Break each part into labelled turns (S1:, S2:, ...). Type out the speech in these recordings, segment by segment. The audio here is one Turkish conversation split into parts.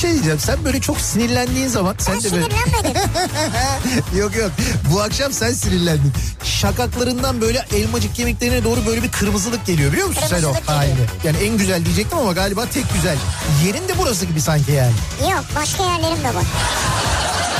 S1: şey diyeceğim. Sen böyle çok sinirlendiğin zaman sen
S2: Ben
S1: de böyle...
S2: sinirlenmedim.
S1: yok yok. Bu akşam sen sinirlendin. Şakaklarından böyle elmacık kemiklerine doğru böyle bir kırmızılık geliyor biliyor musun sen o
S2: Kırmızılık
S1: halini?
S2: geliyor.
S1: Yani en güzel diyecektim ama galiba tek güzel. Yerin de burası gibi sanki yani.
S2: Yok başka yerlerim de var.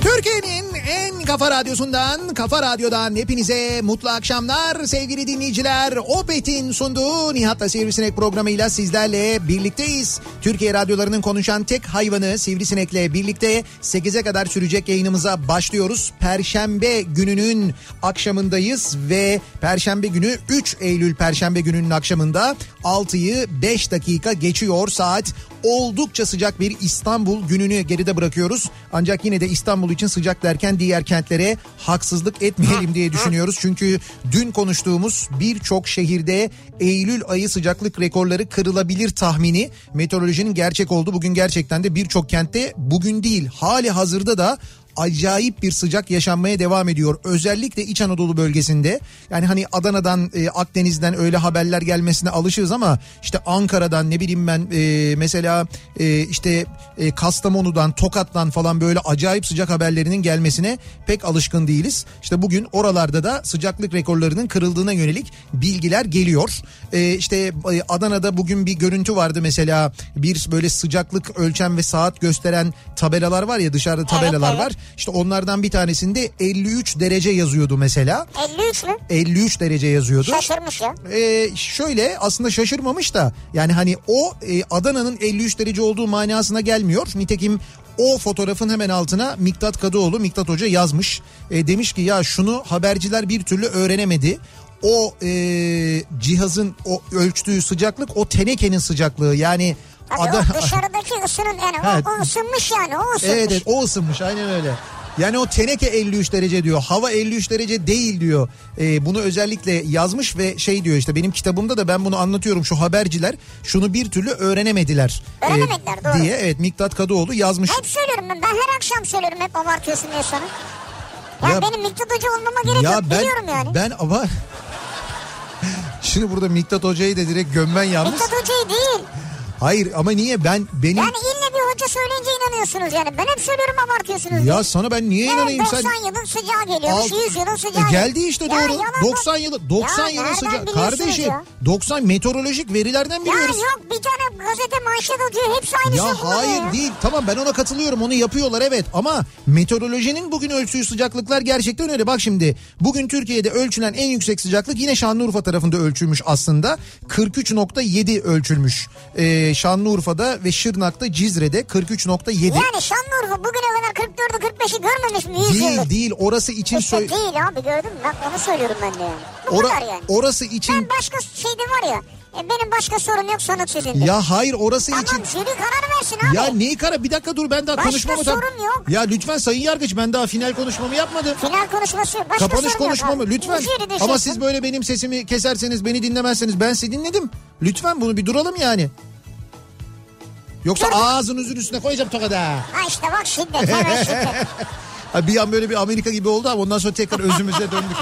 S1: Türkiye'nin en kafa radyosundan, kafa radyodan hepinize mutlu akşamlar sevgili dinleyiciler. Opet'in sunduğu Nihat'la Sivrisinek programıyla sizlerle birlikteyiz. Türkiye radyolarının konuşan tek hayvanı Sivrisinek'le birlikte 8'e kadar sürecek yayınımıza başlıyoruz. Perşembe gününün akşamındayız ve Perşembe günü 3 Eylül Perşembe gününün akşamında 6'yı 5 dakika geçiyor saat. Oldukça sıcak bir İstanbul gününü geride bırakıyoruz. Ancak yine de İstanbul için sıcak derken diğer kentlere haksızlık etmeyelim diye düşünüyoruz. Çünkü dün konuştuğumuz birçok şehirde Eylül ayı sıcaklık rekorları kırılabilir tahmini meteorolojinin gerçek oldu. Bugün gerçekten de birçok kentte bugün değil hali hazırda da acayip bir sıcak yaşanmaya devam ediyor. Özellikle İç Anadolu bölgesinde. Yani hani Adana'dan, e, Akdeniz'den öyle haberler gelmesine alışığız ama işte Ankara'dan ne bileyim ben e, mesela e, işte e, Kastamonu'dan, Tokat'tan falan böyle acayip sıcak haberlerinin gelmesine pek alışkın değiliz. İşte bugün oralarda da sıcaklık rekorlarının kırıldığına yönelik bilgiler geliyor. E, işte e, Adana'da bugün bir görüntü vardı mesela bir böyle sıcaklık ölçen ve saat gösteren tabelalar var ya dışarıda tabelalar
S2: evet.
S1: var. İşte onlardan bir tanesinde 53 derece yazıyordu mesela.
S2: 53 mü?
S1: 53 derece yazıyordu.
S2: Şaşırmış ya.
S1: Ee, şöyle aslında şaşırmamış da yani hani o e, Adana'nın 53 derece olduğu manasına gelmiyor. Nitekim o fotoğrafın hemen altına Miktat Kadıoğlu, Miktat Hoca yazmış. E, demiş ki ya şunu haberciler bir türlü öğrenemedi. O e, cihazın o ölçtüğü sıcaklık o tenekenin sıcaklığı yani
S2: Tabii
S1: Ada-
S2: o dışarıdaki ısının yani o-
S1: Evet.
S2: o, ısınmış yani o ısınmış.
S1: Evet, evet o ısınmış aynen öyle. Yani o teneke 53 derece diyor. Hava 53 derece değil diyor. Ee, bunu özellikle yazmış ve şey diyor işte benim kitabımda da ben bunu anlatıyorum. Şu haberciler şunu bir türlü öğrenemediler. ee,
S2: Öğrenemediler, doğru.
S1: Diye evet Miktat Kadıoğlu yazmış.
S2: Hep söylüyorum ben. Ben her akşam söylüyorum hep abartıyorsun diye sana. Ya,
S1: Ya-
S2: benim Miktat Hoca olmama gerek yok biliyorum yani.
S1: ben ama... Şimdi burada Miktat Hoca'yı da direkt gömmen yalnız.
S2: Miktat Hoca'yı değil.
S1: Hayır ama niye ben benim...
S2: E, Yani ille bir hoca söyleyince inanıyorsunuz yani. Ben hep söylüyorum abartıyorsunuz. diye.
S1: Ya sana ben niye
S2: Evet,
S1: inanayım sen...
S2: 90 yılın sıcağı geliyormuş,
S1: Alt-
S2: 100 yılın sıcağı
S1: E
S2: geliyor.
S1: geldi işte
S2: Ya
S1: doğru.
S2: yalan
S1: 90 yılı 90
S2: Ya
S1: yılı
S2: nereden
S1: sıcak.
S2: biliyorsunuz
S1: Kardeşim
S2: ya?
S1: 90 meteorolojik verilerden
S2: Ya
S1: biliyoruz.
S2: yok bir tane gazete manşet atıyor hepsi aynı
S1: Ya hayır değil. Tamam ben ona katılıyorum. Onu yapıyorlar evet. Ama meteorolojinin bugün ölçtüğü sıcaklıklar gerçekten öyle. Bak şimdi bugün Türkiye'de ölçülen en yüksek sıcaklık yine Şanlıurfa tarafında ölçülmüş aslında. 43.7 ölçülmüş. Ee, Şanlıurfa'da ve Şırnak'ta Cizre'de 43.7.
S2: Yani Şanlıurfa bugüne kadar 44'ü 45'i görmemiş mi 100
S1: Değil
S2: yıldır?
S1: değil orası için
S2: İşte
S1: söyle.
S2: değil abi gördün mü? Bak onu söylüyorum ben de yani. Bu
S1: Ora-
S2: kadar yani.
S1: orası için
S2: Ben başka şeyde var ya. E, benim başka sorun yok sanat sözünde.
S1: ya hayır orası
S2: tamam
S1: için
S2: jüri karar versin abi.
S1: Ya neyi kara? Bir dakika dur ben daha
S2: Başka
S1: konuşmamı...
S2: sorun yok.
S1: Ya lütfen sayın yargıç ben daha final konuşmamı yapmadım.
S2: Final konuşması yok. Başka
S1: Kapanış
S2: sorun yok
S1: konuşmamı
S2: abi.
S1: lütfen.
S2: Jüri düşünsün.
S1: Ama siz böyle benim sesimi keserseniz beni dinlemezseniz ben sizi dinledim. Lütfen bunu bir duralım yani. Yoksa
S2: Dur.
S1: ağzınızın üstüne koyacağım tokadı. ha.
S2: Ha işte bak şiddet hemen şiddet.
S1: Ha, bir an böyle bir Amerika gibi oldu ama ondan sonra tekrar özümüze döndük.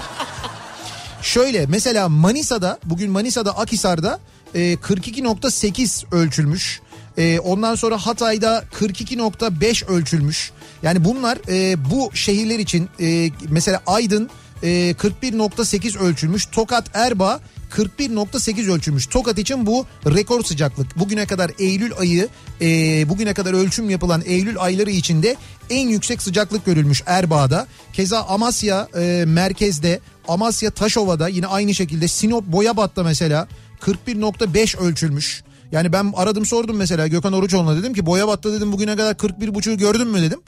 S1: Şöyle mesela Manisa'da bugün Manisa'da Akhisar'da e, 42.8 ölçülmüş. E, ondan sonra Hatay'da 42.5 ölçülmüş. Yani bunlar e, bu şehirler için e, mesela Aydın e, 41.8 ölçülmüş. Tokat Erbaa 41.8 ölçülmüş. Tokat için bu rekor sıcaklık. Bugüne kadar Eylül ayı, e, bugüne kadar ölçüm yapılan Eylül ayları içinde en yüksek sıcaklık görülmüş Erbaa'da. Keza Amasya e, merkezde, Amasya Taşova'da yine aynı şekilde Sinop Boyabat'ta mesela 41.5 ölçülmüş. Yani ben aradım sordum mesela Gökhan Oruçoğlu'na dedim ki Boyabat'ta dedim bugüne kadar 41.5'ü gördün mü dedim.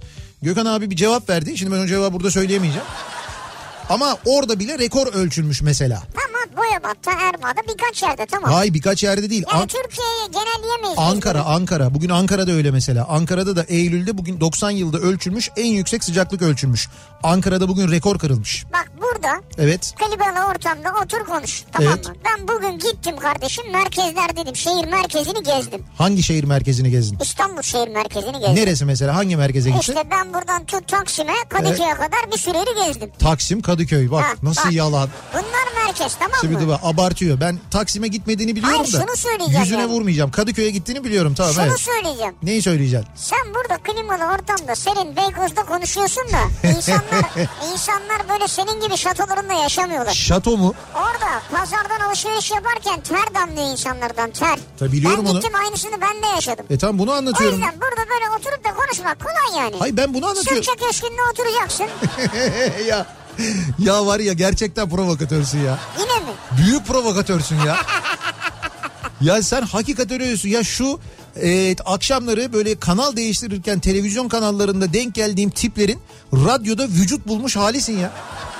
S1: Gökhan abi bir cevap verdi. Şimdi ben o cevabı burada söyleyemeyeceğim. Ama orada bile rekor ölçülmüş mesela.
S2: Tamam Boyabat'ta Erman'da birkaç yerde tamam.
S1: Hay birkaç yerde değil.
S2: yani
S1: An-
S2: Türkiye'ye genelleyemeyiz. biz
S1: Ankara, Ankara. Bugün Ankara'da öyle mesela. Ankara'da da Eylül'de bugün 90 yılda ölçülmüş en yüksek sıcaklık ölçülmüş. Ankara'da bugün rekor kırılmış.
S2: bunu. Bak burada
S1: Evet.
S2: kalibralı ortamda otur konuş tamam
S1: Evet.
S2: mı? Ben bugün gittim kardeşim merkezler dedim şehir merkezini gezdim.
S1: Hangi şehir merkezini gezdin?
S2: İstanbul şehir merkezini gezdim.
S1: Neresi mesela? Hangi merkeze gittin?
S2: İşte ben buradan tut Taksim'e Kadıköy'e kadar bir süreyi gezdim.
S1: Taksim, Kadıköy. Bak
S2: Ha,
S1: nasıl
S2: bak.
S1: yalan.
S2: Bunlar merkez tamam
S1: Şimdi
S2: mı?
S1: dur bak, abartıyor. Ben Taksim'e gitmediğini biliyorum
S2: Hayır,
S1: da.
S2: şunu söyleyeceğim
S1: Yüzüne
S2: yani.
S1: vurmayacağım. Kadıköy'e gittiğini biliyorum tamam
S2: Şunu
S1: evet.
S2: söyleyeceğim.
S1: Neyi söyleyeceksin?
S2: Sen burada klimalı ortamda senin Beykoz'da konuşuyorsun da insanlar insanlar böyle senin gibi şatolarında yaşamıyorlar.
S1: Şato mu?
S2: Orada pazardan alışveriş yaparken ter damlıyor insanlardan ter.
S1: Tabii biliyorum
S2: ben
S1: onu.
S2: gittim aynısını ben de yaşadım.
S1: E tamam bunu
S2: o
S1: anlatıyorum.
S2: yüzden burada böyle oturup da konuşmak kolay yani.
S1: Hayır ben bunu anlatıyorum.
S2: Sırça köşkünde oturacaksın.
S1: ya, ya var ya gerçekten provokatörsün ya.
S2: Yine mi?
S1: Büyük provokatörsün ya. ya sen hakikat arıyorsun. Ya şu e, akşamları böyle kanal değiştirirken televizyon kanallarında denk geldiğim tiplerin radyoda vücut bulmuş halisin ya.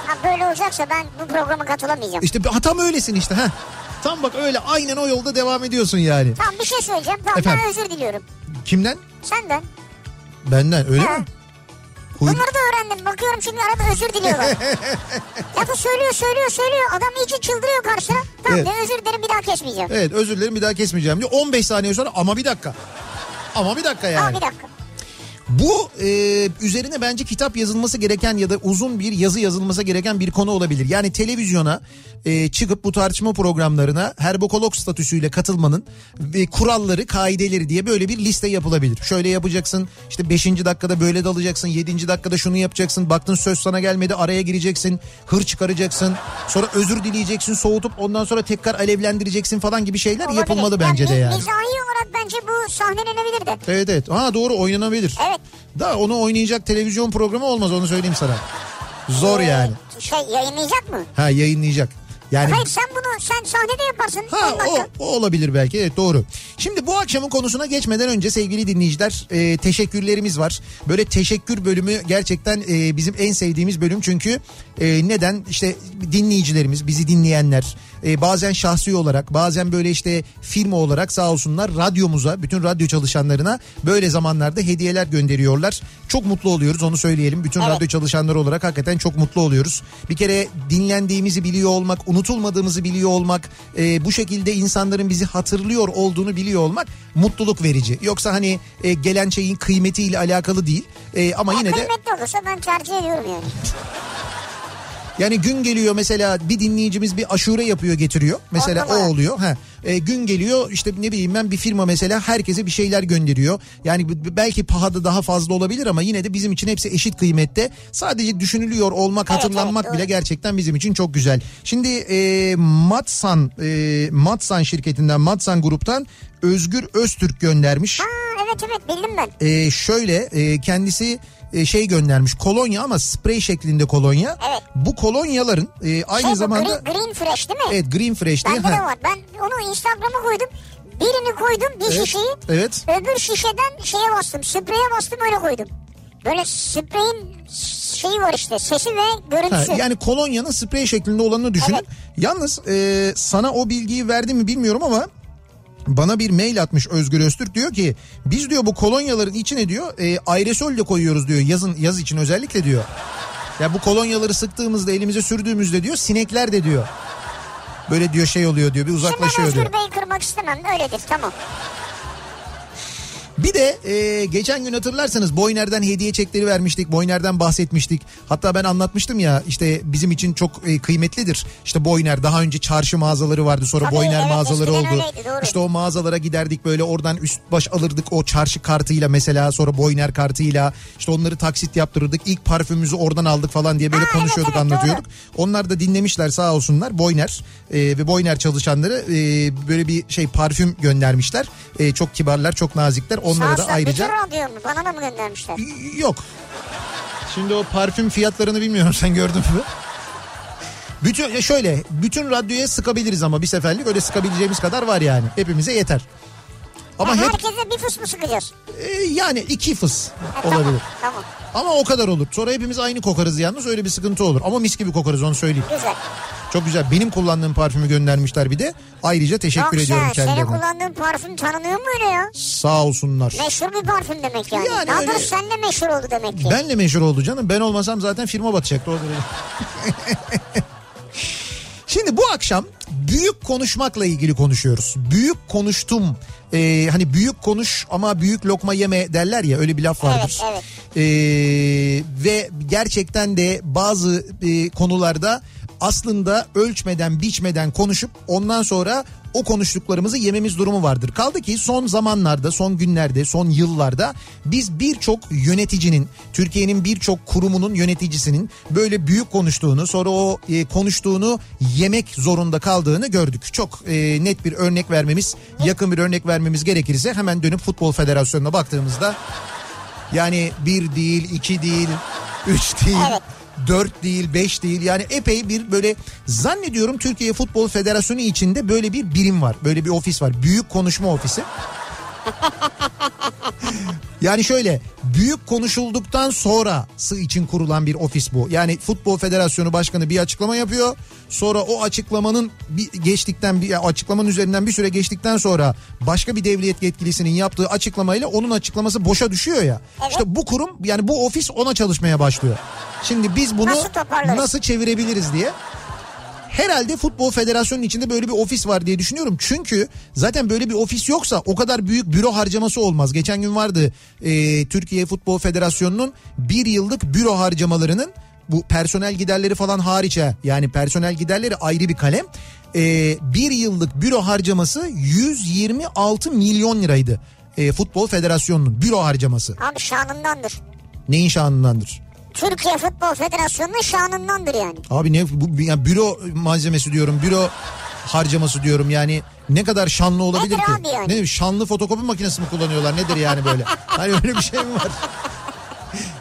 S2: Ha, böyle olacaksa ben bu programa katılamayacağım.
S1: İşte ha, tam öylesin işte. Heh. Tam bak öyle aynen o yolda devam ediyorsun yani.
S2: Tamam bir şey söyleyeceğim. Tamam
S1: Efendim?
S2: ben özür diliyorum.
S1: Kimden?
S2: Senden.
S1: Benden öyle
S2: Ha.
S1: mi? Huy-
S2: Bunları da öğrendim. Bakıyorum şimdi arada özür diliyorlar. ya bu söylüyor söylüyor söylüyor. Adam iyice çıldırıyor karşına. Tamam
S1: Evet.
S2: ne özür dilerim bir daha kesmeyeceğim.
S1: Evet özür dilerim bir daha kesmeyeceğim diyor. 15 saniye sonra ama bir dakika. Ama bir dakika yani.
S2: Aa, bir dakika.
S1: Bu e, üzerine bence kitap yazılması gereken ya da uzun bir yazı yazılması gereken bir konu olabilir. Yani televizyona e, çıkıp bu tartışma programlarına herbokolog statüsüyle katılmanın ve kuralları, kaideleri diye böyle bir liste yapılabilir. Şöyle yapacaksın, işte 5. dakikada böyle dalacaksın, 7. dakikada şunu yapacaksın, baktın söz sana gelmedi araya gireceksin, hır çıkaracaksın, sonra özür dileyeceksin, soğutup ondan sonra tekrar alevlendireceksin falan gibi şeyler
S2: Olabilir.
S1: yapılmalı bence de
S2: mi-
S1: yani.
S2: Mizahi olarak bence bu sahnelenebilir de.
S1: Evet evet. Ha doğru oynanabilir.
S2: Evet.
S1: Da onu oynayacak televizyon programı olmaz onu söyleyeyim sana. Zor yani.
S2: Ee, Şey yayınlayacak mı?
S1: Ha yayınlayacak. Yani
S2: Hayır sen bunu sen sahnede yaparsın.
S1: Ha
S2: on dakika.
S1: o, o olabilir belki evet doğru. Şimdi bu akşamın konusuna geçmeden önce sevgili dinleyiciler e, teşekkürlerimiz var. Böyle teşekkür bölümü gerçekten e, bizim en sevdiğimiz bölüm çünkü e, neden işte dinleyicilerimiz bizi dinleyenler e, bazen şahsi olarak bazen böyle işte firma olarak sağ olsunlar radyomuza bütün radyo çalışanlarına böyle zamanlarda hediyeler gönderiyorlar. Çok mutlu oluyoruz onu söyleyelim bütün
S2: Evet.
S1: radyo radyo çalışanları olarak hakikaten çok mutlu oluyoruz. Bir kere dinlendiğimizi biliyor olmak, unutulmadığımızı biliyor olmak, e, bu şekilde insanların bizi hatırlıyor olduğunu biliyor olmak mutluluk verici. Yoksa hani e, gelen şeyin kıymetiyle alakalı değil. E, ama
S2: Ya
S1: yine de
S2: kıymetli olursa ben tercih ediyorum yani.
S1: yani gün geliyor mesela bir dinleyicimiz bir aşure yapıyor getiriyor. Mesela
S2: Aklıma.
S1: o oluyor. Ha. E, gün geliyor işte ne bileyim ben bir firma mesela herkese bir şeyler gönderiyor. Yani b- b- belki pahada daha fazla olabilir ama yine de bizim için hepsi eşit kıymette. Sadece düşünülüyor olmak,
S2: Evet,
S1: hatırlanmak
S2: evet,
S1: bile
S2: doğru.
S1: gerçekten bizim için çok güzel. Şimdi e, Matsan e, Matsan şirketinden Matsan gruptan Özgür Öztürk göndermiş.
S2: Ha evet evet bildim ben.
S1: E, şöyle e, kendisi e, şey göndermiş kolonya ama sprey şeklinde kolonya.
S2: Evet.
S1: Bu kolonyaların e, aynı
S2: Şey, bu
S1: zamanda
S2: green, green fresh değil mi?
S1: evet Green Fresh diye.
S2: Bende de
S1: ha,
S2: var. Ben onu Instagram'a koydum. Birini koydum bir şişeyi.
S1: Evet.
S2: Öbür şişeden şeye bastım. Spreye bastım öyle koydum. Böyle spreyin şeyi var işte. Sesi ve
S1: Ha,
S2: görüntüsü.
S1: yani kolonyanın sprey şeklinde olanını düşünün.
S2: Evet.
S1: Yalnız e, sana o bilgiyi verdi mi bilmiyorum ama bana bir mail atmış Özgür Öztürk diyor ki biz diyor bu kolonyaların içine diyor e, aerosol de koyuyoruz diyor yazın yaz için özellikle diyor. Ya bu kolonyaları sıktığımızda elimize sürdüğümüzde diyor sinekler de diyor. Böyle diyor şey oluyor diyor bir
S2: Şimdi ben
S1: uzaklaşıyor diyor.
S2: Özgür Bey'i kırmak istemem. Öyledir tamam.
S1: Bir de e, geçen gün hatırlarsanız Boyner'den hediye çekleri vermiştik. Boyner'den bahsetmiştik. Hatta ben anlatmıştım ya işte bizim için çok e, kıymetlidir. İşte Boyner daha önce çarşı mağazaları vardı sonra
S2: Tabii,
S1: Boyner
S2: evet,
S1: mağazaları
S2: eskiden
S1: oldu.
S2: öyleydi, doğru.
S1: İşte o mağazalara giderdik böyle oradan üst baş alırdık o çarşı kartıyla mesela sonra Boyner kartıyla işte onları taksit yaptırırdık. İlk parfümümüzü oradan aldık falan diye böyle
S2: Ha,
S1: konuşuyorduk
S2: evet, evet,
S1: anlatıyorduk. Onlar da dinlemişler sağ olsunlar Boyner e, ve Boyner çalışanları e, böyle bir şey parfüm göndermişler. E, çok kibarlar çok nazikler onlara
S2: Sağ
S1: da
S2: olsun,
S1: ayrıca
S2: Bütün radyo mu? Bana da mı göndermişler?
S1: Y- yok. Şimdi o parfüm fiyatlarını bilmiyorum sen gördün mü? Bütün ya şöyle bütün radyoya sıkabiliriz ama bir seferlik öyle sıkabileceğimiz kadar var yani. Hepimize yeter. Ama
S2: Ha,
S1: hep
S2: Herkese bir fıs mı sıkacağız?
S1: e, yani iki fıs
S2: Ha,
S1: olabilir.
S2: Tamam, tamam.
S1: Ama o kadar olur. Sonra hepimiz aynı kokarız yalnız öyle bir sıkıntı olur. Ama mis gibi kokarız onu söyleyeyim.
S2: Güzel.
S1: Çok güzel. Benim kullandığım parfümü göndermişler bir de. Ayrıca teşekkür
S2: Çok
S1: ediyorum
S2: güzel. Senin
S1: kendilerine.
S2: kullandığın parfüm tanınıyor mu öyle ya?
S1: Sağ olsunlar.
S2: Meşhur bir parfüm demek yani.
S1: Yani
S2: Daha
S1: öyle-
S2: doğrusu sen de meşhur oldu demek ki.
S1: Benle meşhur oldu canım. Ben olmasam zaten firma batacaktı. O derece. Şimdi bu akşam büyük konuşmakla ilgili konuşuyoruz. Büyük konuştum. Ee, hani büyük konuş ama büyük lokma yeme derler ya öyle bir laf vardır.
S2: Evet, evet.
S1: Ee, ve gerçekten de bazı e, konularda aslında ölçmeden biçmeden konuşup ondan sonra o konuştuklarımızı yememiz durumu vardır. Kaldı ki son zamanlarda, son günlerde, son yıllarda biz birçok yöneticinin, Türkiye'nin birçok kurumunun yöneticisinin böyle büyük konuştuğunu, sonra o e, konuştuğunu yemek zorunda kaldığını gördük. Çok e, net bir örnek vermemiz, yakın bir örnek vermemiz gerekirse hemen dönüp Futbol Federasyonu'na baktığımızda yani bir değil, iki değil, üç değil,
S2: Evet.
S1: dört değil, beş değil. Yani epey bir böyle zannediyorum Türkiye Futbol Federasyonu içinde böyle bir birim var. Böyle bir ofis var. Büyük konuşma ofisi. Yani şöyle büyük konuşulduktan sonrası için kurulan bir ofis bu. Yani Futbol Federasyonu Başkanı bir açıklama yapıyor. Sonra o açıklamanın bir geçtikten bir açıklamanın üzerinden bir süre geçtikten sonra başka bir devlet yetkilisinin yaptığı açıklamayla onun açıklaması boşa düşüyor ya.
S2: Evet.
S1: İşte bu kurum yani bu ofis ona çalışmaya başlıyor. Şimdi biz bunu
S2: Nasıl toparlarız?
S1: nasıl çevirebiliriz diye herhalde Futbol Federasyonu'nun içinde böyle bir ofis var diye düşünüyorum. Çünkü zaten böyle bir ofis yoksa o kadar büyük büro harcaması olmaz. Geçen gün vardı e, Türkiye Futbol Federasyonu'nun bir yıllık büro harcamalarının bu personel giderleri falan hariç ha. yani personel giderleri ayrı bir kalem. E, bir yıllık büro harcaması 126 milyon liraydı. E, Futbol Federasyonu'nun büro harcaması.
S2: Abi şanındandır.
S1: Neyin şanındandır?
S2: Türkiye Futbol Federasyonu'nun şanındandır yani.
S1: Abi ne bu yani büro malzemesi diyorum, büro harcaması diyorum yani ne kadar şanlı olabilir
S2: Nedir
S1: ki?
S2: abi yani?
S1: Ne bileyim, şanlı fotokopi makinesi mi kullanıyorlar nedir yani böyle? hani öyle bir şey mi var?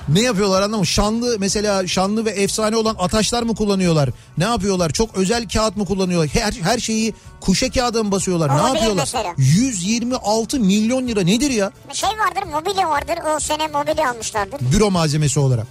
S1: ne yapıyorlar anlamadım. Şanlı mesela şanlı ve efsane olan ataşlar mı kullanıyorlar? Ne yapıyorlar? Çok özel kağıt mı kullanıyorlar? Her, her şeyi kuşe kağıda mı basıyorlar? ne
S2: Olabilir
S1: yapıyorlar?
S2: mesela.
S1: 126 milyon lira nedir ya?
S2: Şey vardır mobilya vardır. O sene mobilya almışlardır.
S1: Büro malzemesi olarak.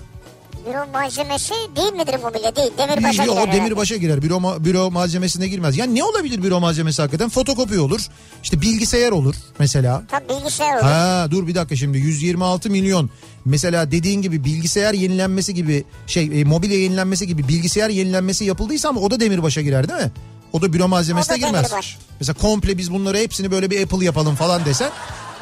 S2: Büro malzemesi değil midir mobilya? Değil. Demirbaş'a
S1: Yok,
S2: girer
S1: o demirbaşa girer. Büro, ma- büro malzemesine girmez. Yani ne olabilir büro malzemesi hakikaten? Fotokopi olur. İşte bilgisayar olur mesela.
S2: Tabii bilgisayar olur.
S1: Ha dur bir dakika şimdi 126 milyon. Mesela dediğin gibi bilgisayar yenilenmesi gibi şey e, mobilya yenilenmesi gibi bilgisayar yenilenmesi yapıldıysa ama o da demirbaşa girer değil mi? O da büro malzemesine
S2: O da
S1: girmez.
S2: demirbaş.
S1: Mesela komple biz bunları hepsini böyle bir Apple yapalım falan desen.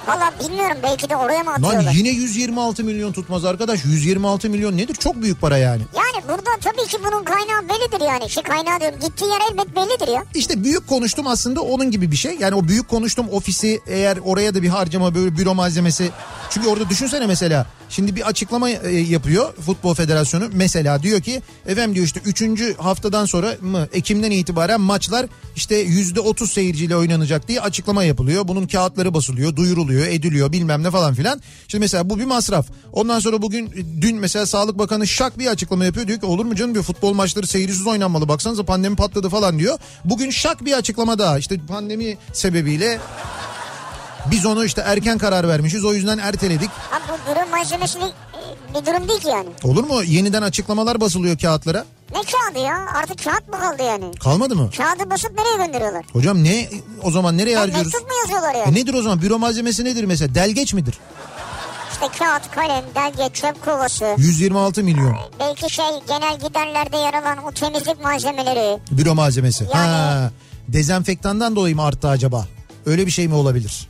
S2: Valla bilmiyorum belki de oraya mı atıyorlar?
S1: Lan yine 126 milyon tutmaz arkadaş. 126 milyon nedir? Çok büyük para yani.
S2: Yani burada tabii ki bunun kaynağı bellidir yani. Şey kaynağı diyorum. Gittiği yer elbet bellidir ya.
S1: İşte büyük konuştum aslında onun gibi bir şey. Yani o büyük konuştum ofisi eğer oraya da bir harcama böyle büro malzemesi. Çünkü orada düşünsene mesela şimdi bir açıklama e, yapıyor Futbol Federasyonu. Mesela diyor ki efendim diyor işte 3. haftadan sonra mı Ekim'den itibaren maçlar işte %30 seyirciyle oynanacak diye açıklama yapılıyor. Bunun kağıtları basılıyor, duyuruluyor, ediliyor bilmem ne falan filan. Şimdi mesela bu bir masraf. Ondan sonra bugün e, dün mesela Sağlık Bakanı şak bir açıklama yapıyor. Diyor ki olur mu canım diyor futbol maçları seyircisiz oynanmalı. Baksanıza pandemi patladı falan diyor. Bugün şak bir açıklama daha işte pandemi sebebiyle biz onu işte erken karar vermişiz o yüzden erteledik.
S2: Abi bu durum malzemesini e, bir durum değil ki yani.
S1: Olur mu? Yeniden açıklamalar basılıyor kağıtlara.
S2: Ne kağıdı ya? Artık kağıt mı kaldı yani?
S1: Kalmadı mı?
S2: Kağıdı basıp nereye gönderiyorlar?
S1: Hocam ne o zaman nereye
S2: Ya
S1: harcıyoruz?
S2: mektup mu yazıyorlar
S1: E
S2: yani?
S1: nedir o zaman? Büro malzemesi nedir mesela? Delgeç midir?
S2: İşte kağıt, kalem, delge, çöp kovası.
S1: 126 milyon
S2: Belki şey genel giderlerde yer alan o temizlik malzemeleri.
S1: büro malzemesi.
S2: Yani-
S1: Ha, dezenfektandan dolayı mı arttı acaba? Öyle bir şey mi olabilir?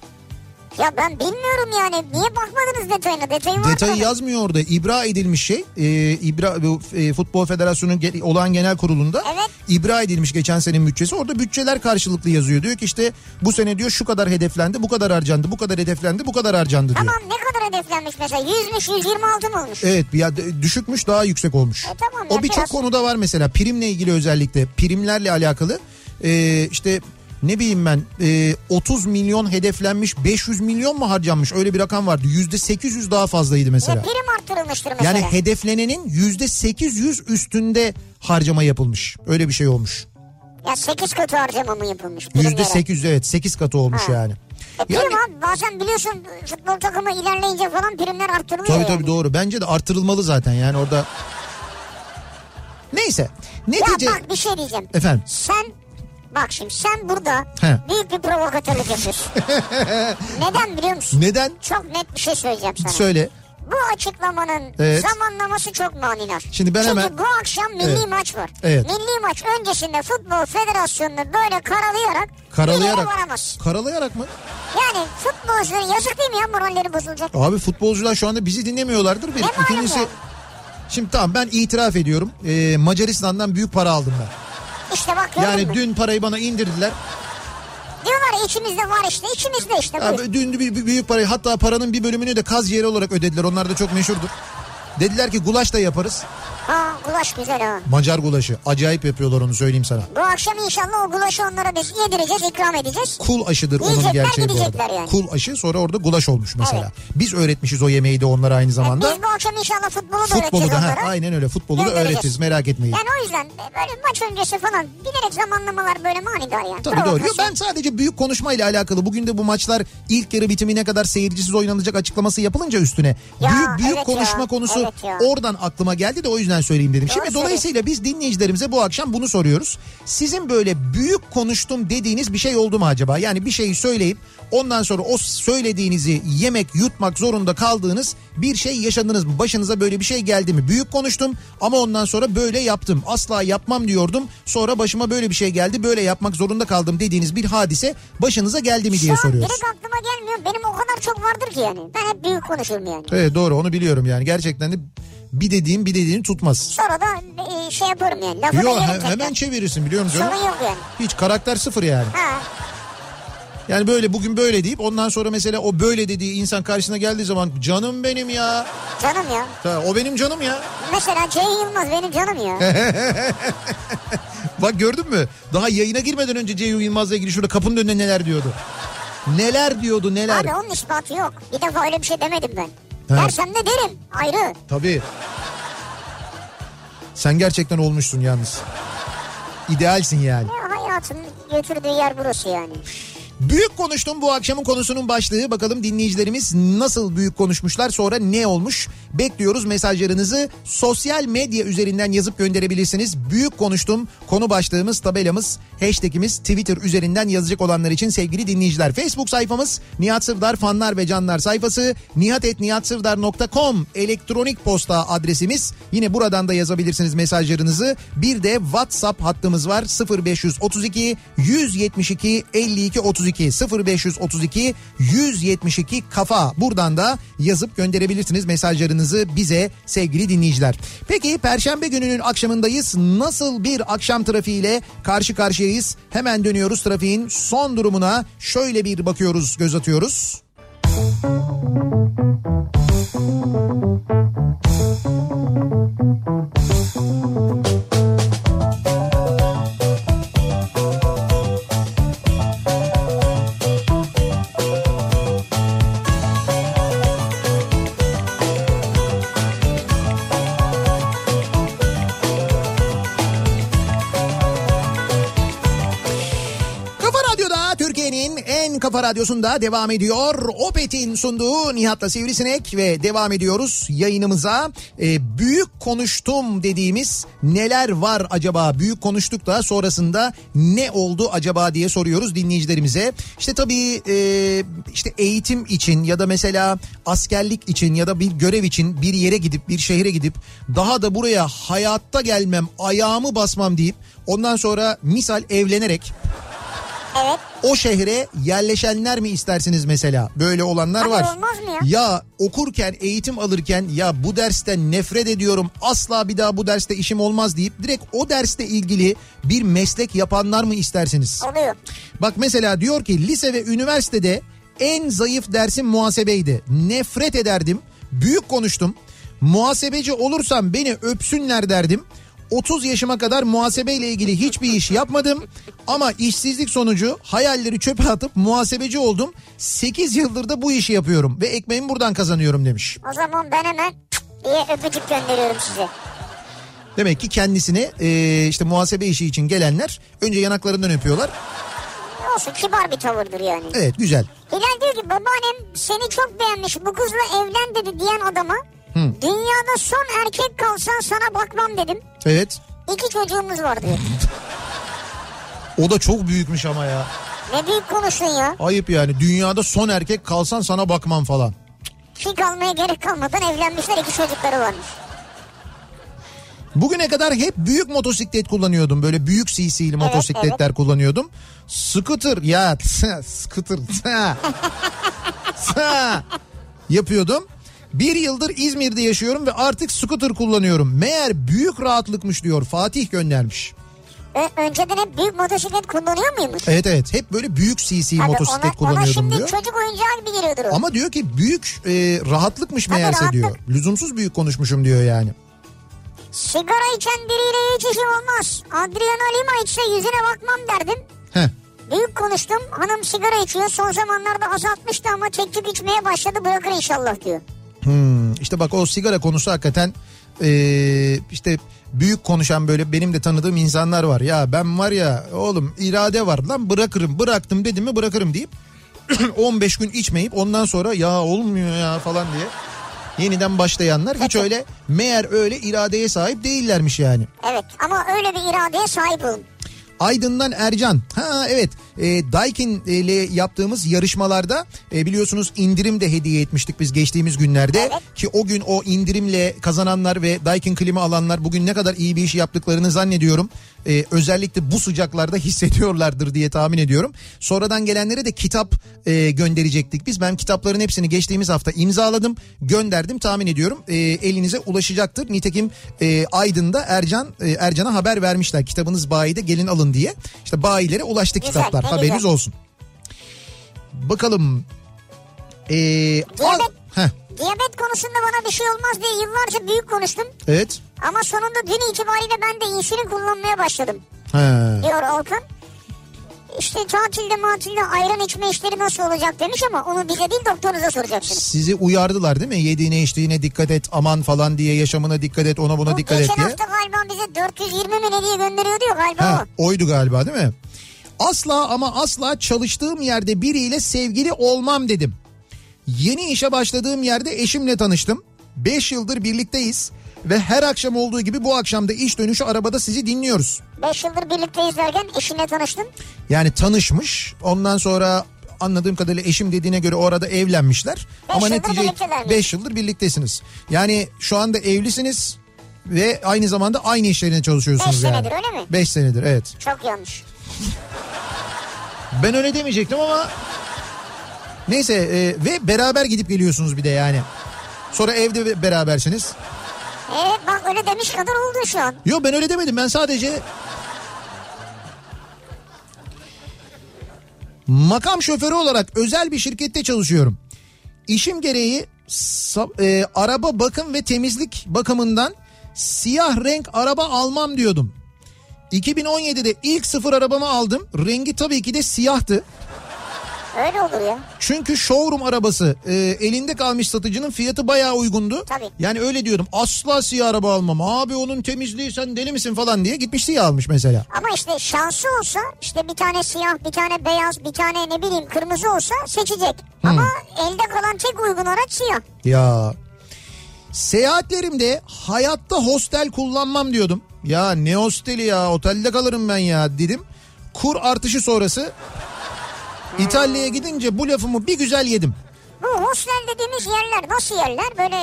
S2: Ya ben bilmiyorum yani. Niye bakmadınız detayına? Detayı var
S1: Detayı
S2: tabii.
S1: yazmıyor orada. İbra edilmiş şey. E, ibra bu, e, Futbol Federasyonu ge- olan genel kurulunda
S2: Evet.
S1: ibra edilmiş geçen senenin bütçesi. Orada bütçeler karşılıklı yazıyor. Diyor ki işte bu sene diyor şu kadar hedeflendi, bu kadar harcandı, bu kadar hedeflendi, bu kadar harcandı diyor.
S2: Tamam ne kadar hedeflenmiş mesela? 100'müş 126 mı olmuş?
S1: Evet ya d- düşükmüş daha yüksek olmuş.
S2: E tamam ya,
S1: o birçok
S2: biraz-
S1: konuda var mesela primle ilgili özellikle primlerle alakalı e, işte ne bileyim ben e, 30 milyon hedeflenmiş 500 milyon mu harcanmış öyle bir rakam vardı. Yüzde 800 daha fazlaydı mesela.
S2: Ya prim arttırılmıştır mesela.
S1: Yani hedeflenenin yüzde 800 üstünde harcama yapılmış. Öyle bir şey olmuş.
S2: Ya 8 katı harcama mı yapılmış?
S1: Yüzde
S2: primlere?
S1: 800 evet 8 katı olmuş
S2: Ha.
S1: yani.
S2: E prim
S1: Yani-
S2: abi bazen biliyorsun futbol takımı ilerleyince falan primler arttırılıyor.
S1: Tabii
S2: yani.
S1: tabii doğru. Bence de artırılmalı zaten yani orada. Neyse. Netice...
S2: Ya bak bir şey diyeceğim.
S1: Efendim.
S2: Sen bak şimdi sen burada
S1: E- He.
S2: büyük bir provokatörlük yapıyorsun. Neden biliyor musun?
S1: Neden?
S2: Çok net bir şey söyleyeceğim sana.
S1: Söyle.
S2: Bu açıklamanın
S1: Evet.
S2: zamanlaması çok maninar.
S1: Şimdi ben
S2: Çünkü
S1: hemen-
S2: bu akşam milli
S1: Evet.
S2: maç var.
S1: Evet.
S2: Milli maç öncesinde Futbol Federasyonu'nu böyle karalayarak bir yere
S1: Karalayarak.
S2: varamaz.
S1: Karalayarak mı?
S2: Yani futbolcuların yazık değil mi ya moralleri bozulacak.
S1: Abi futbolcular şu anda bizi dinlemiyorlardır. Bir.
S2: Ne malum
S1: İkincisi...
S2: ya?
S1: Şimdi tamam ben itiraf ediyorum. Ee, Macaristan'dan büyük para aldım ben.
S2: İşte bak gördün
S1: Yani
S2: mü?
S1: dün parayı bana indirdiler.
S2: Diyorlar ya, içimizde var işte içimizde işte.
S1: Ya
S2: buyur.
S1: dün bir, bir- büyük parayı hatta paranın bir bölümünü de kaz yeri olarak ödediler. Onlar da çok meşhurdur. Dediler ki gulaş da yaparız.
S2: Ha gulaş güzel ha.
S1: Macar gulaşı. Acayip yapıyorlar onu söyleyeyim sana.
S2: Bu akşam inşallah o gulaşı onlara biz yedireceğiz, ikram edeceğiz.
S1: Kul aşıdır onun
S2: Yiyecekler,
S1: gerçeği bu
S2: gidecekler
S1: arada.
S2: yani.
S1: Kul aşı sonra orada gulaş olmuş mesela. Biz öğretmişiz o yemeği de onlara aynı zamanda.
S2: Biz bu akşam inşallah futbolu da
S1: Futbolu
S2: öğreteceğiz
S1: da ha,
S2: onlara.
S1: aynen öyle futbolu da
S2: Göndereceğiz.
S1: öğretiriz merak etmeyin.
S2: Yani o yüzden böyle maç öncesi falan bilerek zamanlamalar böyle manidar yani.
S1: Tabii doğru. Yo,
S2: Provokasyon.
S1: ben sadece büyük konuşmayla alakalı. Bugün de bu maçlar ilk yarı bitimine kadar seyircisiz oynanacak açıklaması yapılınca üstüne.
S2: Ya,
S1: büyük büyük
S2: evet
S1: konuşma
S2: ya,
S1: konusu
S2: evet ya.
S1: oradan aklıma geldi de o yüzden söyleyeyim dedim. Şimdi
S2: söylüyorsun.
S1: dolayısıyla biz dinleyicilerimize bu akşam bunu soruyoruz. Sizin böyle büyük konuştum dediğiniz bir şey oldu mu acaba? Yani bir şeyi söyleyip ondan sonra o söylediğinizi yemek yutmak zorunda kaldığınız bir şey yaşadınız mı? Başınıza böyle bir şey geldi mi? Büyük konuştum ama ondan sonra böyle yaptım. Asla yapmam diyordum. Sonra başıma böyle bir şey geldi. Böyle yapmak zorunda kaldım dediğiniz bir hadise başınıza geldi mi diye
S2: Şu an
S1: soruyoruz.
S2: direkt aklıma gelmiyor. Benim o kadar çok vardır ki yani. Ben hep büyük konuşurum yani.
S1: Evet doğru onu biliyorum yani. Gerçekten de bir dediğim bir dediğini tutmaz.
S2: Sonra da e, şey yaparım yani. Lafı da
S1: Yok
S2: yerim
S1: he-
S2: tekrar.
S1: hemen şey çevirirsin biliyorum canım.
S2: Sorun yok yani.
S1: Hiç karakter sıfır yani.
S2: Ha.
S1: Yani böyle bugün böyle deyip ondan sonra mesela o böyle dediği insan karşısına geldiği zaman canım benim ya.
S2: Canım ya.
S1: Ta- O benim canım ya.
S2: Mesela Ceyhun Yılmaz benim canım ya.
S1: Bak gördün mü? Daha yayına girmeden önce Ceyhun Yılmaz'la ilgili şurada kapının önünde neler diyordu. Neler diyordu neler.
S2: Abi onun ispatı yok. Bir defa öyle bir şey demedim ben.
S1: He.
S2: Dersem de derim. Ayrı.
S1: Tabii. Sen gerçekten olmuşsun yalnız. İdealsin yani.
S2: Ya E, hayatın götürdüğü yer burası yani.
S1: Büyük konuştum bu akşamın konusunun başlığı. Bakalım dinleyicilerimiz nasıl büyük konuşmuşlar sonra ne olmuş? Bekliyoruz mesajlarınızı sosyal medya üzerinden yazıp gönderebilirsiniz. Büyük konuştum konu başlığımız, tabelamız, hashtagimiz Twitter üzerinden yazacak olanlar için sevgili dinleyiciler. Facebook sayfamız Nihat Sırdar fanlar ve canlar sayfası nihatetnihatsırdar.com elektronik posta adresimiz. Yine buradan da yazabilirsiniz mesajlarınızı. Bir de WhatsApp hattımız var 0532 172 52 32 0532 172 kafa. Buradan da yazıp gönderebilirsiniz mesajlarınızı bize sevgili dinleyiciler. Peki perşembe gününün akşamındayız. Nasıl bir akşam trafiğiyle karşı karşıyayız? Hemen dönüyoruz trafiğin son durumuna. Şöyle bir bakıyoruz, göz atıyoruz. Kafa Radyo'da Türkiye'nin en kafa radyosunda devam ediyor. Opet'in sunduğu Nihat'la Sivrisinek ve devam ediyoruz yayınımıza. Ee, büyük konuştum dediğimiz neler var acaba? Büyük konuştuk da sonrasında ne oldu acaba diye soruyoruz dinleyicilerimize. İşte tabii e, işte eğitim için ya da mesela askerlik için ya da bir görev için bir yere gidip bir şehre gidip daha da buraya hayatta gelmem ayağımı basmam deyip ondan sonra misal evlenerek
S2: Evet.
S1: O şehre yerleşenler mi istersiniz mesela? Böyle olanlar
S2: Abi
S1: var.
S2: olmaz mı ya?
S1: Ya okurken, eğitim alırken ya bu dersten nefret ediyorum. Asla bir daha bu derste işim olmaz deyip direkt o derste ilgili bir meslek yapanlar mı istersiniz?
S2: Oluyor.
S1: Bak mesela diyor ki lise ve üniversitede en zayıf dersim muhasebeydi. Nefret ederdim. Büyük konuştum. Muhasebeci olursam beni öpsünler derdim. 30 yaşıma kadar muhasebeyle ilgili hiçbir iş yapmadım ama işsizlik sonucu hayalleri çöpe atıp muhasebeci oldum. 8 yıldır da bu işi yapıyorum ve ekmeğimi buradan kazanıyorum demiş.
S2: O zaman ben hemen diye öpücük gönderiyorum size.
S1: Demek ki kendisini eee, işte muhasebe işi için gelenler önce yanaklarından öpüyorlar.
S2: Olsun kibar bir tavırdır yani.
S1: Evet güzel.
S2: Hilal diyor ki babaannem seni çok beğenmiş bu kızla evlen dedi diyen adama dünyada son erkek kalsan sana bakmam dedim.
S1: Evet.
S2: İki çocuğumuz var diyor.
S1: O da çok büyükmüş ama ya.
S2: Ne büyük konuştun ya.
S1: Ayıp yani dünyada son erkek kalsan sana bakmam falan.
S2: Ki kalmaya gerek kalmadan evlenmişler iki çocukları varmış.
S1: Bugüne kadar hep büyük motosiklet kullanıyordum. Böyle büyük CC'li motosikletler kullanıyordum. Scooter ya scooter tsa, tsa yapıyordum. Bir yıldır İzmir'de yaşıyorum ve artık scooter kullanıyorum. Meğer büyük rahatlıkmış diyor Fatih göndermiş.
S2: Ö- önceden hep büyük motosiklet kullanıyor muymuş?
S1: Evet evet hep böyle büyük CC
S2: Tabii
S1: motosiklet
S2: ona,
S1: kullanıyordum
S2: Ona şimdi
S1: diyor.
S2: çocuk oyuncağı gibi geliyordur o.
S1: Ama diyor ki büyük e, rahatlıkmış
S2: Tabii
S1: meğerse
S2: rahatlık.
S1: diyor. Lüzumsuz büyük konuşmuşum diyor yani.
S2: Sigara içen biriyle hiç işim olmaz. Adriana Lima içse yüzüne bakmam derdim.
S1: Heh.
S2: Büyük konuştum. Hanım sigara içiyor. Son zamanlarda azaltmıştı ama tek tük içmeye başladı. Bırakır inşallah diyor.
S1: Hmm, işte bak o sigara konusu hakikaten eee, işte büyük konuşan böyle benim de tanıdığım insanlar var. Ya ben var ya oğlum irade var lan bırakırım bıraktım dedim mi bırakırım deyip 15 gün içmeyip ondan sonra ya olmuyor ya falan diye yeniden başlayanlar hiç öyle meğer öyle iradeye sahip değillermiş yani.
S2: Evet ama öyle bir iradeye sahip olun.
S1: Aydın'dan Ercan. Ha evet. E, Daikin ile yaptığımız yarışmalarda e, biliyorsunuz indirim de hediye etmiştik biz geçtiğimiz günlerde.
S2: Evet.
S1: Ki o gün o indirimle kazananlar ve Daikin klima alanlar bugün ne kadar iyi bir iş yaptıklarını zannediyorum. E, özellikle bu sıcaklarda hissediyorlardır diye tahmin ediyorum. Sonradan gelenlere de kitap e, gönderecektik biz. Ben kitapların hepsini geçtiğimiz hafta imzaladım. Gönderdim tahmin ediyorum. E, elinize ulaşacaktır. Nitekim e, Aydın'da Ercan e, Ercan'a haber vermişler. Kitabınız bayide gelin alın diye. İşte bayilere ulaştı
S2: Güzel,
S1: kitaplar.
S2: ne
S1: Haberiniz
S2: güzel.
S1: olsun. E, Bakalım. E,
S2: Diyabet-
S1: Heh,
S2: Diyabet konusunda bana bir şey olmaz diye yıllarca büyük konuştum.
S1: evet.
S2: Ama sonunda dün itibariyle ben de insülin kullanmaya başladım
S1: Ha.
S2: diyor Orkun. İşte tatilde matilde ayran içme işleri nasıl olacak demiş ama onu bize değil doktorunuza soracaksınız.
S1: Sizi uyardılar değil mi? Yediğine içtiğine dikkat et aman falan diye yaşamına dikkat et ona buna
S2: Bu
S1: dikkat et
S2: geçen
S1: diye.
S2: hafta galiba bize 420 mi ne diye gönderiyordu ya galiba
S1: Ha,
S2: o.
S1: oydu galiba değil mi? Asla ama asla çalıştığım yerde biriyle sevgili olmam dedim. Yeni işe başladığım yerde eşimle tanıştım. 5 yıldır birlikteyiz ve her akşam olduğu gibi bu akşam da iş dönüşü arabada sizi dinliyoruz.
S2: 5 yıldır birlikteyiz derken eşinle tanıştın.
S1: Yani tanışmış ondan sonra anladığım kadarıyla eşim dediğine göre o arada evlenmişler. Ama
S2: yıldır
S1: netice
S2: birlikteler mi?
S1: 5 yıldır birliktesiniz. Yani şu anda evlisiniz ve aynı zamanda aynı işlerine çalışıyorsunuz
S2: Beş
S1: yani.
S2: senedir, öyle mi?
S1: 5 senedir evet.
S2: Çok yanlış.
S1: Ben öyle demeyecektim ama neyse e, ve beraber gidip geliyorsunuz bir de yani. Sonra evde be- berabersiniz.
S2: Evet E, bak öyle demiş kadar oldu şu an.
S1: Yok ben öyle demedim ben sadece... Makam şoförü olarak özel bir şirkette çalışıyorum. İşim gereği sa- e, araba bakım ve temizlik bakımından siyah renk araba almam diyordum. 2017'de ilk sıfır arabamı aldım. Rengi tabii ki de siyahtı.
S2: Öyle olur ya.
S1: Çünkü showroom arabası e, elinde kalmış satıcının fiyatı bayağı uygundu.
S2: Tabii.
S1: Yani öyle diyordum asla siyah araba almam abi onun temizliği sen deli misin falan diye gitmiş siyah almış mesela.
S2: Ama işte şansı olsa işte bir tane siyah, bir tane beyaz, bir tane ne bileyim kırmızı olsa seçecek.
S1: Hmm.
S2: Ama elde kalan tek uygun araç siyah.
S1: Ya seyahatlerimde hayatta hostel kullanmam diyordum. Ya ne hosteli ya otelde kalırım ben ya dedim. Kur artışı sonrası İtalya'ya gidince bu lafımı bir güzel yedim.
S2: Bu hostel dediğimiz yerler e, nasıl yerler? Böyle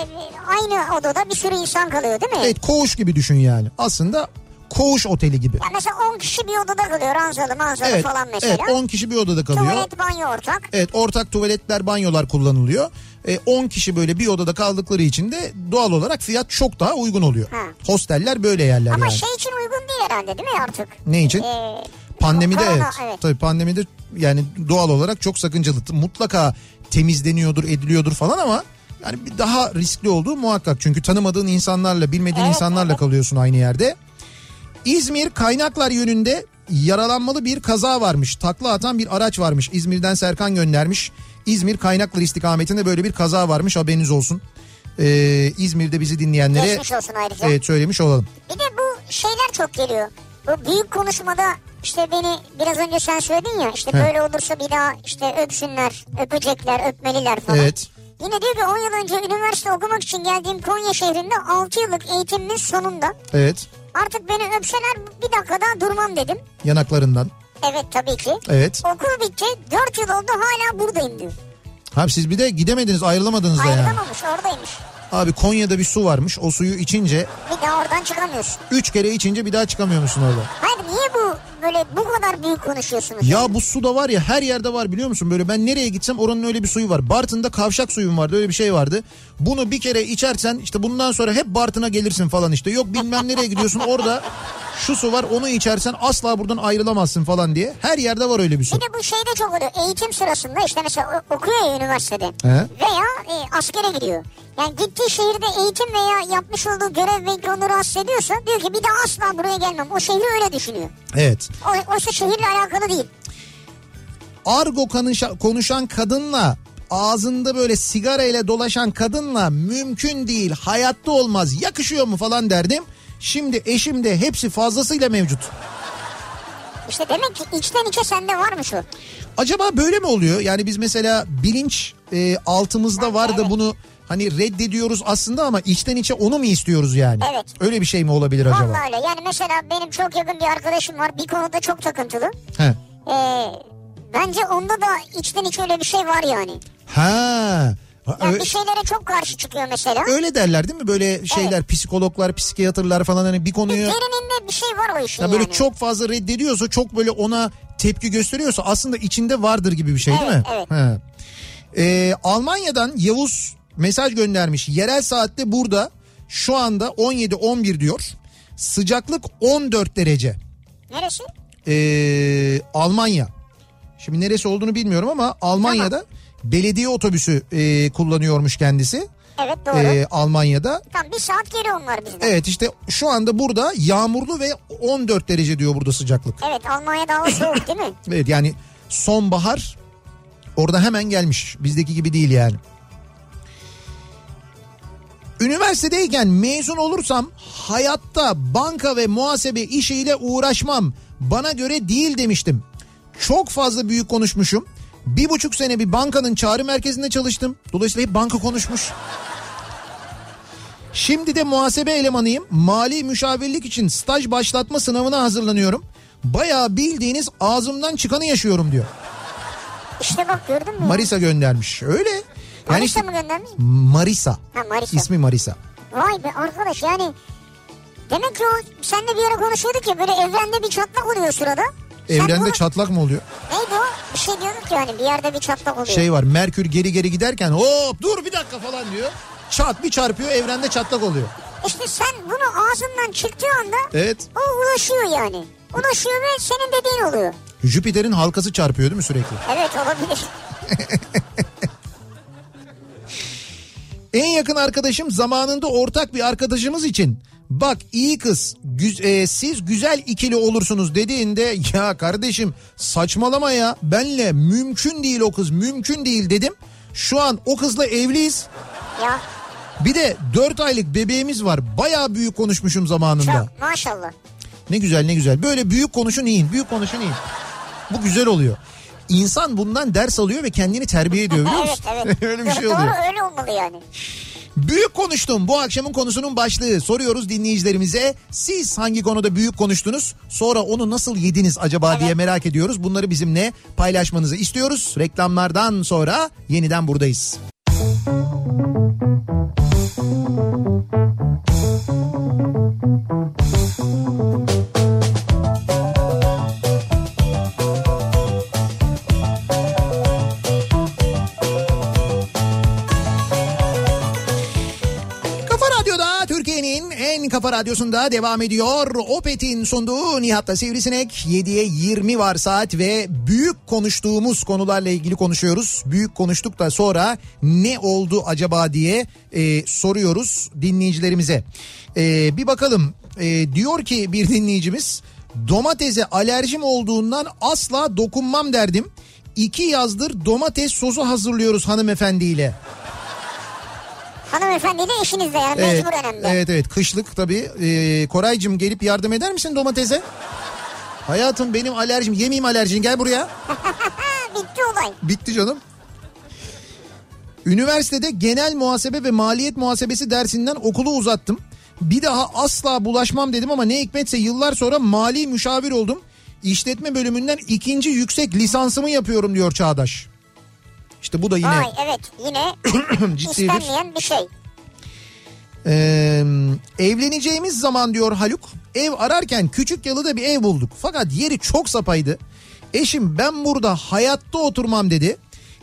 S2: aynı odada bir sürü insan kalıyor değil mi?
S1: Evet koğuş gibi düşün yani. Aslında koğuş oteli gibi.
S2: Ya mesela 10 kişi bir odada kalıyor ranzalı manzalı
S1: Evet,
S2: falan mesela.
S1: evet 10 kişi bir odada kalıyor.
S2: Tuvalet banyo ortak.
S1: Evet ortak tuvaletler banyolar kullanılıyor. E, 10 kişi böyle bir odada kaldıkları için de doğal olarak fiyat çok daha uygun oluyor.
S2: Ha.
S1: Hosteller böyle yerler
S2: Ama
S1: yani.
S2: şey için uygun değil herhalde değil mi artık?
S1: Ne için?
S2: Ee,
S1: Pandemide
S2: korona,
S1: evet.
S2: evet.
S1: Tabii pandemide yani doğal olarak çok sakıncalı. Mutlaka temizleniyordur, ediliyordur falan ama yani bir daha riskli olduğu muhakkak. Çünkü tanımadığın insanlarla, bilmediğin
S2: Evet,
S1: insanlarla
S2: evet.
S1: kalıyorsun aynı yerde. İzmir kaynaklar yönünde yaralanmalı bir kaza varmış. Takla atan bir araç varmış. İzmir'den Serkan göndermiş. İzmir kaynaklar istikametinde böyle bir kaza varmış haberiniz olsun. Ee, İzmir'de bizi dinleyenlere
S2: Geçmiş olsun ayrıca.
S1: evet, söylemiş olalım.
S2: Bir de bu şeyler çok geliyor. Bu büyük konuşmada işte beni biraz önce sen söyledin ya işte
S1: He.
S2: böyle olursa bir daha işte öpsünler, öpecekler, öpmeliler falan.
S1: Evet.
S2: Yine diyor ki 10 yıl önce üniversite okumak için geldiğim Konya şehrinde 6 yıllık eğitimimin sonunda
S1: Evet.
S2: artık beni öpseler bir dakika daha durmam dedim.
S1: Yanaklarından.
S2: Evet tabii ki.
S1: Evet.
S2: Okul bitti 4 yıl oldu hala buradayım diyor.
S1: Abi siz bir de gidemediniz ayrılamadınız da yani.
S2: Ayrılamamış oradaymış.
S1: Abi Konya'da bir su varmış o suyu içince
S2: Bir daha oradan çıkamıyorsun.
S1: üç kere içince bir daha çıkamıyor musun orada?
S2: Hayır niye bu böyle bu kadar büyük konuşuyorsunuz?
S1: Ya bu su da var ya her yerde var biliyor musun böyle ben nereye gitsem oranın öyle bir suyu var. Bartın'da kavşak suyum vardı öyle bir şey vardı. Bunu bir kere içersen işte bundan sonra hep Bartın'a gelirsin falan işte. Yok bilmem nereye gidiyorsun orada şu su var onu içersen asla buradan ayrılamazsın falan diye. Her yerde var öyle bir su.
S2: Bir de bu şeyde çok oluyor. Eğitim sırasında işte mesela o- okuyor ya üniversitede
S1: He.
S2: veya e, askere gidiyor. Yani gittiği şehirde eğitim veya yapmış olduğu görev ve onu rahatsız ediyorsa diyor ki bir daha asla buraya gelmem. O şehri öyle düşünüyor.
S1: Evet.
S2: O, oysa şehirle alakalı değil.
S1: argo konuşa- konuşan kadınla ağzında böyle sigara ile dolaşan kadınla mümkün değil hayatta olmaz yakışıyor mu falan derdim. Şimdi eşim de hepsi fazlasıyla mevcut.
S2: İşte demek ki içten içe sende varmış o.
S1: Acaba böyle mi oluyor? Yani biz mesela bilinç e, altımızda var da
S2: Evet.
S1: bunu hani reddediyoruz aslında ama içten içe onu mu istiyoruz yani?
S2: Evet.
S1: Öyle bir şey mi olabilir acaba?
S2: Vallahi öyle. Yani mesela benim çok yakın bir arkadaşım var. Bir konuda çok takıntılı.
S1: He.
S2: Ee, bence onda da içten içe öyle bir şey var yani.
S1: Ha. Ha,
S2: Yani
S1: ö-
S2: bir şey- şeylere çok karşı çıkıyor mesela.
S1: Öyle derler değil mi? Böyle şeyler psikologlar, psikiyatrlar falan hani bir konuyu...
S2: Derininde bir şey var o işin
S1: Ya böyle
S2: yani.
S1: çok fazla reddediyorsa çok böyle ona tepki gösteriyorsa aslında içinde vardır gibi bir şey değil mi?
S2: Evet,
S1: He. Ee, Almanya'dan Yavuz mesaj göndermiş. Yerel saatte burada şu anda 17-11 diyor. Sıcaklık 14 derece.
S2: Neresi?
S1: Ee, Almanya. Şimdi neresi olduğunu bilmiyorum ama Almanya'da belediye otobüsü e, kullanıyormuş kendisi.
S2: Evet doğru.
S1: Ee, Almanya'da.
S2: Tam bir saat geri onlar bizden. Evet.
S1: Evet işte şu anda burada yağmurlu ve 14 derece diyor burada sıcaklık.
S2: Almanya'da hava soğuk değil mi?
S1: Evet yani sonbahar orada hemen gelmiş. Bizdeki gibi değil yani. Üniversitedeyken mezun olursam hayatta banka ve muhasebe işiyle uğraşmam. Bana göre değil demiştim. Çok fazla büyük konuşmuşum. Bir buçuk sene bir bankanın çağrı merkezinde çalıştım. Dolayısıyla hep banka konuşmuş. Şimdi de muhasebe elemanıyım. Mali müşavirlik için staj başlatma sınavına hazırlanıyorum. Bayağı bildiğiniz ağzımdan çıkanı yaşıyorum diyor.
S2: İşte bak gördün mü?
S1: Marisa göndermiş. Öyle. Yani
S2: Marisa
S1: işte
S2: mı göndermiş?
S1: Marisa.
S2: Ha Marisa.
S1: İsmi Marisa.
S2: Vay be arkadaş yani demek ki o seninle bir ara konuşuyorduk ya böyle evrende bir çatlak oluyor o sırada. Sen
S1: Evrende
S2: bunu-
S1: çatlak mı oluyor?
S2: Neydi o? Bir şey diyorduk yani bir yerde bir çatlak oluyor.
S1: Şey var Merkür geri geri giderken hop dur bir dakika falan diyor. Çat bir çarpıyor evrende çatlak oluyor.
S2: İşte sen bunu ağzından çıktığı anda
S1: Evet.
S2: o ulaşıyor yani. Ulaşıyor ve senin dediğin oluyor.
S1: Jüpiter'in halkası çarpıyor değil mi sürekli?
S2: Evet olabilir.
S1: En yakın arkadaşım zamanında ortak bir arkadaşımız için bak iyi kız güz- e, siz güzel ikili olursunuz dediğinde ya kardeşim saçmalama ya benle mümkün değil o kız mümkün değil dedim. Şu an o kızla evliyiz.
S2: ya
S1: Bir de 4 aylık bebeğimiz var. Bayağı büyük konuşmuşum zamanında.
S2: çok maşallah.
S1: Ne güzel ne güzel. Böyle büyük konuşun iyi. Büyük konuşun iyi. Bu güzel oluyor. İnsan bundan ders alıyor ve kendini terbiye ediyor biliyor
S2: Evet
S1: musun?
S2: evet.
S1: Öyle bir şey
S2: Doğru,
S1: oluyor.
S2: öyle olmalı yani.
S1: Büyük konuştum bu akşamın konusunun başlığı. Soruyoruz dinleyicilerimize siz hangi konuda büyük konuştunuz? Sonra onu nasıl yediniz acaba diye merak ediyoruz. Bunları bizimle paylaşmanızı istiyoruz. Reklamlardan sonra yeniden buradayız. Türkiye'nin en kafa radyosunda devam ediyor. Opet'in sunduğu Nihat'ta Sivrisinek 7'ye 20 var saat ve büyük konuştuğumuz konularla ilgili konuşuyoruz. Büyük konuştuk da sonra ne oldu acaba diye e, soruyoruz dinleyicilerimize. E, bir bakalım e, diyor ki bir dinleyicimiz domatese alerjim olduğundan asla dokunmam derdim. İki yazdır domates sosu hazırlıyoruz hanımefendiyle.
S2: Hanımefendiyle eşinizle yani
S1: Evet,
S2: mecbur önemli.
S1: evet evet kışlık tabii. Ee, Koraycığım gelip yardım eder misin domatese? Hayatım benim alerjim yemeyeyim alerjin gel buraya.
S2: Bitti olay.
S1: Bitti canım. Üniversitede genel muhasebe ve maliyet muhasebesi dersinden okulu uzattım. Bir daha asla bulaşmam dedim ama ne hikmetse yıllar sonra mali müşavir oldum. İşletme bölümünden ikinci yüksek lisansımı yapıyorum diyor Çağdaş. İşte bu da yine
S2: Ay evet yine
S1: ciddi bir...
S2: istenmeyen bir şey.
S1: Ee, evleneceğimiz zaman diyor Haluk ev ararken küçük yalıda bir ev bulduk. Fakat yeri çok sapaydı. Eşim ben burada hayatta oturmam dedi.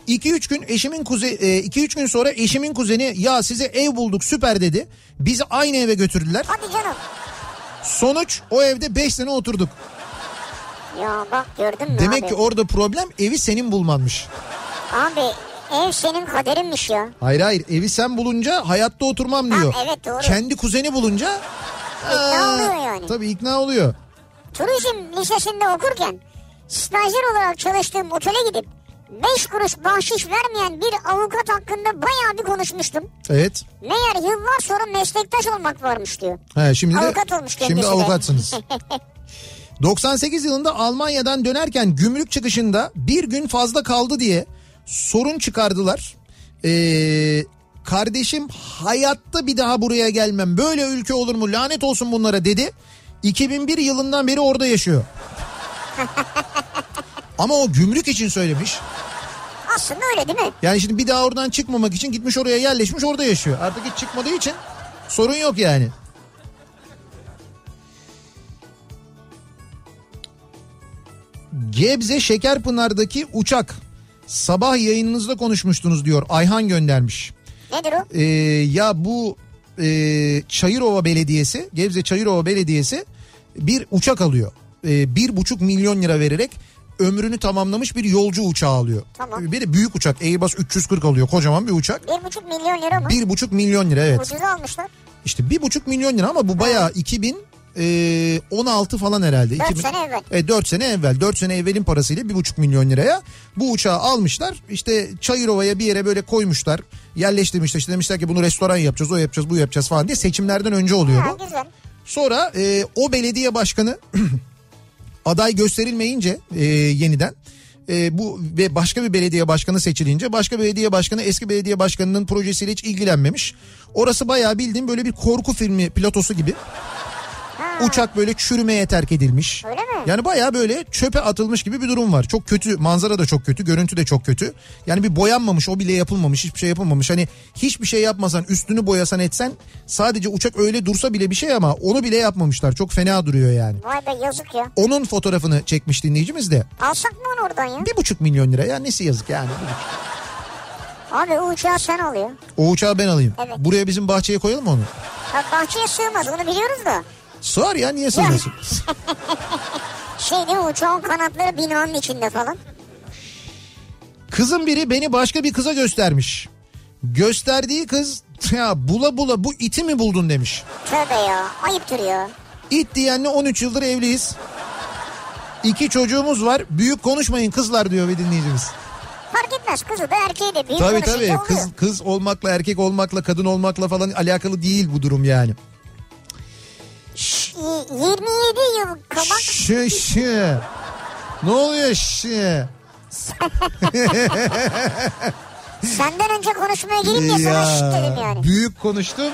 S1: 2-3 gün eşimin kuze 2-3 gün sonra eşimin kuzeni ya size ev bulduk süper dedi. Bizi aynı eve götürdüler.
S2: Hadi canım.
S1: Sonuç o evde 5 sene oturduk.
S2: Ya bak gördün mü
S1: Demek
S2: abi?
S1: ki orada problem evi senin bulmanmış.
S2: Abi ev senin kaderinmiş ya.
S1: Hayır hayır evi sen bulunca hayatta oturmam diyor.
S2: evet, doğru.
S1: Kendi kuzeni bulunca aa,
S2: oluyor yani.
S1: Tabii ikna oluyor.
S2: Turizm lisesinde okurken stajyer olarak çalıştığım otele gidip 5 kuruş bahşiş vermeyen bir avukat hakkında bayağı bir konuşmuştum.
S1: Evet.
S2: Meğer yıllar sonra meslektaş olmak varmış diyor.
S1: He, şimdi de,
S2: Avukat olmuş kendisi
S1: Şimdi
S2: de.
S1: avukatsınız. 98 yılında Almanya'dan dönerken gümrük çıkışında bir gün fazla kaldı diye sorun çıkardılar. Ee, kardeşim hayatta bir daha buraya gelmem. Böyle ülke olur mu? Lanet olsun bunlara dedi. 2001 yılından beri orada yaşıyor. Ama o gümrük için söylemiş.
S2: Aslında öyle değil mi?
S1: Yani şimdi bir daha oradan çıkmamak için gitmiş oraya yerleşmiş orada yaşıyor. Artık hiç çıkmadığı için sorun yok yani. Gebze Şekerpınar'daki uçak. Sabah yayınınızda konuşmuştunuz diyor. Ayhan göndermiş.
S2: Nedir o?
S1: Ee, ya bu e, Çayırova Belediyesi, Gebze Çayırova Belediyesi bir uçak alıyor. Ee, bir buçuk milyon lira vererek ömrünü tamamlamış bir yolcu uçağı alıyor.
S2: Tamam.
S1: Bir de büyük uçak Airbus 340 alıyor kocaman bir uçak.
S2: 1,5 milyon lira mı?
S1: Bir buçuk milyon lira evet.
S2: Ucuza almışlar.
S1: İşte bir buçuk milyon lira ama bu bayağı 2016 falan herhalde.
S2: Dört
S1: 2000
S2: sene evvel.
S1: E, 4 sene evvel 4 sene evvelin parasıyla bir buçuk milyon liraya bu uçağı almışlar. İşte Çayırova'ya bir yere böyle koymuşlar. Yerleştirmişler işte demişler ki bunu restoran yapacağız o yapacağız bu yapacağız falan diye seçimlerden önce oluyor
S2: Ha,
S1: bu.
S2: güzel.
S1: Sonra e, o belediye başkanı aday gösterilmeyince e, yeniden e, bu ve başka bir belediye başkanı seçilince başka belediye başkanı eski belediye başkanının projesiyle hiç ilgilenmemiş. Orası bayağı bildiğim böyle bir korku filmi platosu gibi. Uçak böyle çürümeye terk edilmiş.
S2: Öyle mi?
S1: Yani bayağı böyle çöpe atılmış gibi bir durum var. Çok kötü manzara da çok kötü görüntü de çok kötü. Yani bir boyanmamış o bile yapılmamış hiçbir şey yapılmamış. Hani hiçbir şey yapmasan üstünü boyasan etsen sadece uçak öyle dursa bile bir şey ama onu bile yapmamışlar. Çok fena duruyor yani.
S2: Vay be yazık ya.
S1: Onun fotoğrafını çekmiş dinleyicimiz de
S2: Alsak mı onu oradan ya?
S1: bir buçuk milyon lira ya nesi yazık yani.
S2: Abi o uçağı sen al ya.
S1: O uçağı ben alayım.
S2: Evet.
S1: Buraya bizim bahçeye koyalım mı onu.
S2: Ya bahçeye sığmaz onu biliyoruz da.
S1: Sığar ya niye sığmasın?
S2: Şey değil mi uçağın kanatları binanın içinde falan.
S1: Kızın biri beni başka bir kıza göstermiş. Gösterdiği kız ya bula bula bu iti mi buldun demiş.
S2: Tövbe ya ayıptır ya.
S1: İt diyenle 13 yıldır evliyiz. İki çocuğumuz var. Büyük konuşmayın kızlar diyor bir dinleyicimiz.
S2: Fark etmez kızı da erkeği de büyük
S1: Tabii
S2: konuşunca
S1: tabii.
S2: oluyor.
S1: Kız, kız olmakla, erkek olmakla, kadın olmakla falan alakalı değil bu durum yani.
S2: Şş, y- 27 yıl kabak
S1: Şı şı. Ne oluyor şı?
S2: senden önce konuşmaya girip ya sana şşt dedim yani.
S1: büyük konuştum.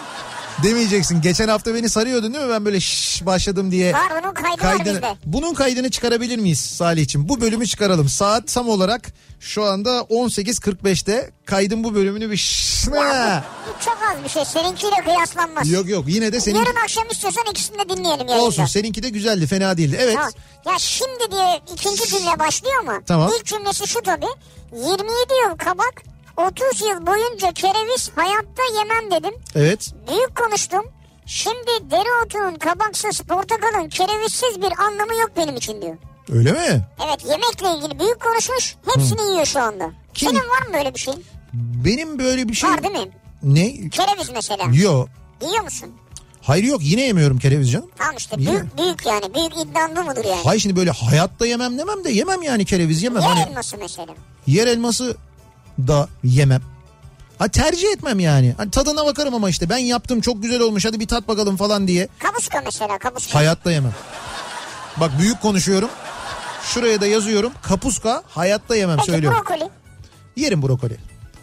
S1: Demeyeceksin. Geçen hafta beni sarıyordun değil mi? Ben böyle şş başladım diye.
S2: Var onun kaydı var bizde.
S1: bunun kaydını çıkarabilir miyiz Salih'ciğim? Bu bölümü çıkaralım. Saat tam olarak şu anda 18.45'te kaydın bu bölümünü bir şşş-
S2: Ya bu, bu çok az bir şey seninkiyle kıyaslanmaz.
S1: Yok yok yine de senin
S2: Yarın akşam istiyorsan ikisini de dinleyelim yayında.
S1: olsun. Seninki de güzeldi fena değildi. Evet.
S2: Tamam. Ya şimdi diye ikinci cümle başlıyor mu?
S1: Tamam.
S2: İlk cümlesi şu tabii. 27 yıl kabak 30 yıl boyunca kereviz hayatta yemem dedim.
S1: Evet.
S2: Büyük konuştum. Şimdi dereotunun kabaksız, portakalın, kerevizsiz bir anlamı yok benim için diyor.
S1: Öyle mi?
S2: Evet yemekle ilgili büyük konuşmuş. Hepsini yiyor şu anda.
S1: Kim?
S2: Senin var mı böyle bir şey?
S1: Benim böyle bir şey...
S2: Var değil mi?
S1: Ne?
S2: Kereviz mesela.
S1: Yok.
S2: Yiyor musun?
S1: Hayır yok yine yemiyorum kereviz canım.
S2: Tamam işte
S1: Yiyor.
S2: büyük büyük yani. Büyük iddianlı mıdır yani?
S1: Hayır şimdi böyle hayatta yemem demem de yemem yani kereviz yemem.
S2: Yer
S1: Hani
S2: elması mesela.
S1: yer elması da yemem. Ha tercih etmem yani. Hani tadına bakarım ama işte ben yaptım çok güzel olmuş hadi bir tat bakalım falan diye.
S2: Kabuska mesela kabuska.
S1: Hayatta yemem. Bak büyük konuşuyorum. Şuraya da yazıyorum. Kapuska hayatta yemem
S2: Peki
S1: söylüyorum.
S2: brokoli,
S1: Yerim brokoli.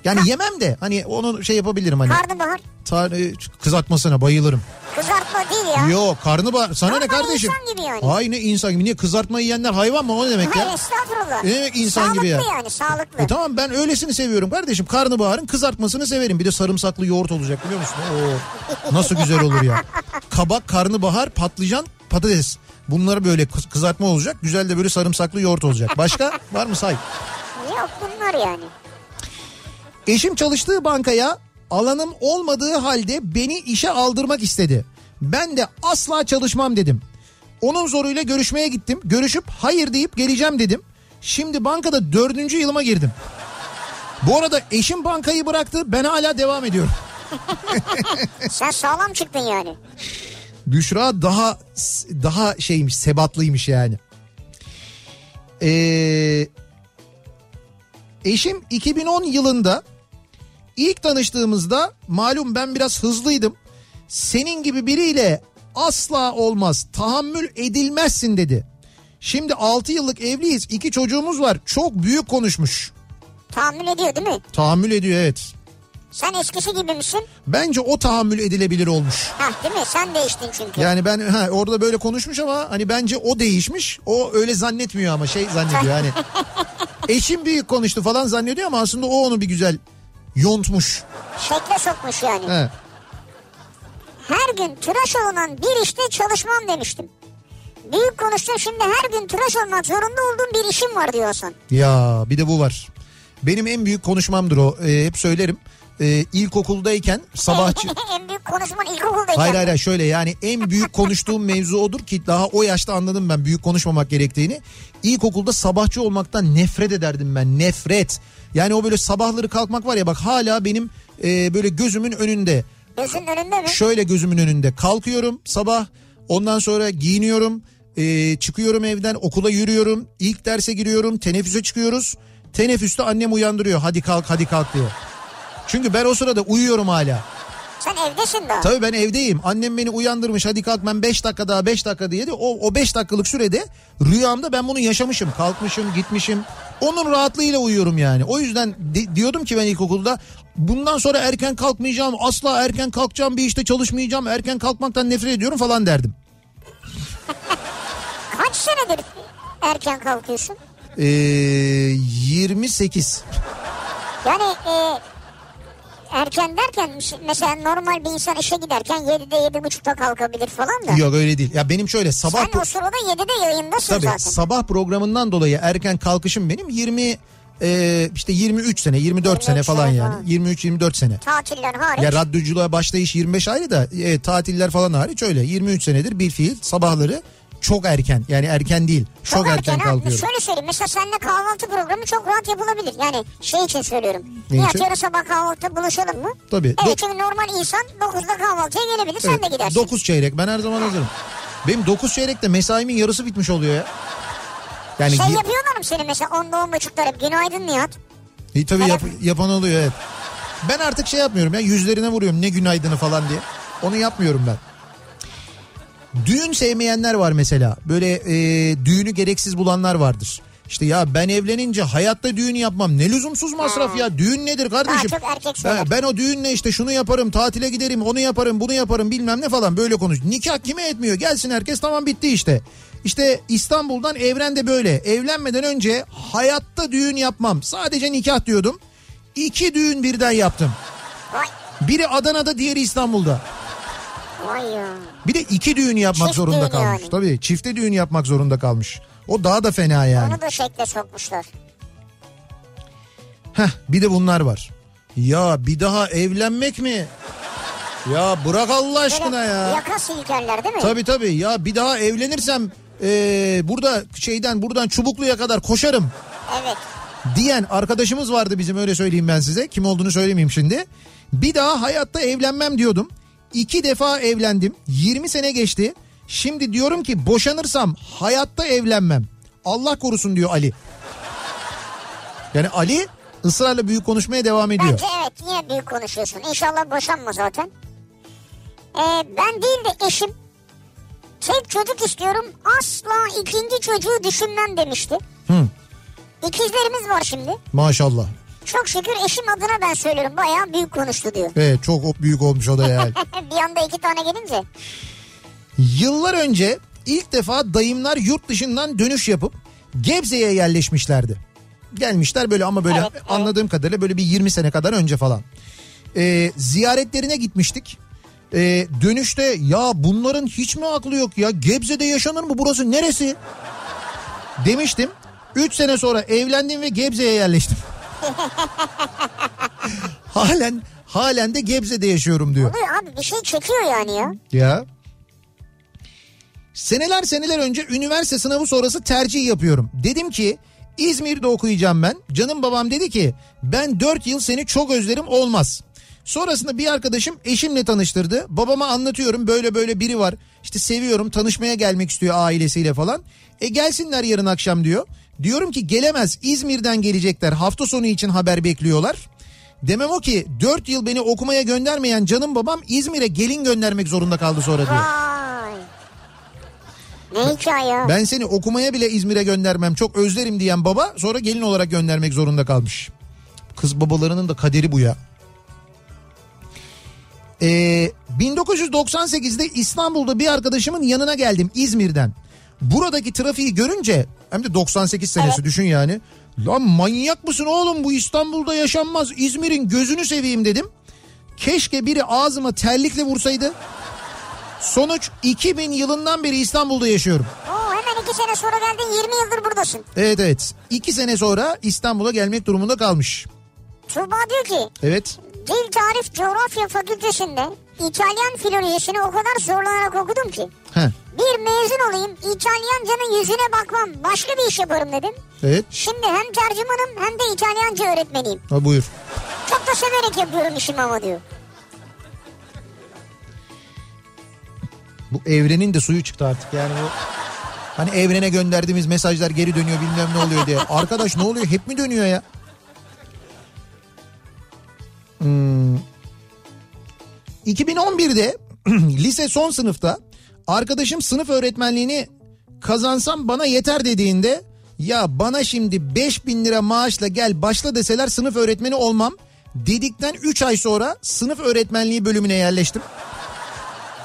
S1: Yani yemem de hani onu şey yapabilirim hani.
S2: karnabahar,
S1: Tar- e, kızartmasına bayılırım.
S2: kızartma değil ya.
S1: Yok karnabahar sana ne
S2: Normal
S1: kardeşim?
S2: insan gibi yani.
S1: Ay ne insan gibi. Niye kızartma yiyenler hayvan mı o ne demek
S2: Hayır
S1: ya?
S2: estağfurullah.
S1: Ne demek insan
S2: sağlıklı
S1: gibi ya?
S2: Sağlıklı yani sağlıklı.
S1: E tamam ben öylesini seviyorum kardeşim. Karnabaharın kızartmasını severim. Bir de sarımsaklı yoğurt olacak biliyor musun? Oo, nasıl güzel olur ya. Kabak, karnabahar, patlıcan, patates. Bunları böyle kız- kızartma olacak. Güzel de böyle sarımsaklı yoğurt olacak. Başka var mı say?
S2: Yok bunlar yani.
S1: Eşim çalıştığı bankaya alanım olmadığı halde beni işe aldırmak istedi. Ben de asla çalışmam dedim. Onun zoruyla görüşmeye gittim. Görüşüp hayır deyip geleceğim dedim. Şimdi bankada dördüncü yılıma girdim. Bu arada eşim bankayı bıraktı. Ben hala devam ediyorum.
S2: Sen sağlam çıktın yani.
S1: Büşra daha daha şeymiş sebatlıymış yani. Ee, eşim 2010 yılında ilk tanıştığımızda malum ben biraz hızlıydım. Senin gibi biriyle asla olmaz tahammül edilmezsin dedi. Şimdi 6 yıllık evliyiz iki çocuğumuz var çok büyük konuşmuş.
S2: Tahammül ediyor değil mi?
S1: Tahammül ediyor evet.
S2: Sen eskisi gibi misin?
S1: Bence o tahammül edilebilir olmuş.
S2: Hah değil mi? Sen değiştin çünkü.
S1: Yani ben ha, orada böyle konuşmuş ama hani bence o değişmiş. O öyle zannetmiyor ama şey zannediyor hani. Eşim büyük konuştu falan zannediyor ama aslında o onu bir güzel yontmuş.
S2: Şekle sokmuş yani.
S1: He.
S2: Her gün tıraş olunan bir işte çalışmam demiştim. Büyük konuştum şimdi her gün tıraş olmak zorunda olduğum bir işim var diyor Hasan.
S1: Ya bir de bu var. Benim en büyük konuşmamdır o. Ee, hep söylerim. Ee, ilkokuldayken sabahçı...
S2: en büyük konuşman ilkokuldayken.
S1: Ah, Hayır hayır hayır, şöyle yani en büyük konuştuğum mevzu odur ki daha o yaşta anladım ben büyük konuşmamak gerektiğini. İlkokulda sabahçı olmaktan nefret ederdim ben nefret. Yani o böyle sabahları kalkmak var ya bak hala benim e, böyle gözümün önünde
S2: Gözünün önünde mi?
S1: şöyle gözümün önünde kalkıyorum sabah ondan sonra giyiniyorum e, çıkıyorum evden okula yürüyorum ilk derse giriyorum teneffüse çıkıyoruz teneffüste annem uyandırıyor hadi kalk hadi kalk diye. Çünkü ben o sırada uyuyorum hala.
S2: Sen evdesin daha.
S1: Tabii ben evdeyim. Annem beni uyandırmış. Hadi kalk ben 5 dakika daha 5 dakika diye de o o 5 dakikalık sürede rüyamda ben bunu yaşamışım. Kalkmışım, gitmişim. Onun rahatlığıyla uyuyorum yani. O yüzden di- diyordum ki ben ilkokulda bundan sonra erken kalkmayacağım. Asla erken kalkacağım. Bir işte çalışmayacağım. Erken kalkmaktan nefret ediyorum falan derdim.
S2: Kaç senedir erken kalkıyorsun?
S1: Ee, 28.
S2: Yani e, erken derken mesela normal bir insan işe giderken 7'de 7.30'da kalkabilir falan da.
S1: Yok öyle değil. Ya benim şöyle sabah
S2: Sen o sırada 7'de yayındasın
S1: Tabii
S2: zaten.
S1: sabah programından dolayı erken kalkışım benim 20 e, işte 23 sene 24 sene
S2: 23
S1: falan
S2: sene
S1: yani
S2: falan.
S1: 23 24 sene.
S2: Tatiller hariç.
S1: Ya radyoculuğa başlayış 25 ayrı da e, tatiller falan hariç öyle 23 senedir bir fiil sabahları çok erken yani erken değil çok, erken,
S2: ha.
S1: kalkıyorum.
S2: Şöyle söyleyeyim mesela seninle kahvaltı programı çok rahat yapılabilir. Yani şey için söylüyorum.
S1: Ne
S2: ya
S1: için?
S2: yarın sabah kahvaltıda buluşalım mı?
S1: Tabii.
S2: Evet
S1: Dok-
S2: çünkü normal insan 9'da kahvaltıya gelebilir sen de
S1: Evet,
S2: gidersin.
S1: 9 çeyrek ben her zaman hazırım. Benim 9 çeyrekte mesaimin yarısı bitmiş oluyor ya. Yani
S2: şey
S1: gi-
S2: yapıyorlar mı seni mesela 10'da 10.30'da hep günaydın Nihat.
S1: E, tabii yap- yapan oluyor evet. Ben artık şey yapmıyorum ya yüzlerine vuruyorum ne günaydını falan diye. Onu yapmıyorum ben. Düğün sevmeyenler var mesela. Böyle e, düğünü gereksiz bulanlar vardır. İşte ya ben evlenince hayatta düğün yapmam. Ne lüzumsuz masraf ya. Düğün nedir kardeşim?
S2: Daha çok erkek
S1: Ha,
S2: söyler.
S1: ben o düğünle işte şunu yaparım, tatile giderim, onu yaparım, bunu yaparım bilmem ne falan böyle konuş. Nikah kime etmiyor? Gelsin herkes tamam bitti işte. İşte İstanbul'dan evren de böyle. Evlenmeden önce hayatta düğün yapmam. Sadece nikah diyordum. İki düğün birden yaptım.
S2: Vay,
S1: Biri Adana'da diğeri İstanbul'da.
S2: vay ya.
S1: Bir de iki düğün yapmak
S2: Çift
S1: zorunda
S2: düğün
S1: kalmış.
S2: yani.
S1: Tabii çifte düğün yapmak zorunda kalmış. O daha da fena yani.
S2: Onu da şekle sokmuşlar.
S1: Heh bir de bunlar var. Ya bir daha evlenmek mi? Ya bırak Allah aşkına
S2: Böyle
S1: ya.
S2: yaka silkerler değil mi?
S1: Tabii tabii ya bir daha evlenirsem e, burada şeyden buradan Çubuklu'ya kadar koşarım
S2: Evet.
S1: diyen arkadaşımız vardı bizim öyle söyleyeyim ben size. Kim olduğunu söylemeyeyim şimdi. Bir daha hayatta evlenmem diyordum. İki defa evlendim. 20 sene geçti. Şimdi diyorum ki boşanırsam hayatta evlenmem. Allah korusun diyor Ali. Yani Ali ısrarla büyük konuşmaya devam ediyor.
S2: Bence evet yine büyük konuşuyorsun. İnşallah boşanma zaten. Ee, ben değil de eşim tek çocuk istiyorum asla ikinci çocuğu düşünmem demişti.
S1: Hı,
S2: İkizlerimiz var şimdi.
S1: maşallah.
S2: Çok şükür eşim adına ben söylüyorum bayağı büyük konuştu diyor.
S1: Evet çok o- büyük olmuş o da yani.
S2: bir anda iki tane gelince.
S1: Yıllar önce ilk defa dayımlar yurt dışından dönüş yapıp Gebze'ye yerleşmişlerdi. Gelmişler böyle ama böyle
S2: Evet, evet.
S1: anladığım kadarıyla böyle bir 20 sene kadar önce falan. Ee, ziyaretlerine gitmiştik. Ee, dönüşte ya bunların hiç mi aklı yok ya Gebze'de yaşanır mı burası neresi demiştim. 3 sene sonra evlendim ve Gebze'ye yerleştim. halen halen de Gebze'de yaşıyorum diyor.
S2: Oluyor abi bir şey çekiyor yani ya.
S1: Ya. Seneler seneler önce üniversite sınavı sonrası tercih yapıyorum. Dedim ki İzmir'de okuyacağım ben. Canım babam dedi ki ben 4 yıl seni çok özlerim olmaz. Sonrasında bir arkadaşım eşimle tanıştırdı. Babama anlatıyorum böyle böyle biri var. İşte seviyorum tanışmaya gelmek istiyor ailesiyle falan. E gelsinler yarın akşam diyor. Diyorum ki gelemez İzmir'den gelecekler hafta sonu için haber bekliyorlar. Demem o ki 4 yıl beni okumaya göndermeyen canım babam İzmir'e gelin göndermek zorunda kaldı sonra diyor.
S2: Vay. Ne hikaye ya.
S1: Ben seni okumaya bile İzmir'e göndermem çok özlerim diyen baba sonra gelin olarak göndermek zorunda kalmış. Kız babalarının da kaderi bu ya. Ee, 1998'de İstanbul'da bir arkadaşımın yanına geldim İzmir'den. Buradaki trafiği görünce hem de 98 senesi düşün yani. Lan manyak mısın oğlum bu İstanbul'da yaşanmaz İzmir'in gözünü seveyim dedim. Keşke biri ağzıma terlikle vursaydı. Sonuç 2000 yılından beri İstanbul'da yaşıyorum.
S2: Oo, hemen iki sene sonra geldin 20 yıldır buradasın.
S1: Evet evet. İki sene sonra İstanbul'a gelmek durumunda kalmış.
S2: Tuğba diyor ki
S1: Evet.
S2: Dil Tarif Coğrafya Fakültesinde İtalyan filolojisini o kadar zorlanarak okudum ki.
S1: Heh.
S2: Bir mezun olayım İtalyancanın yüzüne bakmam başka bir iş yaparım dedim.
S1: Evet.
S2: Şimdi hem tercümanım hem de İtalyanca öğretmeniyim.
S1: Ha, buyur.
S2: Çok da severek yapıyorum işimi ama diyor.
S1: Bu evrenin de suyu çıktı artık yani bu. Hani evrene gönderdiğimiz mesajlar geri dönüyor bilmem ne oluyor diye. Arkadaş ne oluyor hep mi dönüyor ya? Hmm. 2011'de lise son sınıfta arkadaşım sınıf öğretmenliğini kazansam bana yeter dediğinde ya bana şimdi 5000 lira maaşla gel başla deseler sınıf öğretmeni olmam dedikten 3 ay sonra sınıf öğretmenliği bölümüne yerleştim.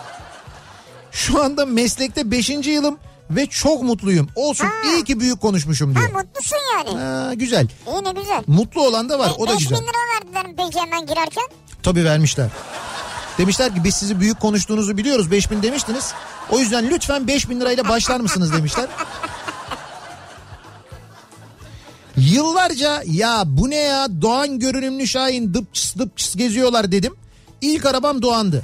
S1: Şu anda meslekte 5. yılım ve çok mutluyum. Olsun
S2: Ha.
S1: iyi ki büyük konuşmuşum diyor.
S2: Ha mutlusun yani.
S1: Ha, güzel.
S2: İyi ne güzel.
S1: Mutlu olan da var o da
S2: 5
S1: güzel.
S2: bin lira verdiler mi peki hemen girerken?
S1: Tabii vermişler. Demişler ki biz sizi büyük konuştuğunuzu biliyoruz 5000 demiştiniz. O yüzden lütfen 5000 lirayla başlar mısınız demişler. Yıllarca ya bu ne ya Doğan görünümlü Şahin dıpçıs dıpçıs geziyorlar dedim. İlk arabam Doğan'dı.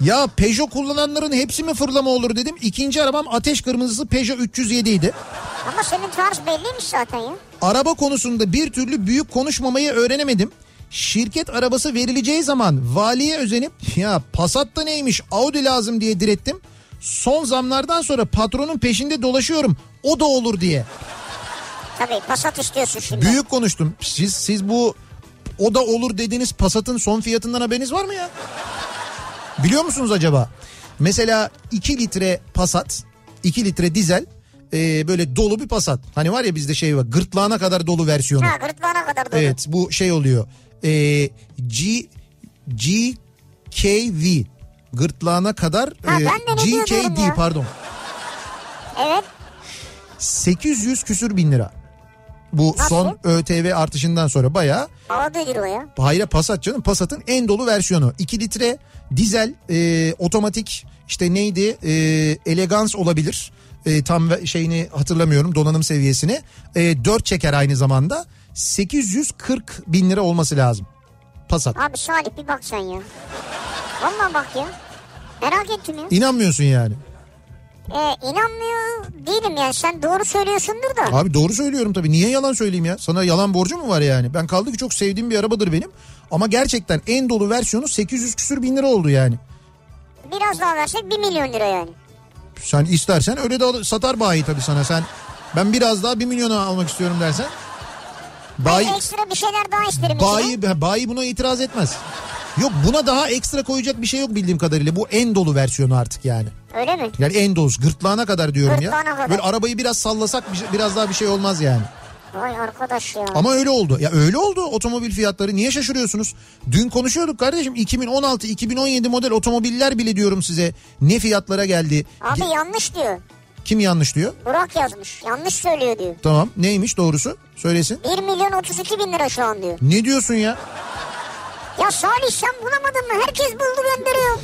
S1: Ya Peugeot kullananların hepsi mi fırlama olur dedim. İkinci arabam ateş kırmızısı Peugeot 307 idi.
S2: Ama senin tarz belliymiş zaten ya.
S1: Araba konusunda bir türlü büyük konuşmamayı öğrenemedim. Şirket arabası verileceği zaman valiye özenip ya Passat da neymiş Audi lazım diye direttim. Son zamlardan sonra patronun peşinde dolaşıyorum o da olur diye.
S2: Tabii Passat istiyorsun şimdi.
S1: Büyük konuştum. Siz siz bu o da olur dediğiniz Passat'ın son fiyatından haberiniz var mı ya? Biliyor musunuz acaba? Mesela 2 litre Passat, 2 litre dizel e, böyle dolu bir Passat. Hani var ya bizde şey var gırtlağına kadar dolu versiyonu.
S2: Ha gırtlağına kadar dolu.
S1: Evet bu şey oluyor. Ee, G GKV gırtlağına kadar
S2: Ha,
S1: e,
S2: ben de ne diyordum ya?
S1: GKD pardon.
S2: Evet.
S1: 800 küsür bin lira. Bu
S2: Nasıl?
S1: son ÖTV artışından sonra bayağı
S2: Havadır o ya.
S1: Hayra Passat canım Passat'ın en dolu versiyonu. 2 litre dizel e, otomatik işte neydi e, elegans olabilir. E, tam ve- şeyini hatırlamıyorum donanım seviyesini. E, 4 çeker aynı zamanda 840 bin lira olması lazım. Passat.
S2: Abi Salih bir bak sen ya. Valla bak ya. Merak ettim ya.
S1: İnanmıyorsun yani.
S2: Ee, inanmıyor değilim yani sen doğru söylüyorsundur da.
S1: Abi doğru söylüyorum tabii. Niye yalan söyleyeyim ya? Sana yalan borcu mu var yani? Ben kaldı ki çok sevdiğim bir arabadır benim. Ama gerçekten en dolu versiyonu 800 küsür bin lira oldu yani.
S2: Biraz daha versek 1 milyon lira yani.
S1: Sen istersen öyle de al- satar bayi tabii sana. Sen ben biraz daha 1 milyona almak istiyorum dersen. Bayi,
S2: Ben ekstra bir şey şeyler daha isterim. içine.
S1: bayi, bayi buna itiraz etmez. Yok buna daha ekstra koyacak bir şey yok bildiğim kadarıyla. Bu en dolu versiyonu artık yani.
S2: Öyle mi?
S1: Yani en dolusu gırtlağına kadar diyorum ya.
S2: Gırtlağına kadar.
S1: Böyle arabayı biraz sallasak bir- biraz daha bir şey olmaz yani.
S2: Vay arkadaş ya.
S1: Ama öyle oldu. Ya öyle oldu otomobil fiyatları. Niye şaşırıyorsunuz? Dün konuşuyorduk kardeşim 2016-2017 model otomobiller bile diyorum size ne fiyatlara geldi.
S2: Abi
S1: Ge-
S2: yanlış diyor.
S1: Kim yanlış diyor?
S2: Burak yazmış. Yanlış söylüyor diyor.
S1: Tamam neymiş doğrusu söylesin.
S2: 1 milyon 32 bin lira şu an diyor.
S1: Ne diyorsun ya?
S2: Ya Salih sen bulamadın mı? Herkes buldu gönderiyor.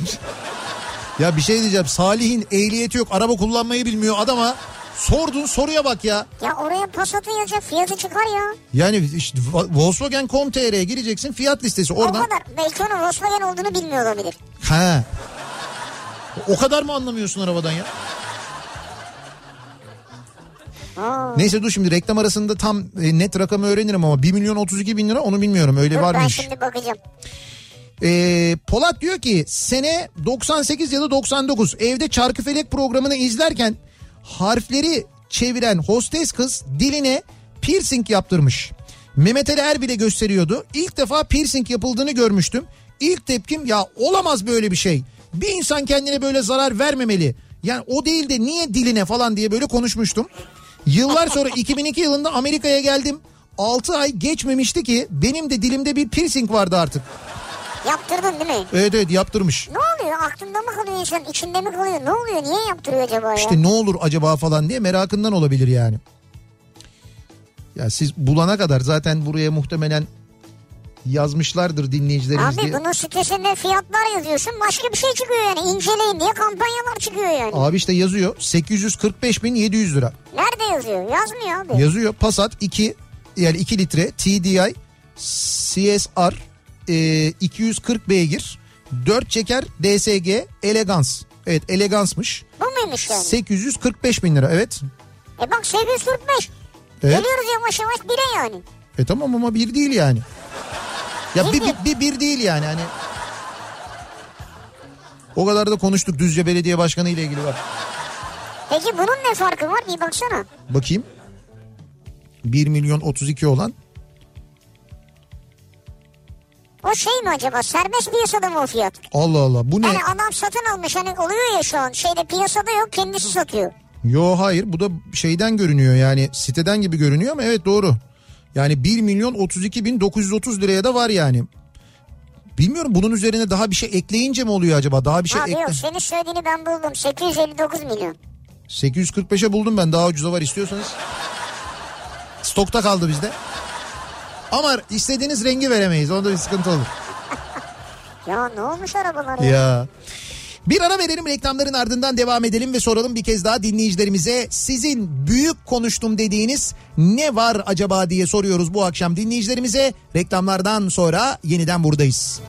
S1: Ya bir şey diyeceğim. Salih'in ehliyeti yok. Araba kullanmayı bilmiyor adama. Sordun soruya bak ya.
S2: ya oraya Passat'ı yazacak fiyatı çıkar ya.
S1: Yani işte Volkswagen.com.tr'ye gireceksin fiyat listesi
S2: O
S1: oradan.
S2: kadar. Belki onun Volkswagen olduğunu bilmiyor olabilir.
S1: Ha. O kadar mı anlamıyorsun arabadan ya?
S2: Aa.
S1: Neyse dur şimdi reklam arasında tam e, net rakamı öğrenirim ama 1 milyon 32 bin lira onu bilmiyorum öyle
S2: Dur ben
S1: varmış.
S2: şimdi bakacağım.
S1: Ee, Polat diyor ki sene 98 ya da 99 evde çarkıfelek programını izlerken harfleri çeviren hostes kız diline piercing yaptırmış. Mehmet Ali Erbil'e gösteriyordu. İlk defa piercing yapıldığını görmüştüm. İlk tepkim ya olamaz böyle bir şey. Bir insan kendine böyle zarar vermemeli. Yani o değil de niye diline falan diye böyle konuşmuştum. Yıllar sonra 2002 yılında Amerika'ya geldim. 6 ay geçmemişti ki benim de dilimde bir piercing vardı artık.
S2: Yaptırdın değil mi?
S1: Evet evet yaptırmış.
S2: Ne oluyor? Aklında mı kalıyor insan? İçinde mi kalıyor? Ne oluyor? Niye yaptırıyor acaba ya?
S1: İşte ne olur acaba falan diye merakından olabilir yani. Ya siz bulana kadar zaten buraya muhtemelen yazmışlardır dinleyicilerimiz
S2: Abi
S1: diye.
S2: bunun sitesinde fiyatlar yazıyorsun başka bir şey çıkıyor yani inceleyin diye kampanyalar çıkıyor yani.
S1: Abi işte yazıyor 845.700 lira.
S2: Nerede yazıyor? Yazmıyor abi.
S1: Yazıyor Passat 2 yani 2 litre TDI CSR e, 240 beygir 4 çeker DSG Elegance. Evet elegansmış.
S2: Bu muymuş yani?
S1: 845 bin lira evet.
S2: e bak 845.
S1: Evet.
S2: Geliyoruz yavaş yavaş bire yani.
S1: E tamam ama bir değil yani. Ya bir, bir, bir, bir değil yani hani. O kadar da konuştuk Düzce Belediye Başkanı ile ilgili bak.
S2: Peki bunun ne farkı var? Bir baksana.
S1: Bakayım. 1 milyon 32 olan.
S2: O şey mi acaba? Serbest piyasada mı o fiyat?
S1: Allah Allah bu ne?
S2: Yani adam satın almış hani oluyor ya şu an şeyde piyasada yok kendisi satıyor.
S1: Yo hayır bu da şeyden görünüyor yani siteden gibi görünüyor ama evet doğru. Yani 1 milyon 32 bin 930 liraya da var yani. Bilmiyorum bunun üzerine daha bir şey ekleyince mi oluyor acaba? Daha bir şey
S2: Abi
S1: ekle.
S2: yok senin söylediğini ben buldum 859 milyon.
S1: 845'e buldum ben daha ucuza var istiyorsanız. Stokta kaldı bizde. Ama istediğiniz rengi veremeyiz. Onda bir sıkıntı olur.
S2: Ya ne olmuş arabalar ya?
S1: Ya. Bir ara verelim reklamların ardından devam edelim ve soralım bir kez daha dinleyicilerimize sizin büyük konuştum dediğiniz ne var acaba diye soruyoruz bu akşam dinleyicilerimize. Reklamlardan sonra yeniden buradayız.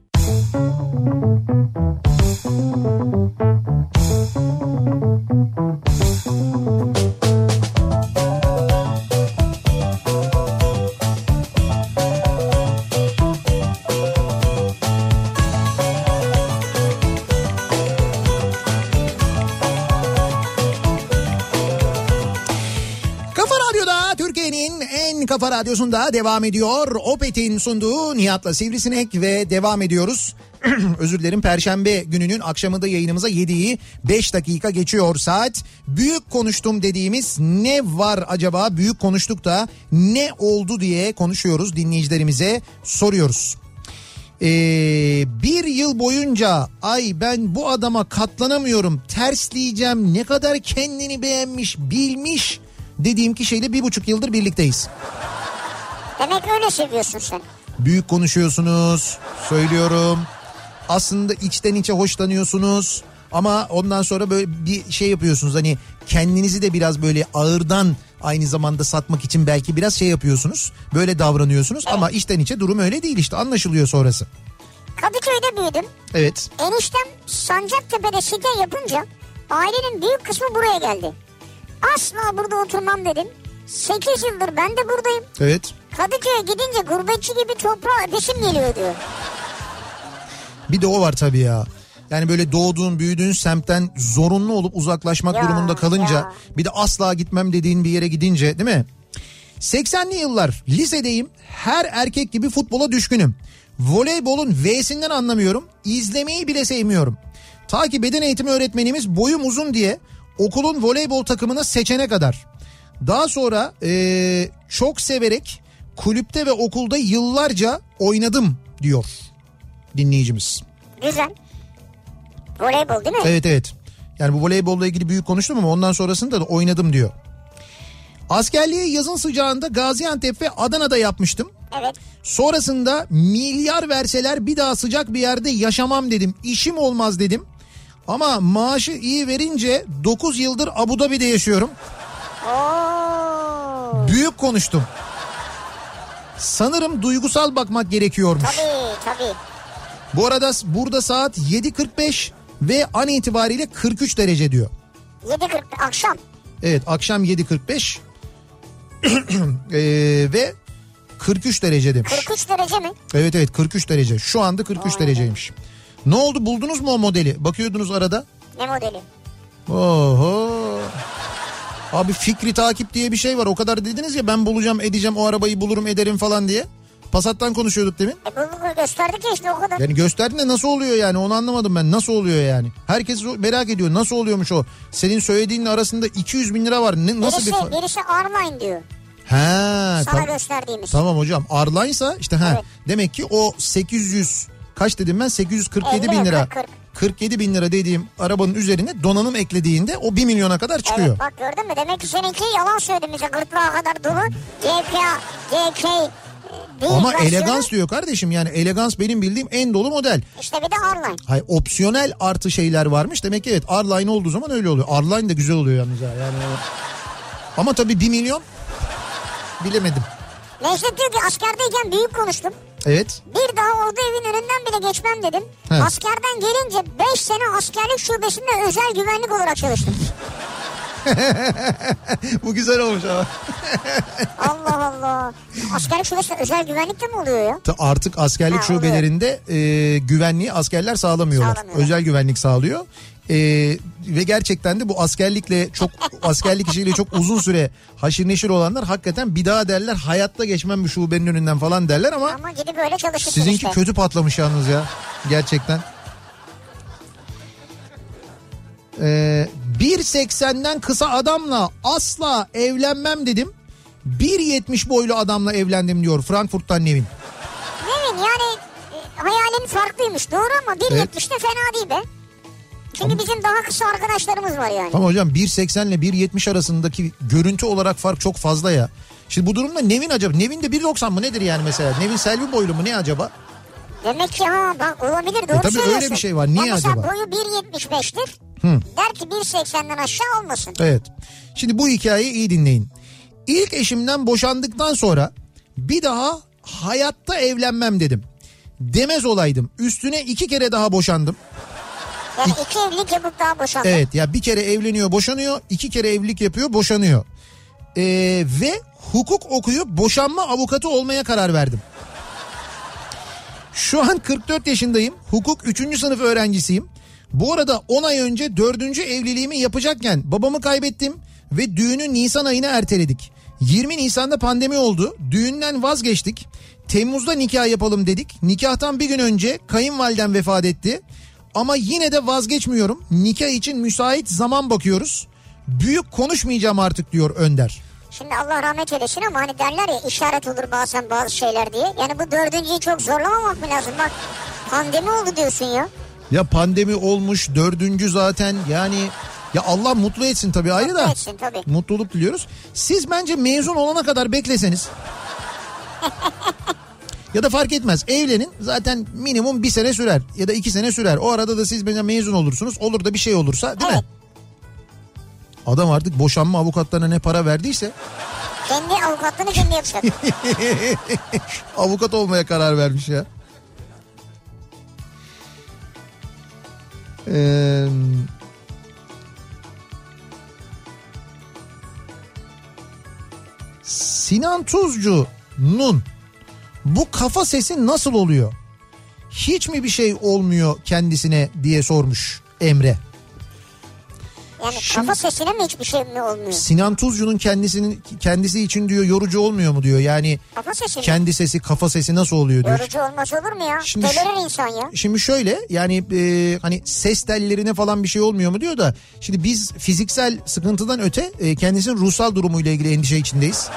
S1: Kafa Radyo'da Türkiye'nin en kafa radyosunda devam ediyor. Opet'in sunduğu Nihat'la Sivrisinek ve devam ediyoruz. Özür dilerim Perşembe gününün akşamında yayınımıza 7'yi 5 dakika geçiyor saat. Büyük konuştum dediğimiz ne var acaba büyük konuştuk da ne oldu diye konuşuyoruz dinleyicilerimize soruyoruz. Ee, bir yıl boyunca ay ben bu adama katlanamıyorum tersleyeceğim ne kadar kendini beğenmiş bilmiş dediğim kişiyle bir buçuk yıldır birlikteyiz.
S2: Demek öyle seviyorsun sen.
S1: Büyük konuşuyorsunuz söylüyorum aslında içten içe hoşlanıyorsunuz ama ondan sonra böyle bir şey yapıyorsunuz hani kendinizi de biraz böyle ağırdan aynı zamanda satmak için belki biraz şey yapıyorsunuz böyle davranıyorsunuz ama içten içe durum öyle değil işte anlaşılıyor sonrası.
S2: Kadıköy'de büyüdüm.
S1: Evet.
S2: Eniştem Sancaktepe'de site yapınca ailenin büyük kısmı buraya geldi. Asla burada oturmam dedim. 8 yıldır ben de buradayım.
S1: Evet.
S2: Kadıköy'e gidince gurbetçi gibi toprağa öpesim geliyor diyor.
S1: Bir de o var tabii ya. Yani böyle doğduğun büyüdüğün semtten zorunlu olup uzaklaşmak
S2: Ya,
S1: durumunda kalınca
S2: ya.
S1: bir de asla gitmem dediğin bir yere gidince değil mi? 80'li yıllar lisedeyim her erkek gibi futbola düşkünüm. Voleybolun V'sinden anlamıyorum izlemeyi bile sevmiyorum. Ta ki beden eğitimi öğretmenimiz boyum uzun diye okulun voleybol takımını seçene kadar. Daha sonra eee, çok severek kulüpte ve okulda yıllarca oynadım diyor dinleyicimiz.
S2: Güzel. Voleybol değil mi?
S1: Evet evet. Yani bu voleybolla ilgili büyük konuştum ama ondan sonrasında da oynadım diyor. Askerliği yazın sıcağında Gaziantep ve Adana'da yapmıştım.
S2: Evet.
S1: Sonrasında milyar verseler bir daha sıcak bir yerde yaşamam dedim. İşim olmaz dedim. Ama maaşı iyi verince 9 yıldır Abu Dhabi'de yaşıyorum.
S2: Oo.
S1: Büyük konuştum. Sanırım duygusal bakmak gerekiyormuş.
S2: Tabii tabii.
S1: Bu arada burada saat 7.45 ve an itibariyle 43 derece diyor.
S2: 7.40 akşam.
S1: Evet akşam 7.45 Eee, Ee, ve 43 derece demiş.
S2: 43 derece mi?
S1: Evet evet 43 derece. Şu anda 43 dereceymiş. Ne oldu buldunuz mu o modeli? Bakıyordunuz arada.
S2: Ne modeli?
S1: Oho. Abi fikri takip diye bir şey var. O kadar dediniz ya ben bulacağım edeceğim o arabayı bulurum ederim falan diye. Passat'tan konuşuyorduk demin.
S2: E bulduk gösterdik ya işte o kadar.
S1: Yani gösterdin de nasıl oluyor yani onu anlamadım ben. Nasıl oluyor yani? Herkes merak ediyor nasıl oluyormuş o. Senin söylediğinle arasında 200 bin lira var. Ne, nasıl
S2: Birisi,
S1: bir... fa-
S2: birisi Armine diyor.
S1: He,
S2: Sana
S1: tam-
S2: gösterdiğimiz.
S1: Tamam hocam Arline'sa işte ha
S2: Evet.
S1: demek ki o 800 kaç dedim ben 847
S2: 50,
S1: bin lira.
S2: 40.
S1: 47 bin lira dediğim arabanın üzerine donanım eklediğinde o 1 milyona kadar çıkıyor.
S2: Evet bak gördün mü? Demek ki seninki yalan söyledim bize gırtlağa kadar dolu. GPA, GK e, değil
S1: Ama
S2: versiyonu.
S1: elegans diyor kardeşim yani elegans benim bildiğim en dolu model.
S2: İşte bir de Arline.
S1: Hay opsiyonel artı şeyler varmış. Demek ki evet R-Line olduğu zaman öyle oluyor. R-Line de güzel oluyor yalnız ha. Yani o- Ama tabii 1 milyon bilemedim.
S2: Necdet diyor ki askerdeyken büyük konuştum.
S1: Evet.
S2: Bir daha orada evin önünden bile geçmem dedim.
S1: He.
S2: Askerden gelince 5 sene askerlik şubesinde özel güvenlik olarak çalıştım.
S1: Bu güzel olmuş ama.
S2: Allah Allah. Askerlik şubesinde özel güvenlik de mi oluyor ya?
S1: Ta- artık askerlik
S2: Ha, oluyor.
S1: şubelerinde e, güvenliği askerler sağlamıyorlar.
S2: Sağlamıyorlar.
S1: Özel güvenlik sağlıyor. E, ve gerçekten de bu askerlikle çok askerlik işiyle çok uzun süre haşir neşir olanlar hakikaten bir daha derler hayatta geçmem bir şubenin önünden falan derler ama
S2: Ama gidip öyle çalışırsın
S1: sizinki
S2: işte.
S1: kötü patlamış yalnız ya gerçekten. E, 1.80'den kısa adamla asla evlenmem dedim. 1.70 boylu adamla evlendim diyor Frankfurt'tan Nevin.
S2: Ne bileyim yani e, hayalin farklıymış doğru ama 1.70 de fena değil be. Çünkü bizim daha kısa arkadaşlarımız var yani.
S1: Ama hocam 1.80 ile 1.70 arasındaki görüntü olarak fark çok fazla ya. Şimdi bu durumda Nevin acaba? Nevin de 1.90 mı nedir yani mesela? Nevin Selvi boylu mu ne acaba?
S2: Demek ki ha bak olabilir doğru
S1: tabii öyle
S2: söylüyorsun.
S1: bir şey var, niye
S2: ya mesela
S1: acaba?
S2: boyu 1.75'tir. Der ki 1.80'den aşağı olmasın.
S1: Evet. Şimdi bu hikayeyi iyi dinleyin. İlk eşimden boşandıktan sonra bir daha hayatta evlenmem dedim. Demez olaydım. Üstüne iki kere daha boşandım.
S2: Yani iki evlilik yapıp daha boşandı.
S1: Evet ya bir kere evleniyor boşanıyor. iki kere evlilik yapıyor boşanıyor. Ee, ve hukuk okuyup boşanma avukatı olmaya karar verdim. Şu an 44 yaşındayım. Hukuk 3. sınıf öğrencisiyim. Bu arada 10 ay önce 4. evliliğimi yapacakken babamı kaybettim ve düğünü Nisan ayına erteledik. 20 Nisan'da pandemi oldu. Düğünden vazgeçtik. Temmuz'da nikah yapalım dedik. Nikahtan bir gün önce kayınvalidem vefat etti. Ama yine de vazgeçmiyorum. Nikah için müsait zaman bakıyoruz. Büyük konuşmayacağım artık diyor Önder.
S2: Şimdi Allah rahmet eylesin ama hani derler ya işaret olur bazen bazı şeyler diye. Yani bu dördüncüyü çok zorlamamak mı lazım? Bak pandemi oldu diyorsun ya.
S1: Ya pandemi olmuş dördüncü zaten yani ya Allah mutlu etsin tabii ayrı da.
S2: Mutlu etsin tabii.
S1: Mutluluk diliyoruz. Siz bence mezun olana kadar bekleseniz. ya da fark etmez evlenin zaten minimum bir sene sürer ya da iki sene sürer. O arada da siz bence mezun olursunuz olur da bir şey olursa değil mi? Adam artık boşanma avukatlarına ne para verdiyse
S2: Kendi avukatlığını kendi yapacak.
S1: avukat olmaya karar vermiş ya. Ee, Sinan Tuzcu'nun bu kafa sesi nasıl oluyor? Hiç mi bir şey olmuyor kendisine diye sormuş Emre.
S2: Yani
S1: Şimdi-
S2: kafa sesine mi hiçbir şey mi olmuyor?
S1: Sinan Tuzcu'nun kendisinin kendisi için diyor yorucu olmuyor mu diyor. Yani
S2: Kafa sesi mi?
S1: kendi sesi kafa sesi nasıl oluyor diyor.
S2: Yorucu olmaz olur mu ya?
S1: Şimdi şu-
S2: Delirir insan ya.
S1: Şimdi şöyle yani e, hani ses tellerine falan bir şey olmuyor mu diyor da şimdi biz fiziksel sıkıntıdan öte e, kendisinin ruhsal durumuyla ilgili endişe içindeyiz.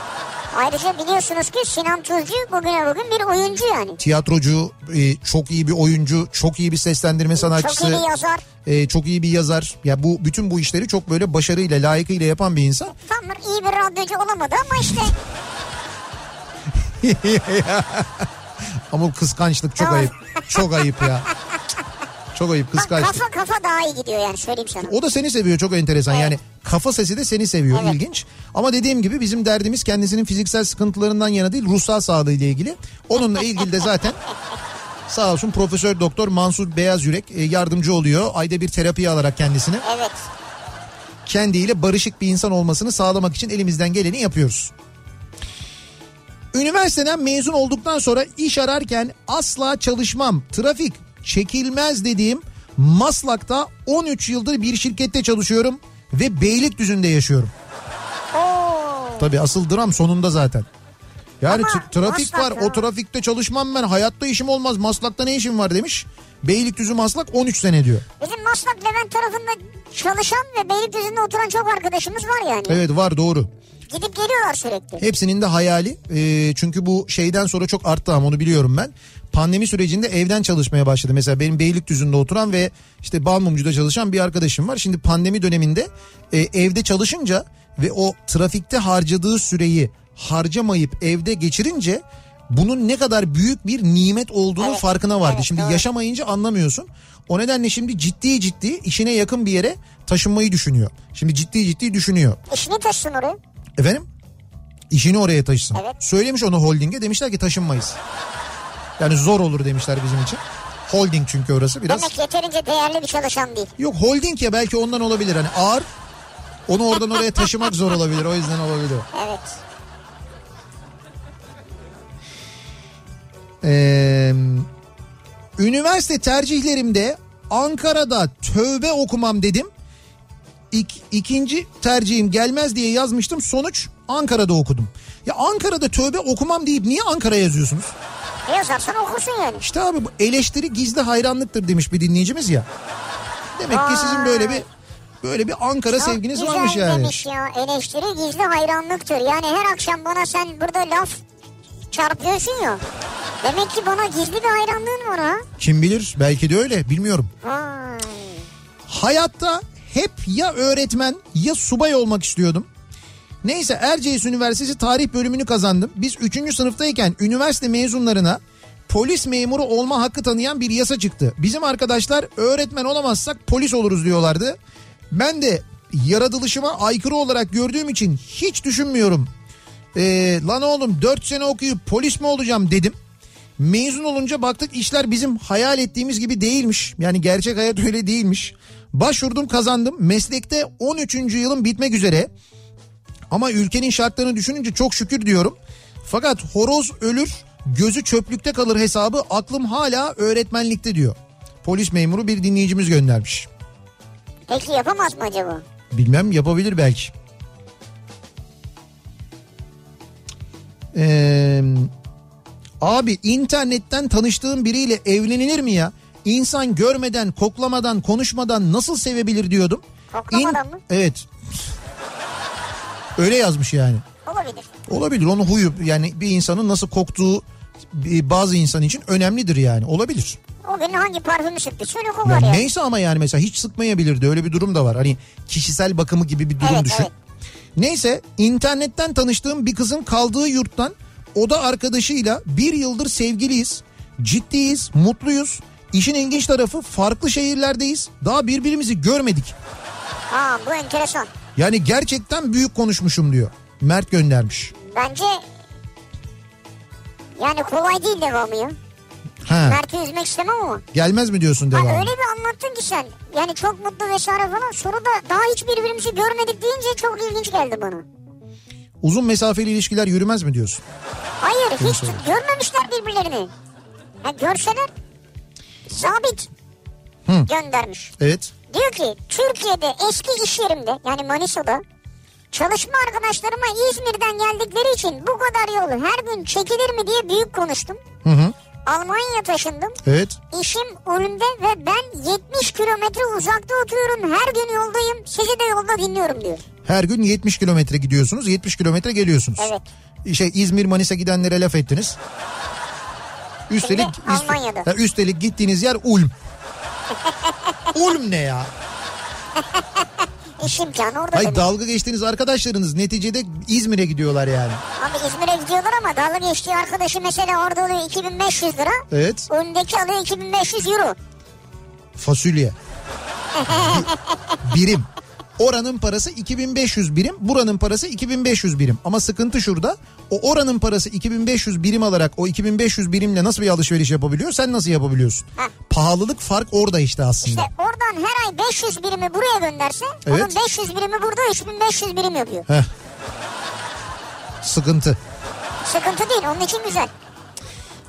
S2: Ayrıca biliyorsunuz ki Sinan Tuzcu bugüne bugün bir oyuncu yani.
S1: Tiyatrocu, e, çok iyi bir oyuncu, çok iyi bir seslendirme sanatçısı.
S2: Çok iyi bir yazar.
S1: e, çok iyi bir yazar. Ya bu bütün bu işleri çok böyle başarıyla, layıkıyla yapan bir insan.
S2: Tamdır iyi bir radyocu olamadı ama işte
S1: Ama bu kıskançlık çok
S2: Tamam.
S1: ayıp. Çok ayıp ya. Çok ayıp
S2: bak
S1: kıskançlık.
S2: kafa kafa daha iyi gidiyor yani söyleyeyim sana.
S1: O da seni seviyor çok enteresan.
S2: Evet.
S1: Yani kafa sesi de seni seviyor
S2: Evet.
S1: ilginç. Ama dediğim gibi bizim derdimiz kendisinin fiziksel sıkıntılarından yana değil ruhsal sağlığı ile ilgili. Onunla ilgili de zaten sağ olsun Profesör Doktor Mansur Beyaz Yürek e, yardımcı oluyor. Ayda bir terapi alarak kendisini
S2: Evet.
S1: kendiyle barışık bir insan olmasını sağlamak için elimizden geleni yapıyoruz. Üniversiteden mezun olduktan sonra iş ararken asla çalışmam, trafik çekilmez dediğim Maslak'ta 13 yıldır bir şirkette çalışıyorum ve Beylikdüzü'nde yaşıyorum. Tabii asıl dram sonunda zaten. Yani
S2: Ama
S1: tra- trafik var
S2: Maslak ya.
S1: o trafikte çalışmam ben hayatta işim olmaz Maslak'ta ne işim var demiş. Beylikdüzü Maslak 13 sene diyor.
S2: Bizim Maslak Levent tarafında çalışan ve Beylikdüzü'nde oturan çok arkadaşımız var yani.
S1: Evet var doğru.
S2: Gidip geliyorlar sürekli.
S1: Hepsinin de hayali e, çünkü bu şeyden sonra çok arttı ama onu biliyorum ben. Pandemi sürecinde evden çalışmaya başladı. Mesela benim Beylikdüzü'nde oturan ve işte Balmumcu'da çalışan bir arkadaşım var. Şimdi pandemi döneminde e, evde çalışınca ve o trafikte harcadığı süreyi harcamayıp evde geçirince bunun ne kadar büyük bir nimet olduğunu
S2: Evet,
S1: farkına vardı.
S2: evet,
S1: şimdi
S2: doğru.
S1: yaşamayınca anlamıyorsun. O nedenle şimdi ciddi ciddi işine yakın bir yere taşınmayı düşünüyor. Şimdi ciddi ciddi düşünüyor.
S2: İşini taşısın oraya.
S1: Efendim? İşini oraya taşısın.
S2: Evet.
S1: Söylemiş onu holdinge demişler ki taşınmayız. Yani zor olur demişler bizim için. Holding çünkü orası biraz.
S2: Demek yeterince değerli bir çalışan değil.
S1: Yok holding ya belki ondan olabilir hani ağır. Onu oradan oraya taşımak zor olabilir o yüzden olabilir.
S2: Evet.
S1: Ee, üniversite tercihlerimde Ankara'da tövbe okumam dedim. İk, ikinci tercihim gelmez diye yazmıştım. Sonuç Ankara'da okudum. Ya Ankara'da tövbe okumam deyip niye Ankara yazıyorsunuz?
S2: Ne yazarsan okursun yani.
S1: İşte abi bu eleştiri gizli hayranlıktır demiş bir dinleyicimiz ya. Demek ki sizin böyle bir böyle bir Ankara
S2: Çok
S1: sevginiz
S2: güzel
S1: varmış yani.
S2: demiş ya. Eleştiri gizli hayranlıktır. Yani her akşam bana sen burada laf çarpıyorsun ya. Demek ki bana gizli bir hayranlığın var ha.
S1: Kim bilir belki de öyle bilmiyorum.
S2: Vay.
S1: Hayatta hep ya öğretmen ya subay olmak istiyordum. Neyse Erciyes Üniversitesi tarih bölümünü kazandım. Biz 3. sınıftayken üniversite mezunlarına polis memuru olma hakkı tanıyan bir yasa çıktı. Bizim arkadaşlar öğretmen olamazsak polis oluruz diyorlardı. Ben de yaratılışıma aykırı olarak gördüğüm için hiç düşünmüyorum. Ee, lan oğlum 4 sene okuyup polis mi olacağım dedim. Mezun olunca baktık işler bizim hayal ettiğimiz gibi değilmiş. Yani gerçek hayat öyle değilmiş. Başvurdum kazandım. Meslekte 13. yılım bitmek üzere. Ama ülkenin şartlarını düşününce çok şükür diyorum. Fakat horoz ölür, gözü çöplükte kalır hesabı aklım hala öğretmenlikte diyor. Polis memuru bir dinleyicimiz göndermiş.
S2: Peki yapamaz mı acaba?
S1: Bilmem yapabilir belki. Ee, abi internetten tanıştığım biriyle evlenilir mi ya? İnsan görmeden, koklamadan, konuşmadan nasıl sevebilir diyordum.
S2: Koklamadan mı?
S1: Evet. Öyle yazmış yani.
S2: Olabilir.
S1: Olabilir onu huyu yani bir insanın nasıl koktuğu e, bazı insan için önemlidir yani olabilir.
S2: O gün hangi parfümü sıktı? Şöyle kokar
S1: Ya
S2: ya.
S1: neyse ama yani mesela hiç sıkmayabilirdi öyle bir durum da var. Hani kişisel bakımı gibi bir durum
S2: Evet,
S1: düşün.
S2: evet.
S1: Neyse internetten tanıştığım bir kızın kaldığı yurttan oda arkadaşıyla bir yıldır sevgiliyiz. Ciddiyiz, mutluyuz. İşin ilginç tarafı farklı şehirlerdeyiz. Daha birbirimizi görmedik.
S2: Aa bu enteresan.
S1: Yani gerçekten büyük konuşmuşum diyor. Mert göndermiş.
S2: Bence yani kolay değil devamı ya.
S1: Ha.
S2: Mert'i üzmek istemem ama.
S1: Gelmez mi diyorsun
S2: Ha,
S1: devamı?
S2: öyle bir anlattın ki sen. Yani çok mutlu vesaire falan. Sonra da daha hiç birbirimizi görmedik deyince çok ilginç geldi bana.
S1: Uzun mesafeli ilişkiler yürümez mi diyorsun?
S2: Hayır hiç görmemişler birbirlerini. Ha, görseler sabit
S1: Hı.
S2: göndermiş.
S1: Evet.
S2: Diyor ki Türkiye'de eski iş yerimde yani Manisa'da çalışma arkadaşlarıma İzmir'den geldikleri için bu kadar yol her gün çekilir mi diye büyük konuştum.
S1: Hı hı.
S2: Almanya taşındım.
S1: Evet.
S2: İşim önümde ve ben 70 kilometre uzakta oturuyorum. Her gün yoldayım. Sizi de yolda dinliyorum diyor.
S1: Her gün 70 kilometre gidiyorsunuz, 70 kilometre geliyorsunuz.
S2: Evet.
S1: Şey İzmir Manisa gidenlere laf ettiniz. Üstelik
S2: Şimdi Almanya'da.
S1: Ha, üstelik gittiğiniz yer Ulm. Ulm ne ya?
S2: İş imkanı orada
S1: Hayır
S2: demek.
S1: dalga geçtiğiniz arkadaşlarınız neticede İzmir'e gidiyorlar yani.
S2: Abi İzmir'e gidiyorlar ama dalga geçtiği arkadaşı mesela orada oluyor 2500 lira.
S1: Evet.
S2: Önündeki alıyor 2500 euro.
S1: Fasulye. Bi- birim. Oranın parası 2500 birim, buranın parası 2500 birim. Ama sıkıntı şurada. O oranın parası 2500 birim alarak o 2500 birimle nasıl bir alışveriş yapabiliyor? Sen nasıl yapabiliyorsun?
S2: Ha.
S1: Pahalılık fark orada işte aslında.
S2: İşte oradan her ay 500 birimi buraya gönderse
S1: Evet.
S2: onun 500 birimi burada 3500 birim yapıyor.
S1: Heh. Sıkıntı.
S2: Sıkıntı değil onun için güzel.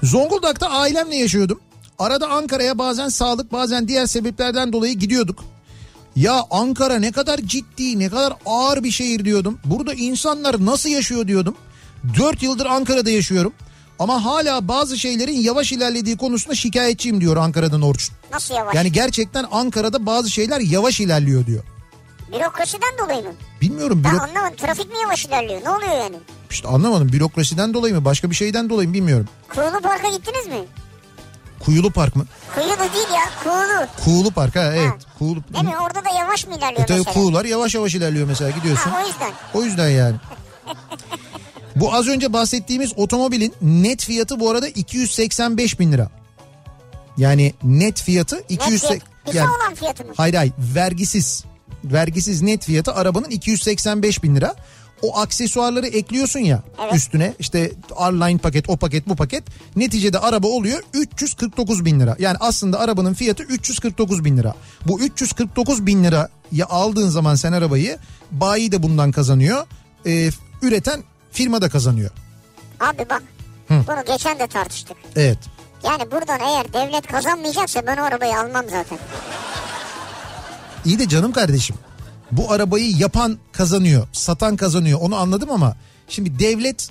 S1: Zonguldak'ta ailemle yaşıyordum. Arada Ankara'ya bazen sağlık bazen diğer sebeplerden dolayı gidiyorduk. Ya Ankara ne kadar ciddi ne kadar ağır bir şehir diyordum. Burada insanlar nasıl yaşıyor diyordum. 4 yıldır Ankara'da yaşıyorum. Ama hala bazı şeylerin yavaş ilerlediği konusunda şikayetçiyim diyor Ankara'dan Orçun.
S2: Nasıl yavaş?
S1: Yani gerçekten Ankara'da bazı şeyler yavaş ilerliyor diyor.
S2: Bürokrasiden dolayı mı?
S1: Bilmiyorum
S2: Ben
S1: bürok-
S2: anlamadım trafik mi yavaş ilerliyor ne oluyor yani?
S1: işte anlamadım bürokrasiden dolayı mı başka bir şeyden dolayı mı bilmiyorum.
S2: Kuğulu Park'a gittiniz mi?
S1: Kuyulu Park mı?
S2: Kuyulu değil ya Kuğulu.
S1: Kuğulu Park ha evet. Kuğulu...
S2: Değil mi orada da yavaş mı ilerliyor
S1: E tabii
S2: mesela?
S1: kuğular yavaş yavaş ilerliyor mesela gidiyorsun.
S2: Ha, o yüzden.
S1: O yüzden yani. bu az önce bahsettiğimiz otomobilin net fiyatı bu arada 285 bin lira. Yani net fiyatı
S2: Net
S1: 200
S2: fiyat. Bize
S1: yani
S2: olan fiyatı mı?
S1: hayır hayır vergisiz. Vergisiz net fiyatı arabanın 285 bin lira. O aksesuarları ekliyorsun ya
S2: Evet.
S1: üstüne işte R-Line paket o paket bu paket neticede araba oluyor 349 bin lira. Yani aslında arabanın fiyatı 349 bin lira. Bu 349 bin liraya aldığın zaman sen arabayı bayi de bundan kazanıyor. Ee, üreten firma da kazanıyor.
S2: Abi bak bunu geçen de tartıştık.
S1: Evet
S2: Yani buradan eğer devlet kazanmayacaksa ben o arabayı almam zaten.
S1: İyi de canım kardeşim. Bu arabayı yapan kazanıyor, satan kazanıyor. Onu anladım ama şimdi devlet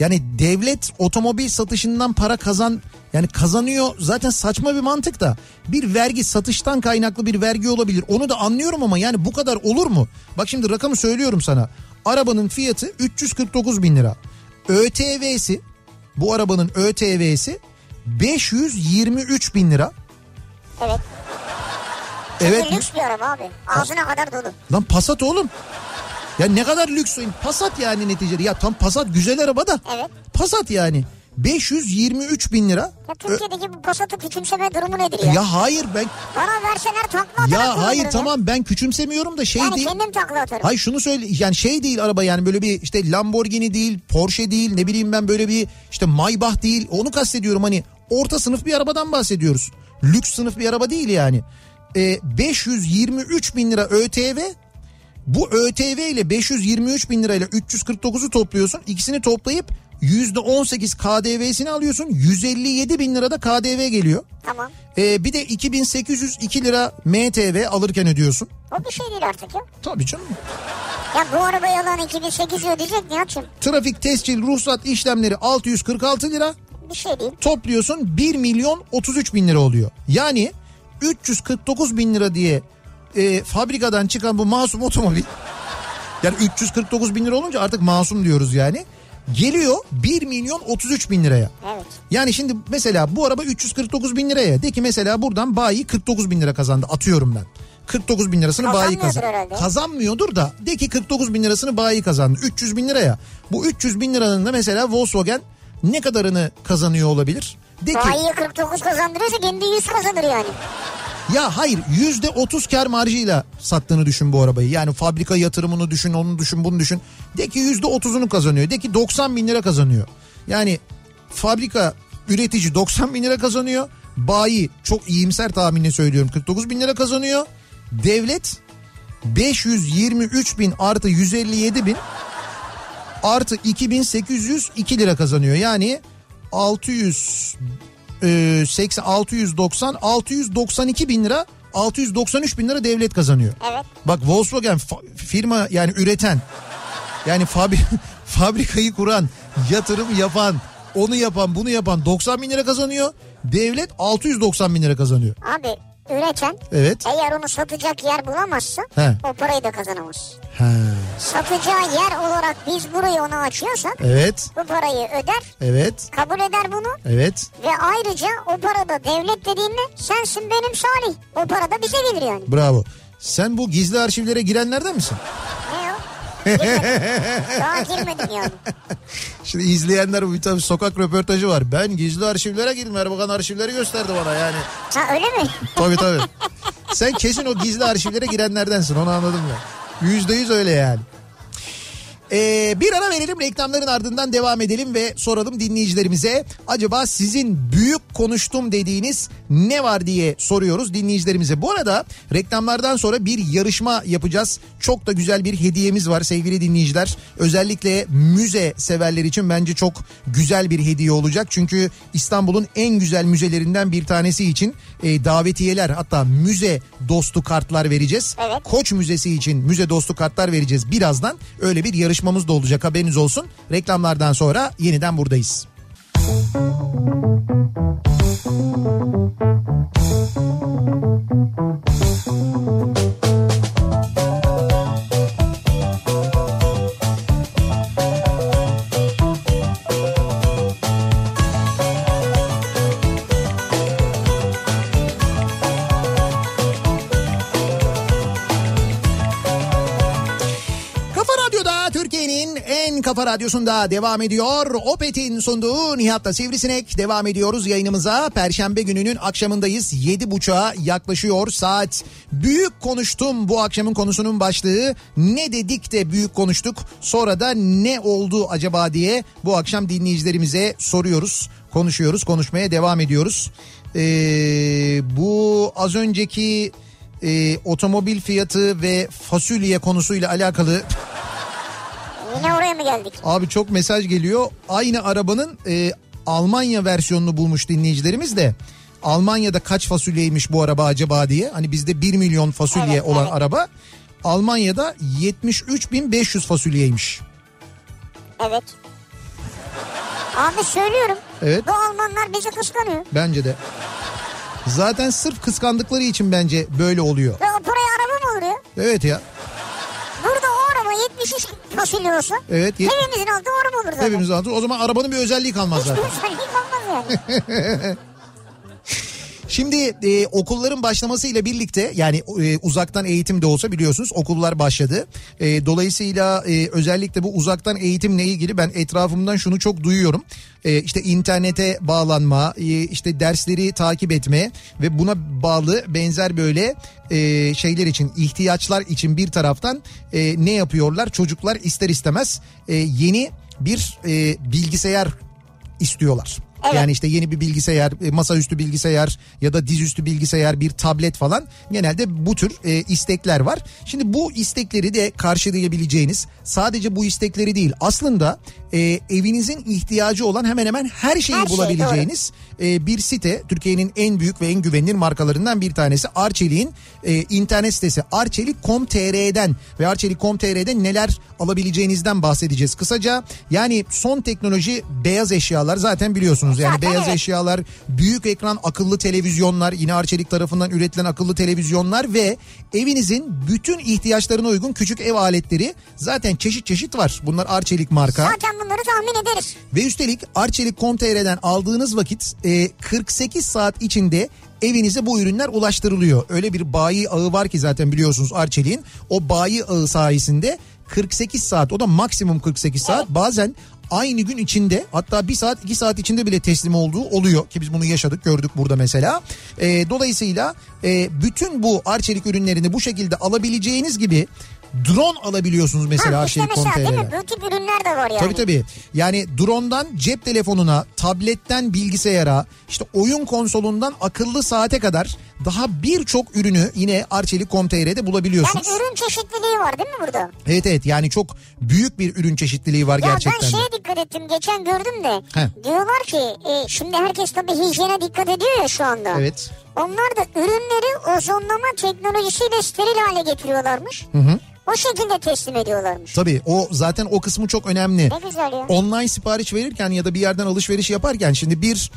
S1: yani devlet otomobil satışından para kazan yani kazanıyor zaten saçma bir mantık da bir vergi satıştan kaynaklı bir vergi olabilir onu da anlıyorum ama yani bu kadar olur mu? Bak şimdi rakamı söylüyorum sana arabanın fiyatı 349 bin lira ÖTV'si bu arabanın ÖTV'si 523 bin lira.
S2: Evet.
S1: Evet
S2: Çünkü lüks bir araba abi. Ağzına kadar dolu.
S1: Lan Passat oğlum. Ya ne kadar lüks oyun. Passat yani neticede. Ya tam Passat güzel araba da.
S2: Evet.
S1: Passat yani. 523 bin lira.
S2: Ya
S1: Ö-
S2: Türkiye'deki bu Passat'ı küçümseme durumu nedir ya?
S1: ya hayır ben
S2: Bana verseler takla atarım.
S1: ya hayır tamam ben küçümsemiyorum da şey
S2: Yani
S1: değil.
S2: kendim takla atarım.
S1: Hayır şunu söyle yani şey değil araba yani böyle bir işte Lamborghini değil, Porsche değil, ne bileyim ben böyle bir işte Maybach değil. Onu kastediyorum hani orta sınıf bir arabadan bahsediyoruz. Lüks sınıf bir araba değil yani. Ee, 523 bin lira ÖTV bu ÖTV ile 523 bin lirayla 349'u topluyorsun. İkisini toplayıp %18 KDV'sini alıyorsun. 157 bin lirada KDV geliyor.
S2: Tamam.
S1: Ee, bir de 2802 lira MTV alırken ödüyorsun.
S2: O bir şey değil artık ya.
S1: Tabii canım.
S2: Ya bu arabayı alan 2008 ödeyecek Nihat'cığım.
S1: Trafik tescil ruhsat işlemleri 646 lira
S2: Bir şey değil.
S1: topluyorsun 1 milyon 33 bin lira oluyor. Yani 349 bin lira diye e, fabrikadan çıkan bu masum otomobil yani 349 bin lira olunca artık masum diyoruz yani geliyor 1 milyon 33 bin liraya.
S2: Evet.
S1: Yani şimdi mesela bu araba 349 bin liraya de ki mesela buradan bayi 49 bin lira kazandı atıyorum ben. 49 bin lirasını bayi
S2: Kazanmıyordur
S1: kazandı.
S2: herhalde.
S1: Kazanmıyordur da de ki 49 bin lirasını bayi kazandı. 300 bin liraya. Bu 300 bin liranın da mesela Volkswagen ne kadarını kazanıyor olabilir? De ki
S2: Bayiye 49 kazandırıyorsa kendi 100 kazanır yani.
S1: ya hayır yüzde otuz kar marjıyla sattığını düşün bu arabayı. Yani fabrika yatırımını düşün onu düşün bunu düşün. De ki yüzde otuzunu kazanıyor. De ki 90 bin lira kazanıyor. Yani fabrika Üretici 90 bin lira kazanıyor. Bayi çok iyimser tahminle söylüyorum 49 bin lira kazanıyor. Devlet 523 bin artı 157 bin artı 2802 lira kazanıyor. Yani 600 e, 80 690 692 bin lira 693 bin lira devlet kazanıyor.
S2: Evet.
S1: Bak Volkswagen fa- firma yani üreten yani fabri fabrikayı kuran yatırım yapan onu yapan bunu yapan 90 bin lira kazanıyor. Devlet 690 bin lira kazanıyor.
S2: Abi üreten
S1: Evet.
S2: eğer onu satacak yer bulamazsa
S1: He.
S2: o parayı da kazanamaz.
S1: Ha,
S2: Satacağı yer olarak biz burayı ona açıyorsak
S1: evet.
S2: bu parayı öder,
S1: Evet.
S2: kabul eder bunu
S1: Evet.
S2: ve ayrıca o parada devlet dediğinde sensin benim Salih. O para da bize gelir yani.
S1: Bravo. Sen bu gizli arşivlere girenlerden misin?
S2: Ne o? Girmedim. Daha girmedim yani.
S1: Şimdi izleyenler bu bir tabii sokak röportajı var. Ben gizli arşivlere girdim. Erbakan arşivleri gösterdi bana yani.
S2: Ha öyle mi?
S1: Tabii tabii. Sen kesin o gizli arşivlere girenlerdensin onu anladım ben. Yüzde yüz öyle yani. Ee, bir ara verelim reklamların ardından devam edelim ve soralım dinleyicilerimize. Acaba sizin büyük konuştum dediğiniz ne var diye soruyoruz dinleyicilerimize. Bu arada reklamlardan sonra bir yarışma yapacağız. Çok da güzel bir hediyemiz var sevgili dinleyiciler. Özellikle müze severler için bence çok güzel bir hediye olacak. Çünkü İstanbul'un en güzel müzelerinden bir tanesi için e, davetiyeler hatta müze dostu kartlar vereceğiz.
S2: Evet.
S1: Koç Müzesi için müze dostu kartlar vereceğiz birazdan. Öyle bir yarışmamız da olacak haberiniz olsun. Reklamlardan sonra yeniden buradayız. Kafa Radyo'da Türkiye'nin en kafa radyosunda devam ediyor. Opet'in sunduğu Nihat'la Sivrisinek devam ediyoruz yayınımıza. Perşembe gününün akşamındayız. 7.30'a yaklaşıyor saat. Büyük konuştum bu akşamın konusunun başlığı. Ne dedik de büyük konuştuk. Sonra da ne oldu acaba diye bu akşam dinleyicilerimize soruyoruz. Konuşuyoruz, konuşmaya devam ediyoruz. Ee, bu az önceki e, otomobil fiyatı ve fasulye konusuyla alakalı
S2: Yine oraya mı geldik?
S1: abi çok mesaj geliyor. Aynı arabanın e, Almanya versiyonunu bulmuş dinleyicilerimiz de. Almanya'da kaç fasulyeymiş bu araba acaba diye. Hani bizde 1 milyon fasulye
S2: Evet,
S1: olan
S2: evet.
S1: araba Almanya'da 73.500 fasulyeymiş.
S2: Evet. Abi söylüyorum.
S1: Evet.
S2: Bu Almanlar bizi kıskanıyor.
S1: Bence de. Zaten sırf kıskandıkları için bence böyle oluyor.
S2: Ve o paraya araba mı olur ya?
S1: Evet ya.
S2: Burada o araba 73 fasulye olsa
S1: Evet, yet-
S2: hepimizin aldığı araba olur zaten.
S1: Hepimiz anlatıyoruz. O zaman arabanın bir özelliği kalmaz
S2: Hiçbir
S1: zaten.
S2: özellik olmaz yani.
S1: Şimdi e, okulların başlamasıyla birlikte yani e, uzaktan eğitim de olsa biliyorsunuz okullar başladı. E, dolayısıyla e, özellikle bu uzaktan eğitimle ilgili ben etrafımdan şunu çok duyuyorum. E, işte internete bağlanma, e, işte dersleri takip etme ve buna bağlı benzer böyle e, şeyler için ihtiyaçlar için bir taraftan e, ne yapıyorlar? Çocuklar ister istemez e, yeni bir e, bilgisayar istiyorlar.
S2: Evet.
S1: Yani işte yeni bir bilgisayar, e, masaüstü bilgisayar ya da dizüstü bilgisayar, bir tablet falan genelde bu tür e, istekler var. Şimdi bu istekleri de karşılayabileceğiniz sadece bu istekleri değil aslında e, evinizin ihtiyacı olan hemen hemen her şeyi
S2: Her şey,
S1: bulabileceğiniz e, bir site. Türkiye'nin en büyük ve en güvenilir markalarından bir tanesi Arçelik'in e, internet sitesi arçelik.com.tr'den ve arçelik.com.tr'den neler alabileceğinizden bahsedeceğiz kısaca. Yani son teknoloji beyaz eşyalar zaten biliyorsunuz yani
S2: Zaten
S1: beyaz
S2: evet.
S1: eşyalar, büyük ekran akıllı televizyonlar, yine Arçelik tarafından üretilen akıllı televizyonlar ve evinizin bütün ihtiyaçlarına uygun küçük ev aletleri zaten çeşit çeşit var. Bunlar Arçelik marka.
S2: Zaten bunları tahmin ederiz.
S1: Ve üstelik Arçelik.com.tr'den aldığınız vakit e, 48 saat içinde evinize bu ürünler ulaştırılıyor. Öyle bir bayi ağı var ki zaten biliyorsunuz Arçelik'in. O bayi ağı sayesinde 48 saat o da maksimum 48 saat bazen aynı gün içinde hatta bir saat iki saat içinde bile teslim olduğu oluyor ki biz bunu yaşadık gördük burada mesela. E, dolayısıyla e, bütün bu Arçelik ürünlerini bu şekilde alabileceğiniz gibi drone alabiliyorsunuz mesela
S2: ha,
S1: her
S2: işte
S1: şeyi
S2: mesela değil mi?
S1: konteynerden.
S2: Bu tip ürünler de var yani.
S1: Tabii tabii. Yani drondan cep telefonuna, tabletten bilgisayara, işte oyun konsolundan akıllı saate kadar daha birçok ürünü yine Arçelik.com.tr'de
S2: Yani
S1: bulabiliyorsunuz.
S2: ürün çeşitliliği var değil mi burada?
S1: Evet evet yani çok büyük bir ürün çeşitliliği var
S2: Ya ben şey-
S1: gerçekten. de.
S2: şeye dikkat ettim geçen gördüm de
S1: He.
S2: diyorlar ki e, şimdi herkes tabii hijyene dikkat ediyor ya şu anda.
S1: Evet.
S2: Onlar da ürünleri ozonlama teknolojisiyle steril hale getiriyorlarmış. O şekilde teslim ediyorlarmış.
S1: Tabii o zaten o kısmı çok önemli.
S2: Ne güzel ya.
S1: Online sipariş verirken ya da bir yerden alışveriş yaparken şimdi bir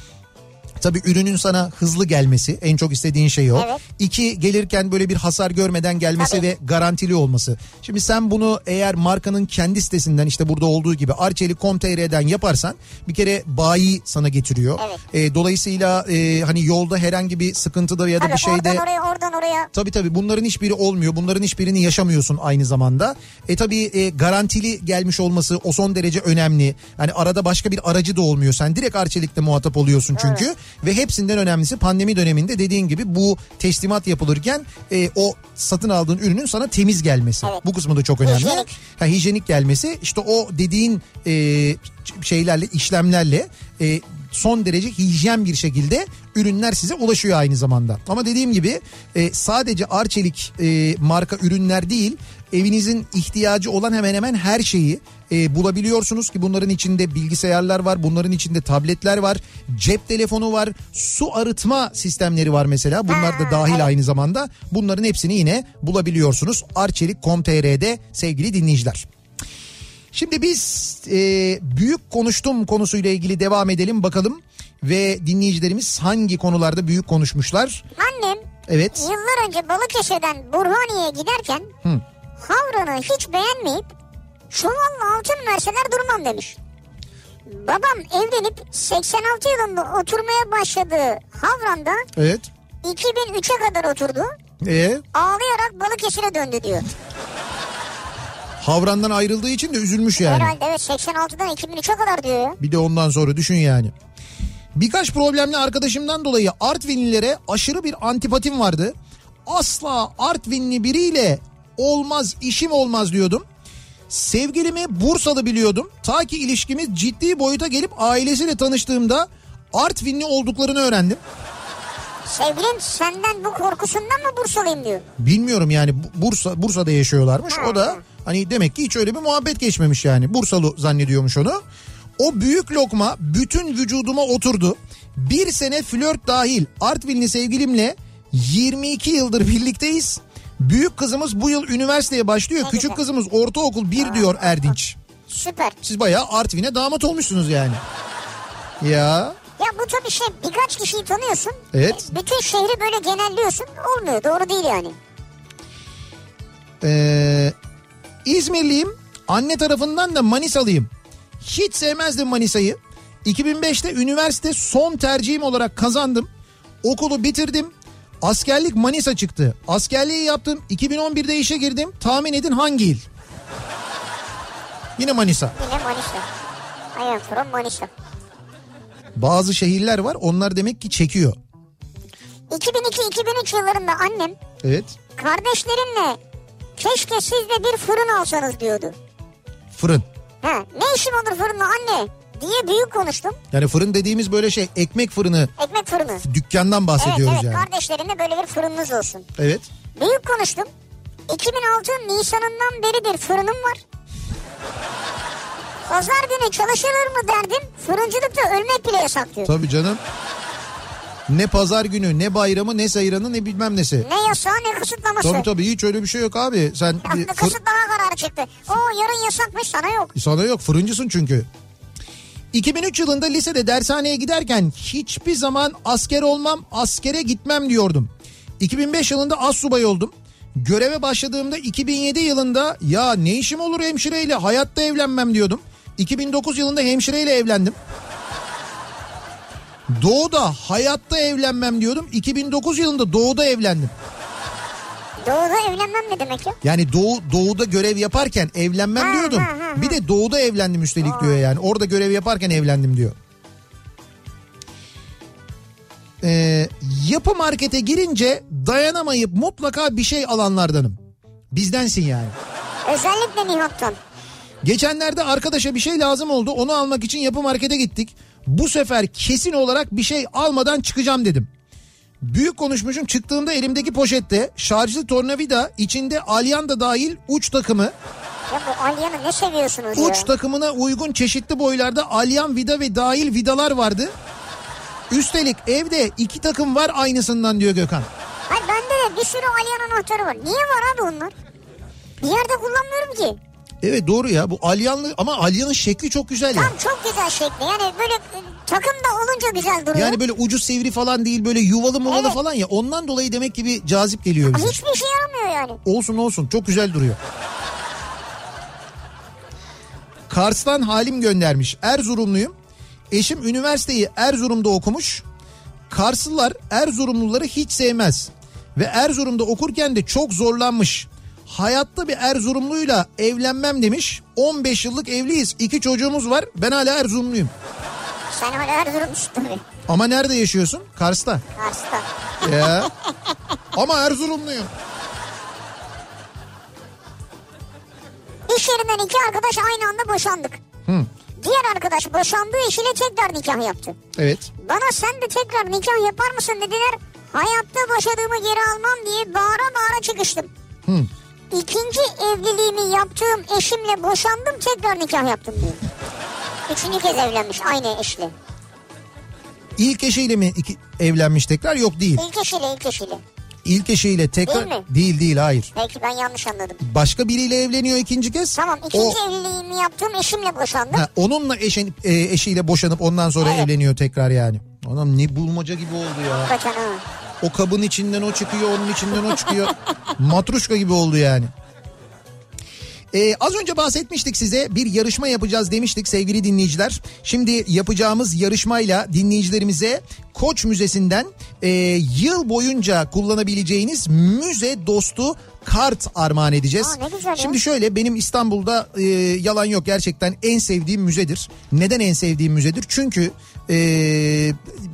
S1: tabii ürünün sana hızlı gelmesi en çok istediğin şey o.
S2: Evet.
S1: İki gelirken böyle bir hasar görmeden gelmesi
S2: Tabii.
S1: ve garantili olması. Şimdi sen bunu eğer markanın kendi sitesinden işte burada olduğu gibi Arçelik.com.tr'den yaparsan bir kere bayi sana getiriyor. E, dolayısıyla e, hani yolda herhangi bir sıkıntıda ya da
S2: Tabii
S1: bir şey şeyde
S2: oradan oraya oradan oraya.
S1: Tabii tabii bunların hiçbiri olmuyor. Bunların hiçbirini yaşamıyorsun aynı zamanda. E tabii e, garantili gelmiş olması o son derece önemli. Yani arada başka bir aracı da olmuyor. Sen direkt Arçelik'te muhatap oluyorsun çünkü. Ve hepsinden önemlisi pandemi döneminde dediğin gibi bu teslimat yapılırken e, o satın aldığın ürünün sana temiz gelmesi.
S2: Evet.
S1: Bu kısmı da çok önemli.
S2: Hijyenik.
S1: Ha, hijyenik gelmesi işte o dediğin e, ç- şeylerle işlemlerle e, son derece hijyen bir şekilde ürünler size ulaşıyor aynı zamanda. Ama dediğim gibi e, sadece Arçelik e, marka ürünler değil evinizin ihtiyacı olan hemen hemen her şeyi e, bulabiliyorsunuz ki bunların içinde bilgisayarlar var, bunların içinde tabletler var, cep telefonu var, su arıtma sistemleri var mesela. Bunlar da
S2: Ha,
S1: dahil
S2: evet.
S1: aynı zamanda. Bunların hepsini yine bulabiliyorsunuz arçelik.com.tr'de sevgili dinleyiciler. Şimdi biz e, büyük konuştum konusuyla ilgili devam edelim bakalım ve dinleyicilerimiz hangi konularda büyük konuşmuşlar?
S2: Annem
S1: Evet.
S2: yıllar önce Balıkesir'den Burhaniye'ye giderken Havran'ı hiç beğenmeyip çuvalla altın verseler durmam demiş. Babam evlenip 86 yılında oturmaya başladığı Havran'da
S1: Evet.
S2: 2003'e kadar oturdu.
S1: E,
S2: Ağlayarak Balıkesir'e döndü diyor.
S1: Havran'dan ayrıldığı için de üzülmüş yani.
S2: Herhalde evet 86'dan 2003'e kadar diyor ya.
S1: Bir de ondan sonra düşün yani. Birkaç problemli arkadaşımdan dolayı Artvinlilere aşırı bir antipatim vardı. Asla Artvinli biriyle olmaz işim olmaz diyordum. Sevgilimi Bursalı biliyordum. Ta ki ilişkimiz ciddi boyuta gelip ailesiyle tanıştığımda Artvinli olduklarını öğrendim.
S2: Sevgilin senden bu korkusundan mı Bursalıyım diyor.
S1: Bilmiyorum yani Bu- Bursa Bursa'da yaşıyorlarmış. O da
S2: Ha.
S1: hani demek ki hiç öyle bir muhabbet geçmemiş yani. Bursalı zannediyormuş onu. O büyük lokma bütün vücuduma oturdu. Bir sene flört dahil Artvinli sevgilimle 22 yıldır birlikteyiz. Büyük kızımız bu yıl üniversiteye başlıyor.
S2: Ne
S1: Küçük
S2: güzel.
S1: kızımız ortaokul 1 diyor Erdinç.
S2: Süper.
S1: Siz bayağı Artvin'e damat olmuşsunuz yani. Ya
S2: Ya bu tabii şey birkaç kişiyi tanıyorsun.
S1: Evet.
S2: E, Bütün şehri böyle genelliyorsun. Olmuyor doğru değil yani.
S1: Ee, İzmirliyim. Anne tarafından da Manisalıyım. Hiç sevmezdim Manisa'yı. 2005'te üniversite son tercihim olarak kazandım. Okulu bitirdim. Askerlik Manisa çıktı. Askerliği yaptım. 2011'de işe girdim. Tahmin edin hangi il? Yine Manisa.
S2: Yine Manisa. I am from Manisa.
S1: Bazı şehirler var. Onlar demek ki çekiyor.
S2: 2002-2003 yıllarında annem
S1: Evet.
S2: kardeşlerimle keşke siz de bir fırın alsanız diyordu.
S1: Fırın.
S2: Ha, ne işim olur fırınla anne diye büyük konuştum.
S1: Yani fırın dediğimiz böyle şey ekmek fırını
S2: Ekmek fırını.
S1: dükkandan
S2: Evet
S1: bahsediyoruz
S2: evet
S1: yani.
S2: kardeşlerimle böyle bir fırınınız olsun.
S1: Evet.
S2: Büyük konuştum. 2006 Nisan'ından beridir fırınım var. Pazar günü çalışılır mı derdim. Fırıncılıkta ölmek bile yasak diyor.
S1: Tabii canım. Ne pazar günü, ne bayramı, ne sayranı, ne bilmem nesi.
S2: Ne yasağı ne kısıtlaması.
S1: Tabii tabii hiç öyle bir şey yok abi. Sen bir
S2: Aslında
S1: fır-
S2: kısıtlama kararı çıktı. O yarın yasakmış sana yok.
S1: sana yok fırıncısın çünkü. 2003 yılında lisede dershaneye giderken hiçbir zaman asker olmam, askere gitmem diyordum. 2005 yılında assubay oldum. Göreve başladığımda 2007 yılında ya ne işim olur hemşireyle hayatta evlenmem diyordum. 2009 yılında hemşireyle evlendim. Doğuda hayatta evlenmem diyordum. 2009 yılında doğuda evlendim.
S2: Doğuda evlenmem ne demek ya?
S1: Yani doğu doğuda görev yaparken evlenmem
S2: Ha,
S1: diyordum.
S2: ha, ha, ha.
S1: Bir de doğuda evlendim üstelik diyor yani. Orada görev yaparken evlendim diyor. Ee, yapı markete girince dayanamayıp mutlaka bir şey alanlardanım. Bizdensin yani.
S2: Özellikle Nihat'tan.
S1: Geçenlerde arkadaşa bir şey lazım oldu. Onu almak için yapı markete gittik. Bu sefer kesin olarak bir şey almadan çıkacağım dedim. Büyük konuşmuşum çıktığımda elimdeki poşette şarjlı tornavida içinde alyanda dahil uç takımı.
S2: Ya bu Alyan'ı ne seviyorsunuz ya?
S1: Uç takımına uygun çeşitli boylarda alyan vida ve dahil vidalar vardı. Üstelik evde iki takım var aynısından diyor Gökhan.
S2: Hayır bende de bir sürü Alyan anahtarı var. Niye var abi onlar? Bir yerde kullanmıyorum ki.
S1: Evet doğru ya bu alyanlı ama alyanın şekli çok güzel ya.
S2: Tam çok güzel şekli. Yani böyle e, takım da olunca güzel duruyor.
S1: Yani böyle ucu sivri falan değil böyle yuvalı muvalı
S2: Evet.
S1: falan ya ondan dolayı demek ki bir cazip geliyor bize.
S2: Hiçbir şey yaramıyor yani.
S1: Olsun olsun çok güzel duruyor. Kars'tan Halim göndermiş. Erzurumluyum. Eşim üniversiteyi Erzurum'da okumuş. Karslılar Erzurumluları hiç sevmez. Ve Erzurum'da okurken de çok zorlanmış. Hayatta bir Erzurumluyla evlenmem demiş. 15 yıllık evliyiz. iki çocuğumuz var. Ben hala Erzurumluyum.
S2: Sen hala Erzurum'sun tabii.
S1: Ama nerede yaşıyorsun? Kars'ta.
S2: Kars'ta.
S1: Ya. Ama Erzurumluyum.
S2: İş yerinden iki arkadaş aynı anda boşandık.
S1: Hı.
S2: Diğer arkadaş boşandığı eşiyle tekrar nikah yaptı.
S1: Evet.
S2: Bana sen de tekrar nikah yapar mısın dediler. Hayatta boşadığımı geri almam diye bağıra bağıra çıkıştım.
S1: Hı.
S2: İkinci evliliğimi yaptığım eşimle boşandım tekrar nikah yaptım diyor. Üçüncü kez evlenmiş aynı eşle.
S1: İlk eşiyle mi iki- evlenmiş tekrar? Yok değil.
S2: İlk eşiyle ilk eşiyle.
S1: İlk eşiyle tekrar...
S2: Değil mi?
S1: Değil değil hayır.
S2: Belki ben yanlış anladım.
S1: Başka biriyle evleniyor ikinci kez.
S2: Tamam ikinci
S1: O-
S2: evliliğimi yaptığım eşimle boşandım.
S1: Ha, onunla eşen, e, eşiyle boşanıp ondan sonra
S2: Evet.
S1: evleniyor tekrar yani. Anam ne bulmaca gibi oldu ya.
S2: Kaçan ha.
S1: O kabın içinden o çıkıyor, onun içinden o çıkıyor. Matruşka gibi oldu yani. Ee, az önce bahsetmiştik size bir yarışma yapacağız demiştik sevgili dinleyiciler. Şimdi yapacağımız yarışmayla dinleyicilerimize Koç Müzesi'nden e, yıl boyunca kullanabileceğiniz müze dostu kart armağan edeceğiz.
S2: Aa, ne güzel ya.
S1: Şimdi şöyle benim İstanbul'da e, yalan yok gerçekten en sevdiğim müzedir. Neden en sevdiğim müzedir? Çünkü e,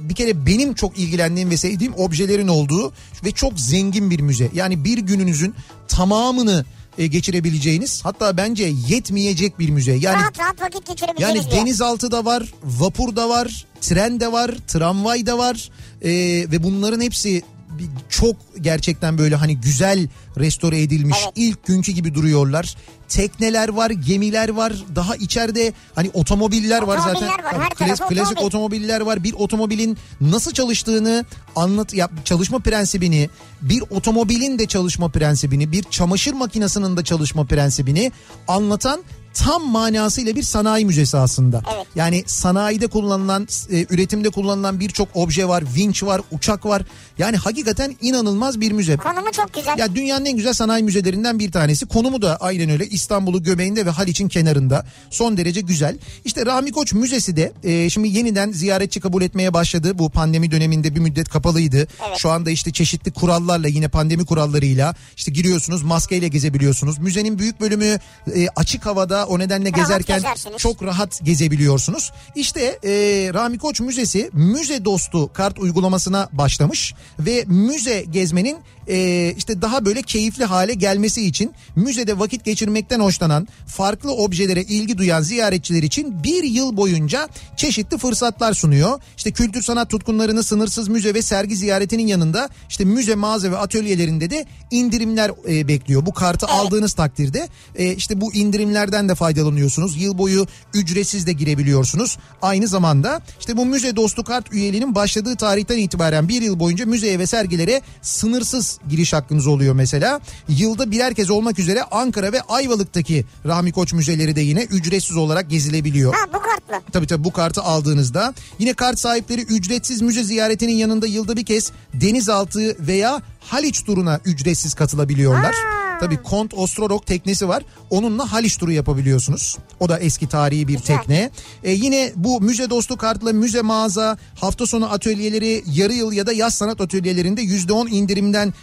S1: bir kere benim çok ilgilendiğim ve sevdiğim objelerin olduğu ve çok zengin bir müze. Yani bir gününüzün tamamını e, geçirebileceğiniz hatta bence yetmeyecek bir müze. Yani
S2: Rahat rahat vakit geçirebiliriz
S1: yani
S2: yani
S1: denizaltı da var, vapur da var, tren de var, tramvay da var Ee, ve bunların hepsi bir- çok gerçekten böyle hani güzel restore edilmiş
S2: Evet.
S1: ilk günkü gibi duruyorlar. Tekneler var, gemiler var. Daha içeride hani otomobiller var zaten.
S2: Otomobiller var, her
S1: Tabii,
S2: tarafı
S1: klasik
S2: otomobil.
S1: otomobiller var. Bir otomobilin nasıl çalıştığını anlat yap çalışma prensibini, bir otomobilin de çalışma prensibini, bir çamaşır makinesinin de çalışma prensibini anlatan tam manasıyla bir sanayi müzesi aslında.
S2: Evet.
S1: Yani sanayide kullanılan, e, üretimde kullanılan birçok obje var, vinç var, uçak var. Yani hakikaten inanılmaz bir müze.
S2: Konumu çok güzel.
S1: Ya dünyanın en güzel sanayi müzelerinden bir tanesi. Konumu da aynen öyle. İstanbul'u göbeğinde ve Haliç'in kenarında. Son derece güzel. İşte Rami Koç Müzesi de e, şimdi yeniden ziyaretçi kabul etmeye başladı. Bu pandemi döneminde bir müddet kapalıydı. Şu anda işte çeşitli kurallarla yine pandemi kurallarıyla işte giriyorsunuz maskeyle gezebiliyorsunuz. Müzenin büyük bölümü e, açık havada o nedenle
S2: Rahat
S1: gezerken
S2: gezersiniz.
S1: çok çok rahat gezebiliyorsunuz. İşte e, Rami Koç Müzesi müze dostu kart uygulamasına başlamış ve müze gezmenin e, işte daha böyle keyifli hale gelmesi için müzede vakit geçirmekten hoşlanan farklı objelere ilgi duyan ziyaretçiler için bir yıl boyunca çeşitli fırsatlar sunuyor. İşte kültür sanat tutkunlarını sınırsız müze ve sergi ziyaretinin yanında işte müze mağaza ve atölyelerinde de indirimler e, bekliyor. Bu kartı aldığınız takdirde e, işte bu indirimlerden de faydalanıyorsunuz. Yıl boyu ücretsiz de girebiliyorsunuz. Aynı zamanda işte bu müze dostu kart üyeliğinin başladığı tarihten itibaren bir yıl boyunca müzeye ve sergilere sınırsız giriş hakkınız oluyor mesela. Yılda birer kez olmak üzere Ankara ve Ayvalık'taki Rahmi Koç müzeleri de yine ücretsiz olarak gezilebiliyor.
S2: Ha bu kartla.
S1: Tabii tabii bu kartı aldığınızda. Yine kart sahipleri ücretsiz müze ziyaretinin yanında yılda bir kez denizaltı veya Haliç turuna ücretsiz katılabiliyorlar. Tabii Kont Ostrorok teknesi var. Onunla Haliç turu yapabiliyorsunuz. O da eski tarihi bir
S2: Güzel.
S1: tekne. E, yine bu müze dostu kartla müze mağaza, hafta sonu atölyeleri, yarı yıl ya da yaz sanat atölyelerinde %10 indirimden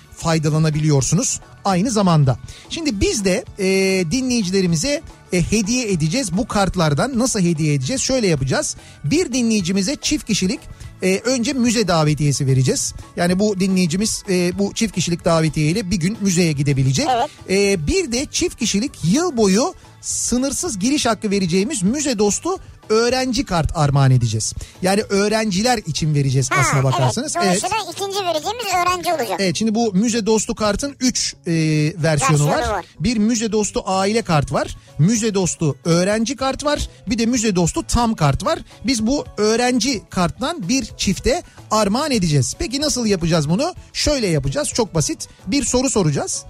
S1: faydalanabiliyorsunuz aynı zamanda. Şimdi biz de e, dinleyicilerimize e, hediye edeceğiz bu kartlardan. Nasıl hediye edeceğiz? Şöyle yapacağız. Bir dinleyicimize çift kişilik e, önce müze davetiyesi vereceğiz. Yani bu dinleyicimiz e, bu çift kişilik davetiyeyle bir gün müzeye gidebilecek. E, bir de çift kişilik yıl boyu sınırsız giriş hakkı vereceğimiz müze dostu öğrenci kart armağan edeceğiz. Yani öğrenciler için vereceğiz
S2: Ha,
S1: aslına bakarsanız.
S2: Evet. Dolayısıyla ikinci vereceğimiz öğrenci olacak.
S1: Evet şimdi bu müze dostu kartın 3 versiyonu,
S2: Versiyonu
S1: var.
S2: var.
S1: Bir müze dostu aile kart var. Müze dostu öğrenci kart var. Bir de müze dostu tam kart var. Biz bu öğrenci karttan bir çifte armağan edeceğiz. Peki nasıl yapacağız bunu? Şöyle yapacağız çok basit. Bir soru soracağız.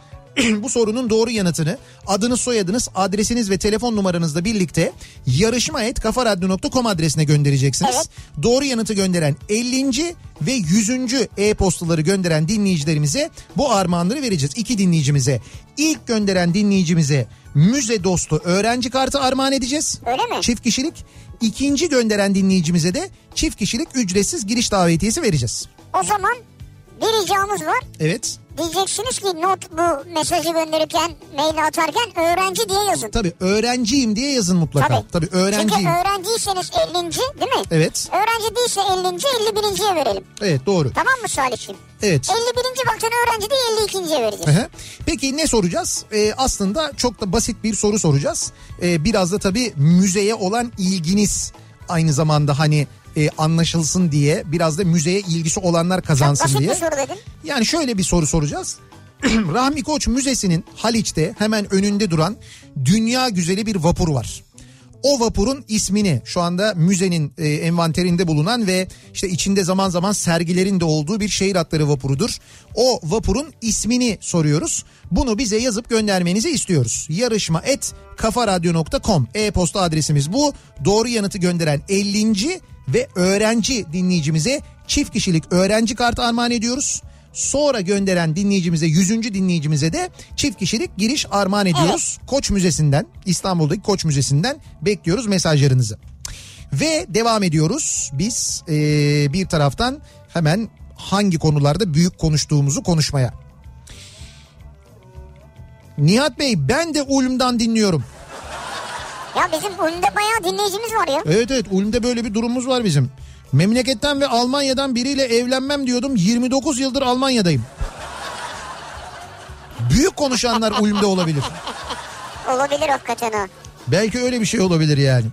S1: bu sorunun doğru yanıtını adınız soyadınız adresiniz ve telefon numaranızla birlikte yarışma et kafaradyo.com adresine göndereceksiniz.
S2: Evet.
S1: Doğru yanıtı gönderen 50. ve 100. e-postaları gönderen dinleyicilerimize bu armağanları vereceğiz. İki dinleyicimize. İlk gönderen dinleyicimize müze dostu öğrenci kartı armağan edeceğiz.
S2: Öyle mi?
S1: Çift kişilik. İkinci gönderen dinleyicimize de çift kişilik ücretsiz giriş davetiyesi vereceğiz.
S2: O zaman bir ricamız var.
S1: Evet.
S2: Diyeceksiniz ki not bu mesajı gönderirken, mail atarken öğrenci diye yazın.
S1: Tabii öğrenciyim diye yazın mutlaka.
S2: Tabii.
S1: Tabii öğrenciyim.
S2: Çünkü öğrenciyseniz 50. değil mi?
S1: Evet.
S2: Öğrenci değilse 50. 51.ye verelim.
S1: Evet doğru.
S2: Tamam mı Salih'ciğim?
S1: Evet.
S2: 51. baktın öğrenci değil 52.ye vereceğiz.
S1: Ehe. Peki ne soracağız? Ee, aslında çok da basit bir soru soracağız. Ee, biraz da tabii müzeye olan ilginiz aynı zamanda hani e, anlaşılsın diye biraz da müzeye ilgisi olanlar kazansın
S2: Basit
S1: diye.
S2: bir soru dedim.
S1: Yani şöyle bir soru soracağız. Hmm, Rahmi Koç Müzesi'nin Haliç'te hemen önünde duran dünya güzeli bir vapur var. O vapurun ismini şu anda müzenin e, envanterinde bulunan ve işte içinde zaman zaman sergilerin de olduğu bir şehir hatları vapurudur. O vapurun ismini soruyoruz. Bunu bize yazıp göndermenizi istiyoruz. Yarışma et kafaradyo.com e-posta adresimiz bu. Doğru yanıtı gönderen 50. ve öğrenci dinleyicimize çift kişilik öğrenci kartı armağan ediyoruz. Sonra gönderen dinleyicimize 100. dinleyicimize de çift kişilik giriş armağan ediyoruz. Koç Müzesi'nden İstanbul'daki Koç Müzesi'nden bekliyoruz mesajlarınızı. Ve devam ediyoruz biz ee, bir taraftan hemen hangi konularda büyük konuştuğumuzu konuşmaya. Nihat Bey ben de Ulm'dan dinliyorum.
S2: Ya bizim önünde bayağı dinleyicimiz var ya.
S1: Evet evet Ulm'de böyle bir durumumuz var bizim. Memleketten ve Almanya'dan biriyle evlenmem diyordum. 29 yıldır Almanya'dayım. Büyük konuşanlar Ulm'de olabilir.
S2: Olabilir hakikaten ha.
S1: Belki öyle bir şey olabilir yani.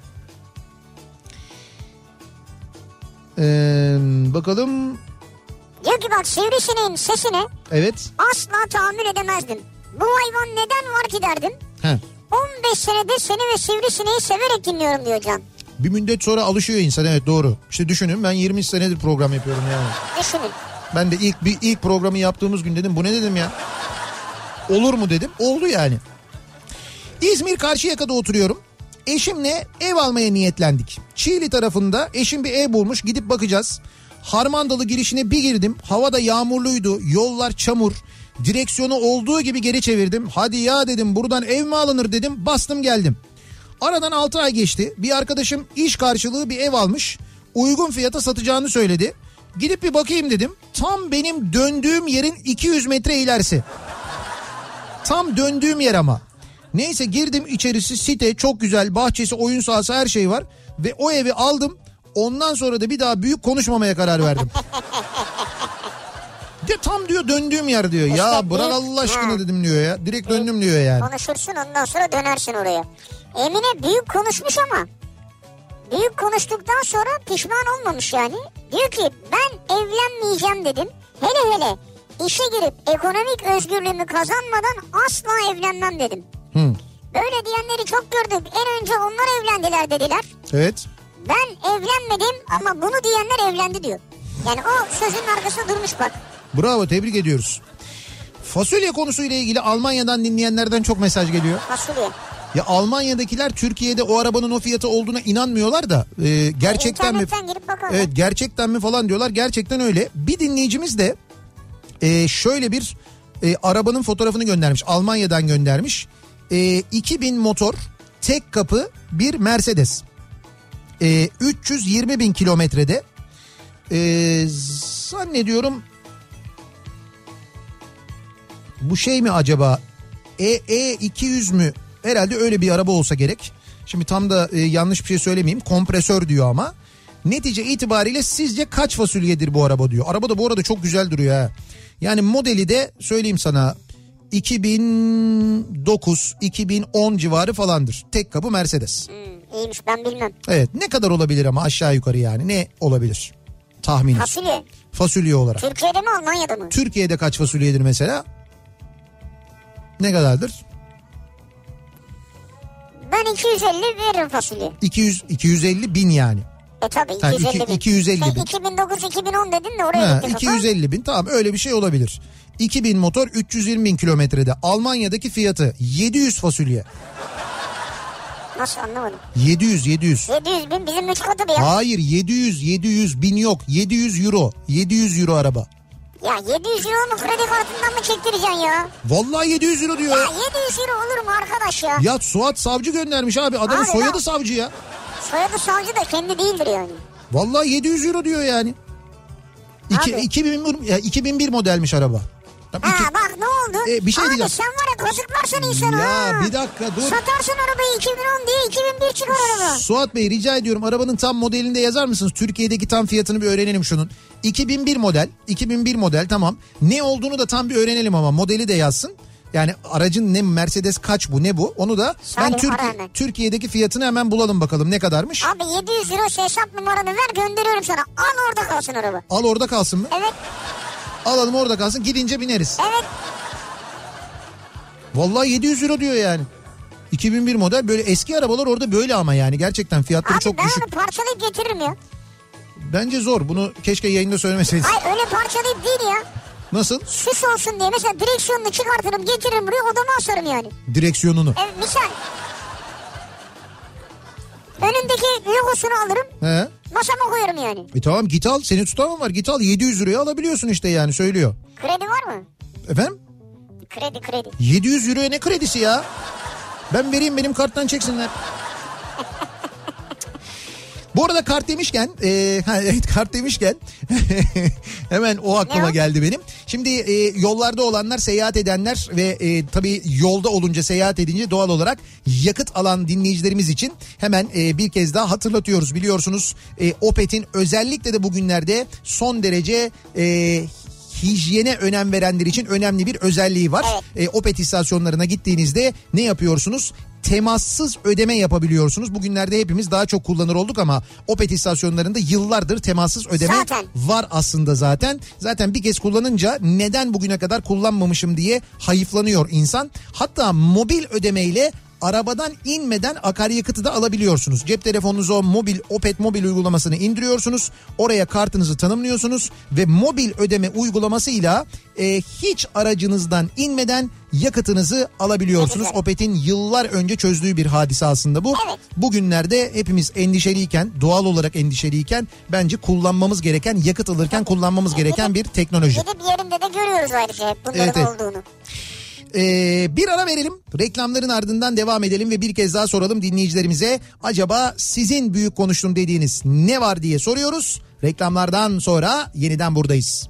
S1: Ee, bakalım.
S2: Diyor ki bak sivrisineğin sesine
S1: Evet.
S2: asla tahammül edemezdim. Bu hayvan neden var ki derdim.
S1: Heh.
S2: 15 senedir seni ve sivrisineği severek dinliyorum diyor Can.
S1: Bir müddet sonra alışıyor insan evet doğru. İşte düşünün ben 20 senedir program yapıyorum yani.
S2: Düşünün.
S1: Ben de ilk bir ilk programı yaptığımız gün dedim bu ne dedim ya? Olur mu dedim. Oldu yani. İzmir Karşıyaka'da oturuyorum. Eşimle ev almaya niyetlendik. Çiğli tarafında eşim bir ev bulmuş gidip bakacağız. Harmandalı girişine bir girdim. Havada yağmurluydu. Yollar çamur. Direksiyonu olduğu gibi geri çevirdim. Hadi ya dedim buradan ev mi alınır dedim. Bastım geldim. Aradan 6 ay geçti. Bir arkadaşım iş karşılığı bir ev almış. Uygun fiyata satacağını söyledi. Gidip bir bakayım dedim. Tam benim döndüğüm yerin 200 metre ilerisi. Tam döndüğüm yer ama. Neyse girdim içerisi site çok güzel bahçesi oyun sahası her şey var. Ve o evi aldım. Ondan sonra da bir daha büyük konuşmamaya karar verdim. De tam diyor döndüğüm yer diyor. Ya
S2: bir-
S1: bırak Allah aşkına
S2: Ha.
S1: dedim diyor ya. Direkt döndüm diyor yani.
S2: Konuşursun ondan sonra dönersin oraya. Emine büyük konuşmuş ama büyük konuştuktan sonra pişman olmamış yani. Diyor ki ben evlenmeyeceğim dedim. Hele hele işe girip ekonomik özgürlüğümü kazanmadan asla evlenmem dedim.
S1: Hı.
S2: Böyle diyenleri çok gördük. En önce onlar evlendiler dediler.
S1: Evet.
S2: Ben evlenmedim ama bunu diyenler evlendi diyor. Yani o sözün arkasında durmuş bak.
S1: Bravo tebrik ediyoruz. Fasulye konusuyla ilgili Almanya'dan dinleyenlerden çok mesaj geliyor.
S2: Fasulye.
S1: Ya Almanya'dakiler Türkiye'de o arabanın o fiyata olduğuna inanmıyorlar da e, gerçekten mi?
S2: İnternetten girip bakalım.
S1: Evet gerçekten mi falan diyorlar. Gerçekten öyle. Bir dinleyicimiz de e, şöyle bir e, arabanın fotoğrafını göndermiş. Almanya'dan göndermiş. E, 2000 motor, tek kapı bir Mercedes. E, 320 bin kilometrede. E, zannediyorum bu şey mi acaba? E, E200 mü? Herhalde öyle bir araba olsa gerek. Şimdi tam da e, yanlış bir şey söylemeyeyim. Kompresör diyor ama. Netice itibariyle sizce kaç fasulyedir bu araba diyor. Araba da bu arada çok güzel duruyor ha. Yani modeli de söyleyeyim sana 2009-2010 civarı falandır. Tek kapı Mercedes.
S2: Hmm, iyiymiş ben bilmem.
S1: Evet ne kadar olabilir ama aşağı yukarı yani ne olabilir tahminiz?
S2: Fasulye.
S1: Fasulye olarak.
S2: Türkiye'de mi Almanya'da mı?
S1: Türkiye'de kaç fasulyedir mesela? Ne kadardır?
S2: Ben 250 veririm fasulye.
S1: 200 250 bin yani.
S2: E tabi
S1: Tabii,
S2: 250 bin.
S1: iki- 250
S2: Sen
S1: bin.
S2: 2009-2010 dedin de oraya
S1: Ha,
S2: gitti. kafa.
S1: 250 bin tamam öyle bir şey olabilir. 2000 motor 320 bin kilometrede. Almanya'daki fiyatı 700 fasulye.
S2: Nasıl anlamadım.
S1: 700 700.
S2: 700 bin bizim üç katı bir ya.
S1: Hayır 700 700 bin yok. 700 euro. 700 euro araba.
S2: Ya 700 euro mu kredi kartından mı çektireceksin ya?
S1: Vallahi 700 euro diyor.
S2: Ya
S1: ya.
S2: 700 euro olur mu arkadaş ya?
S1: Ya Suat Savcı göndermiş abi. Adamın
S2: Abi ya.
S1: soyadı Savcı ya.
S2: Soyadı savcı da kendi değildir yani.
S1: Vallahi 700 euro diyor yani. İki,
S2: Abi.
S1: 2001, ya 2001 modelmiş araba. Tam
S2: Ha
S1: iki-
S2: bak ne oldu?
S1: E, bir şey
S2: Abi
S1: diyeceğim.
S2: sen var ya kazıklarsın insanı
S1: ya
S2: ha.
S1: bir dakika dur.
S2: Satarsın arabayı 2010 diye 2001 çıkar araba.
S1: Suat Bey rica ediyorum arabanın tam modelini de yazar mısınız? Türkiye'deki tam fiyatını bir öğrenelim şunun. 2001 model, 2001 model tamam. Ne olduğunu da tam bir öğrenelim ama modeli de yazsın. Yani aracın ne Mercedes kaç bu ne bu onu da ben
S2: Hadi,
S1: Türk,
S2: ara hemen.
S1: Türkiye'deki fiyatını hemen bulalım bakalım ne kadarmış.
S2: Abi 700 euro şey hesap numaranı ver gönderiyorum sana. Al orada kalsın araba.
S1: Al orada kalsın mı?
S2: Evet
S1: Alalım orada kalsın gidince bineriz.
S2: evet
S1: Vallahi 700 euro diyor yani. 2001 model böyle eski arabalar orada böyle ama yani gerçekten fiyatları
S2: Abi
S1: çok
S2: ben
S1: düşük.
S2: onu parçalayıp getiririm ya.
S1: Bence zor bunu keşke yayında söylemeseydin.
S2: Hayır öyle parçalayıp değil ya.
S1: Nasıl?
S2: Süs olsun diye mesela direksiyonunu çıkartırım getiririm buraya odama asarım yani.
S1: Direksiyonunu.
S2: Evet misal. Önündeki logosunu alırım
S1: He.
S2: masama koyarım yani.
S1: E tamam git al seni tutamam var git al 700 liraya alabiliyorsun işte yani söylüyor.
S2: Kredi var mı?
S1: Efendim?
S2: Kredi kredi.
S1: 700 euroya ne kredisi ya? Ben vereyim benim karttan çeksinler. Bu arada kart demişken, e, ha, evet kart demişken hemen o aklıma
S2: Ne o?
S1: geldi benim. Şimdi e, yollarda olanlar, seyahat edenler ve e, tabii yolda olunca seyahat edince doğal olarak yakıt alan dinleyicilerimiz için hemen e, bir kez daha hatırlatıyoruz. Biliyorsunuz e, Opet'in özellikle de bugünlerde son derece e, hijyene önem verenler için önemli bir özelliği var. E, Opet istasyonlarına gittiğinizde ne yapıyorsunuz? Temassız ödeme yapabiliyorsunuz. Bugünlerde hepimiz daha çok kullanır olduk ama Opet istasyonlarında yıllardır temassız ödeme
S2: Zaten.
S1: var aslında zaten. Zaten bir kez kullanınca neden bugüne kadar kullanmamışım diye hayıflanıyor insan. Hatta mobil ödemeyle arabadan inmeden akaryakıtı da alabiliyorsunuz. Cep telefonunuza o mobil Opet mobil uygulamasını indiriyorsunuz. Oraya kartınızı tanımlıyorsunuz ve mobil ödeme uygulamasıyla e, hiç aracınızdan inmeden yakıtınızı alabiliyorsunuz.
S2: Evet.
S1: Opet'in yıllar önce çözdüğü bir hadise aslında bu.
S2: Evet.
S1: Bugünlerde hepimiz endişeliyken, doğal olarak endişeliyken bence kullanmamız gereken, yakıt alırken kullanmamız gereken bir teknoloji.
S2: Gidip yerinde de görüyoruz ayrıca hep bunların
S1: Evet, evet.
S2: olduğunu.
S1: Ee, bir ara verelim. Reklamların ardından devam edelim ve bir kez daha soralım dinleyicilerimize. Acaba sizin büyük konuştum dediğiniz ne var diye soruyoruz. Reklamlardan sonra yeniden buradayız.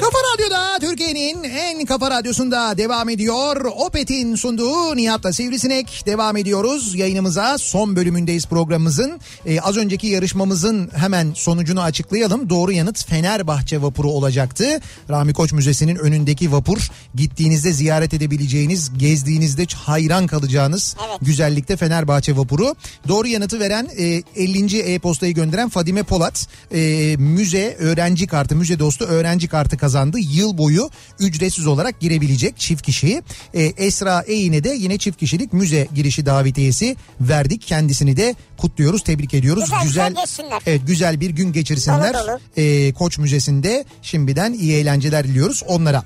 S1: Kafa Radyo'da Türkiye'nin en kafa radyosunda devam ediyor. Opet'in sunduğu Nihat'la Sivrisinek devam ediyoruz. Yayınımıza son bölümündeyiz programımızın. Ee, az önceki yarışmamızın hemen sonucunu açıklayalım. Doğru yanıt Fenerbahçe vapuru olacaktı. Rami Koç Müzesi'nin önündeki vapur gittiğinizde ziyaret edebileceğiniz, gezdiğinizde hayran kalacağınız güzellikte Fenerbahçe vapuru. Doğru yanıtı veren e, 50. e-postayı gönderen Fadime Polat e, müze öğrenci kartı, müze dostu öğrenci kartı kazandı. Yıl boyu ücretsiz olarak girebilecek çift kişiyi. E, Esra Eğin'e de yine çift kişilik müze girişi davetiyesi verdik. Kendisini de kutluyoruz, tebrik ediyoruz.
S2: Güzel, güzel geçsinler.
S1: Evet güzel bir gün geçirsinler.
S2: Dolu dolu.
S1: Ee, Koç Müzesi'nde şimdiden iyi eğlenceler diliyoruz onlara.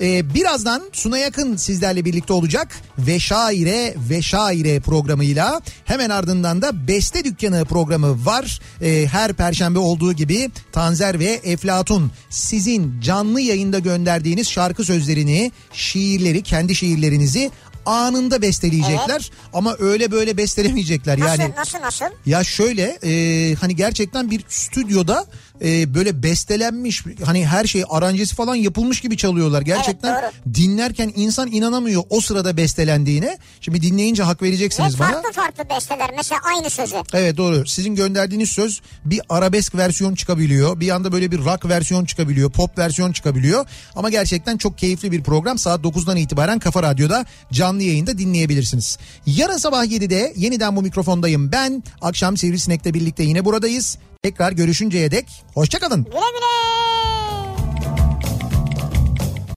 S1: Ee, birazdan Suna Yakın sizlerle birlikte olacak ve şaire ve şaire programıyla hemen ardından da Beste Dükkanı programı var. Ee, her perşembe olduğu gibi Tanzer ve Eflatun sizin canlı yayında gönderdiğiniz şarkı sözlerini, şiirleri, kendi şiirlerinizi anında besteleyecekler ama öyle böyle bestelemeyecekler.
S2: Nasıl
S1: yani
S2: nasıl nasıl?
S1: ya şöyle e, hani gerçekten bir stüdyoda e, böyle bestelenmiş hani her şey aranjesi falan yapılmış gibi çalıyorlar. Gerçekten
S2: Evet,
S1: dinlerken insan inanamıyor o sırada bestelendiğine. Şimdi dinleyince hak
S2: Ve
S1: vereceksiniz bana.
S2: farklı farklı besteler mesela aynı sözü.
S1: Evet doğru. Sizin gönderdiğiniz söz bir arabesk versiyon çıkabiliyor. Bir anda böyle bir rock versiyon çıkabiliyor. Pop versiyon çıkabiliyor. Ama gerçekten çok keyifli bir program. Saat 9'dan itibaren Kafa Radyo'da canlı yayında dinleyebilirsiniz. Yarın sabah 7'de yeniden bu mikrofondayım ben. Akşam Sivrisinek'le birlikte yine buradayız. Tekrar görüşünceye dek hoşçakalın.
S2: Güle güle.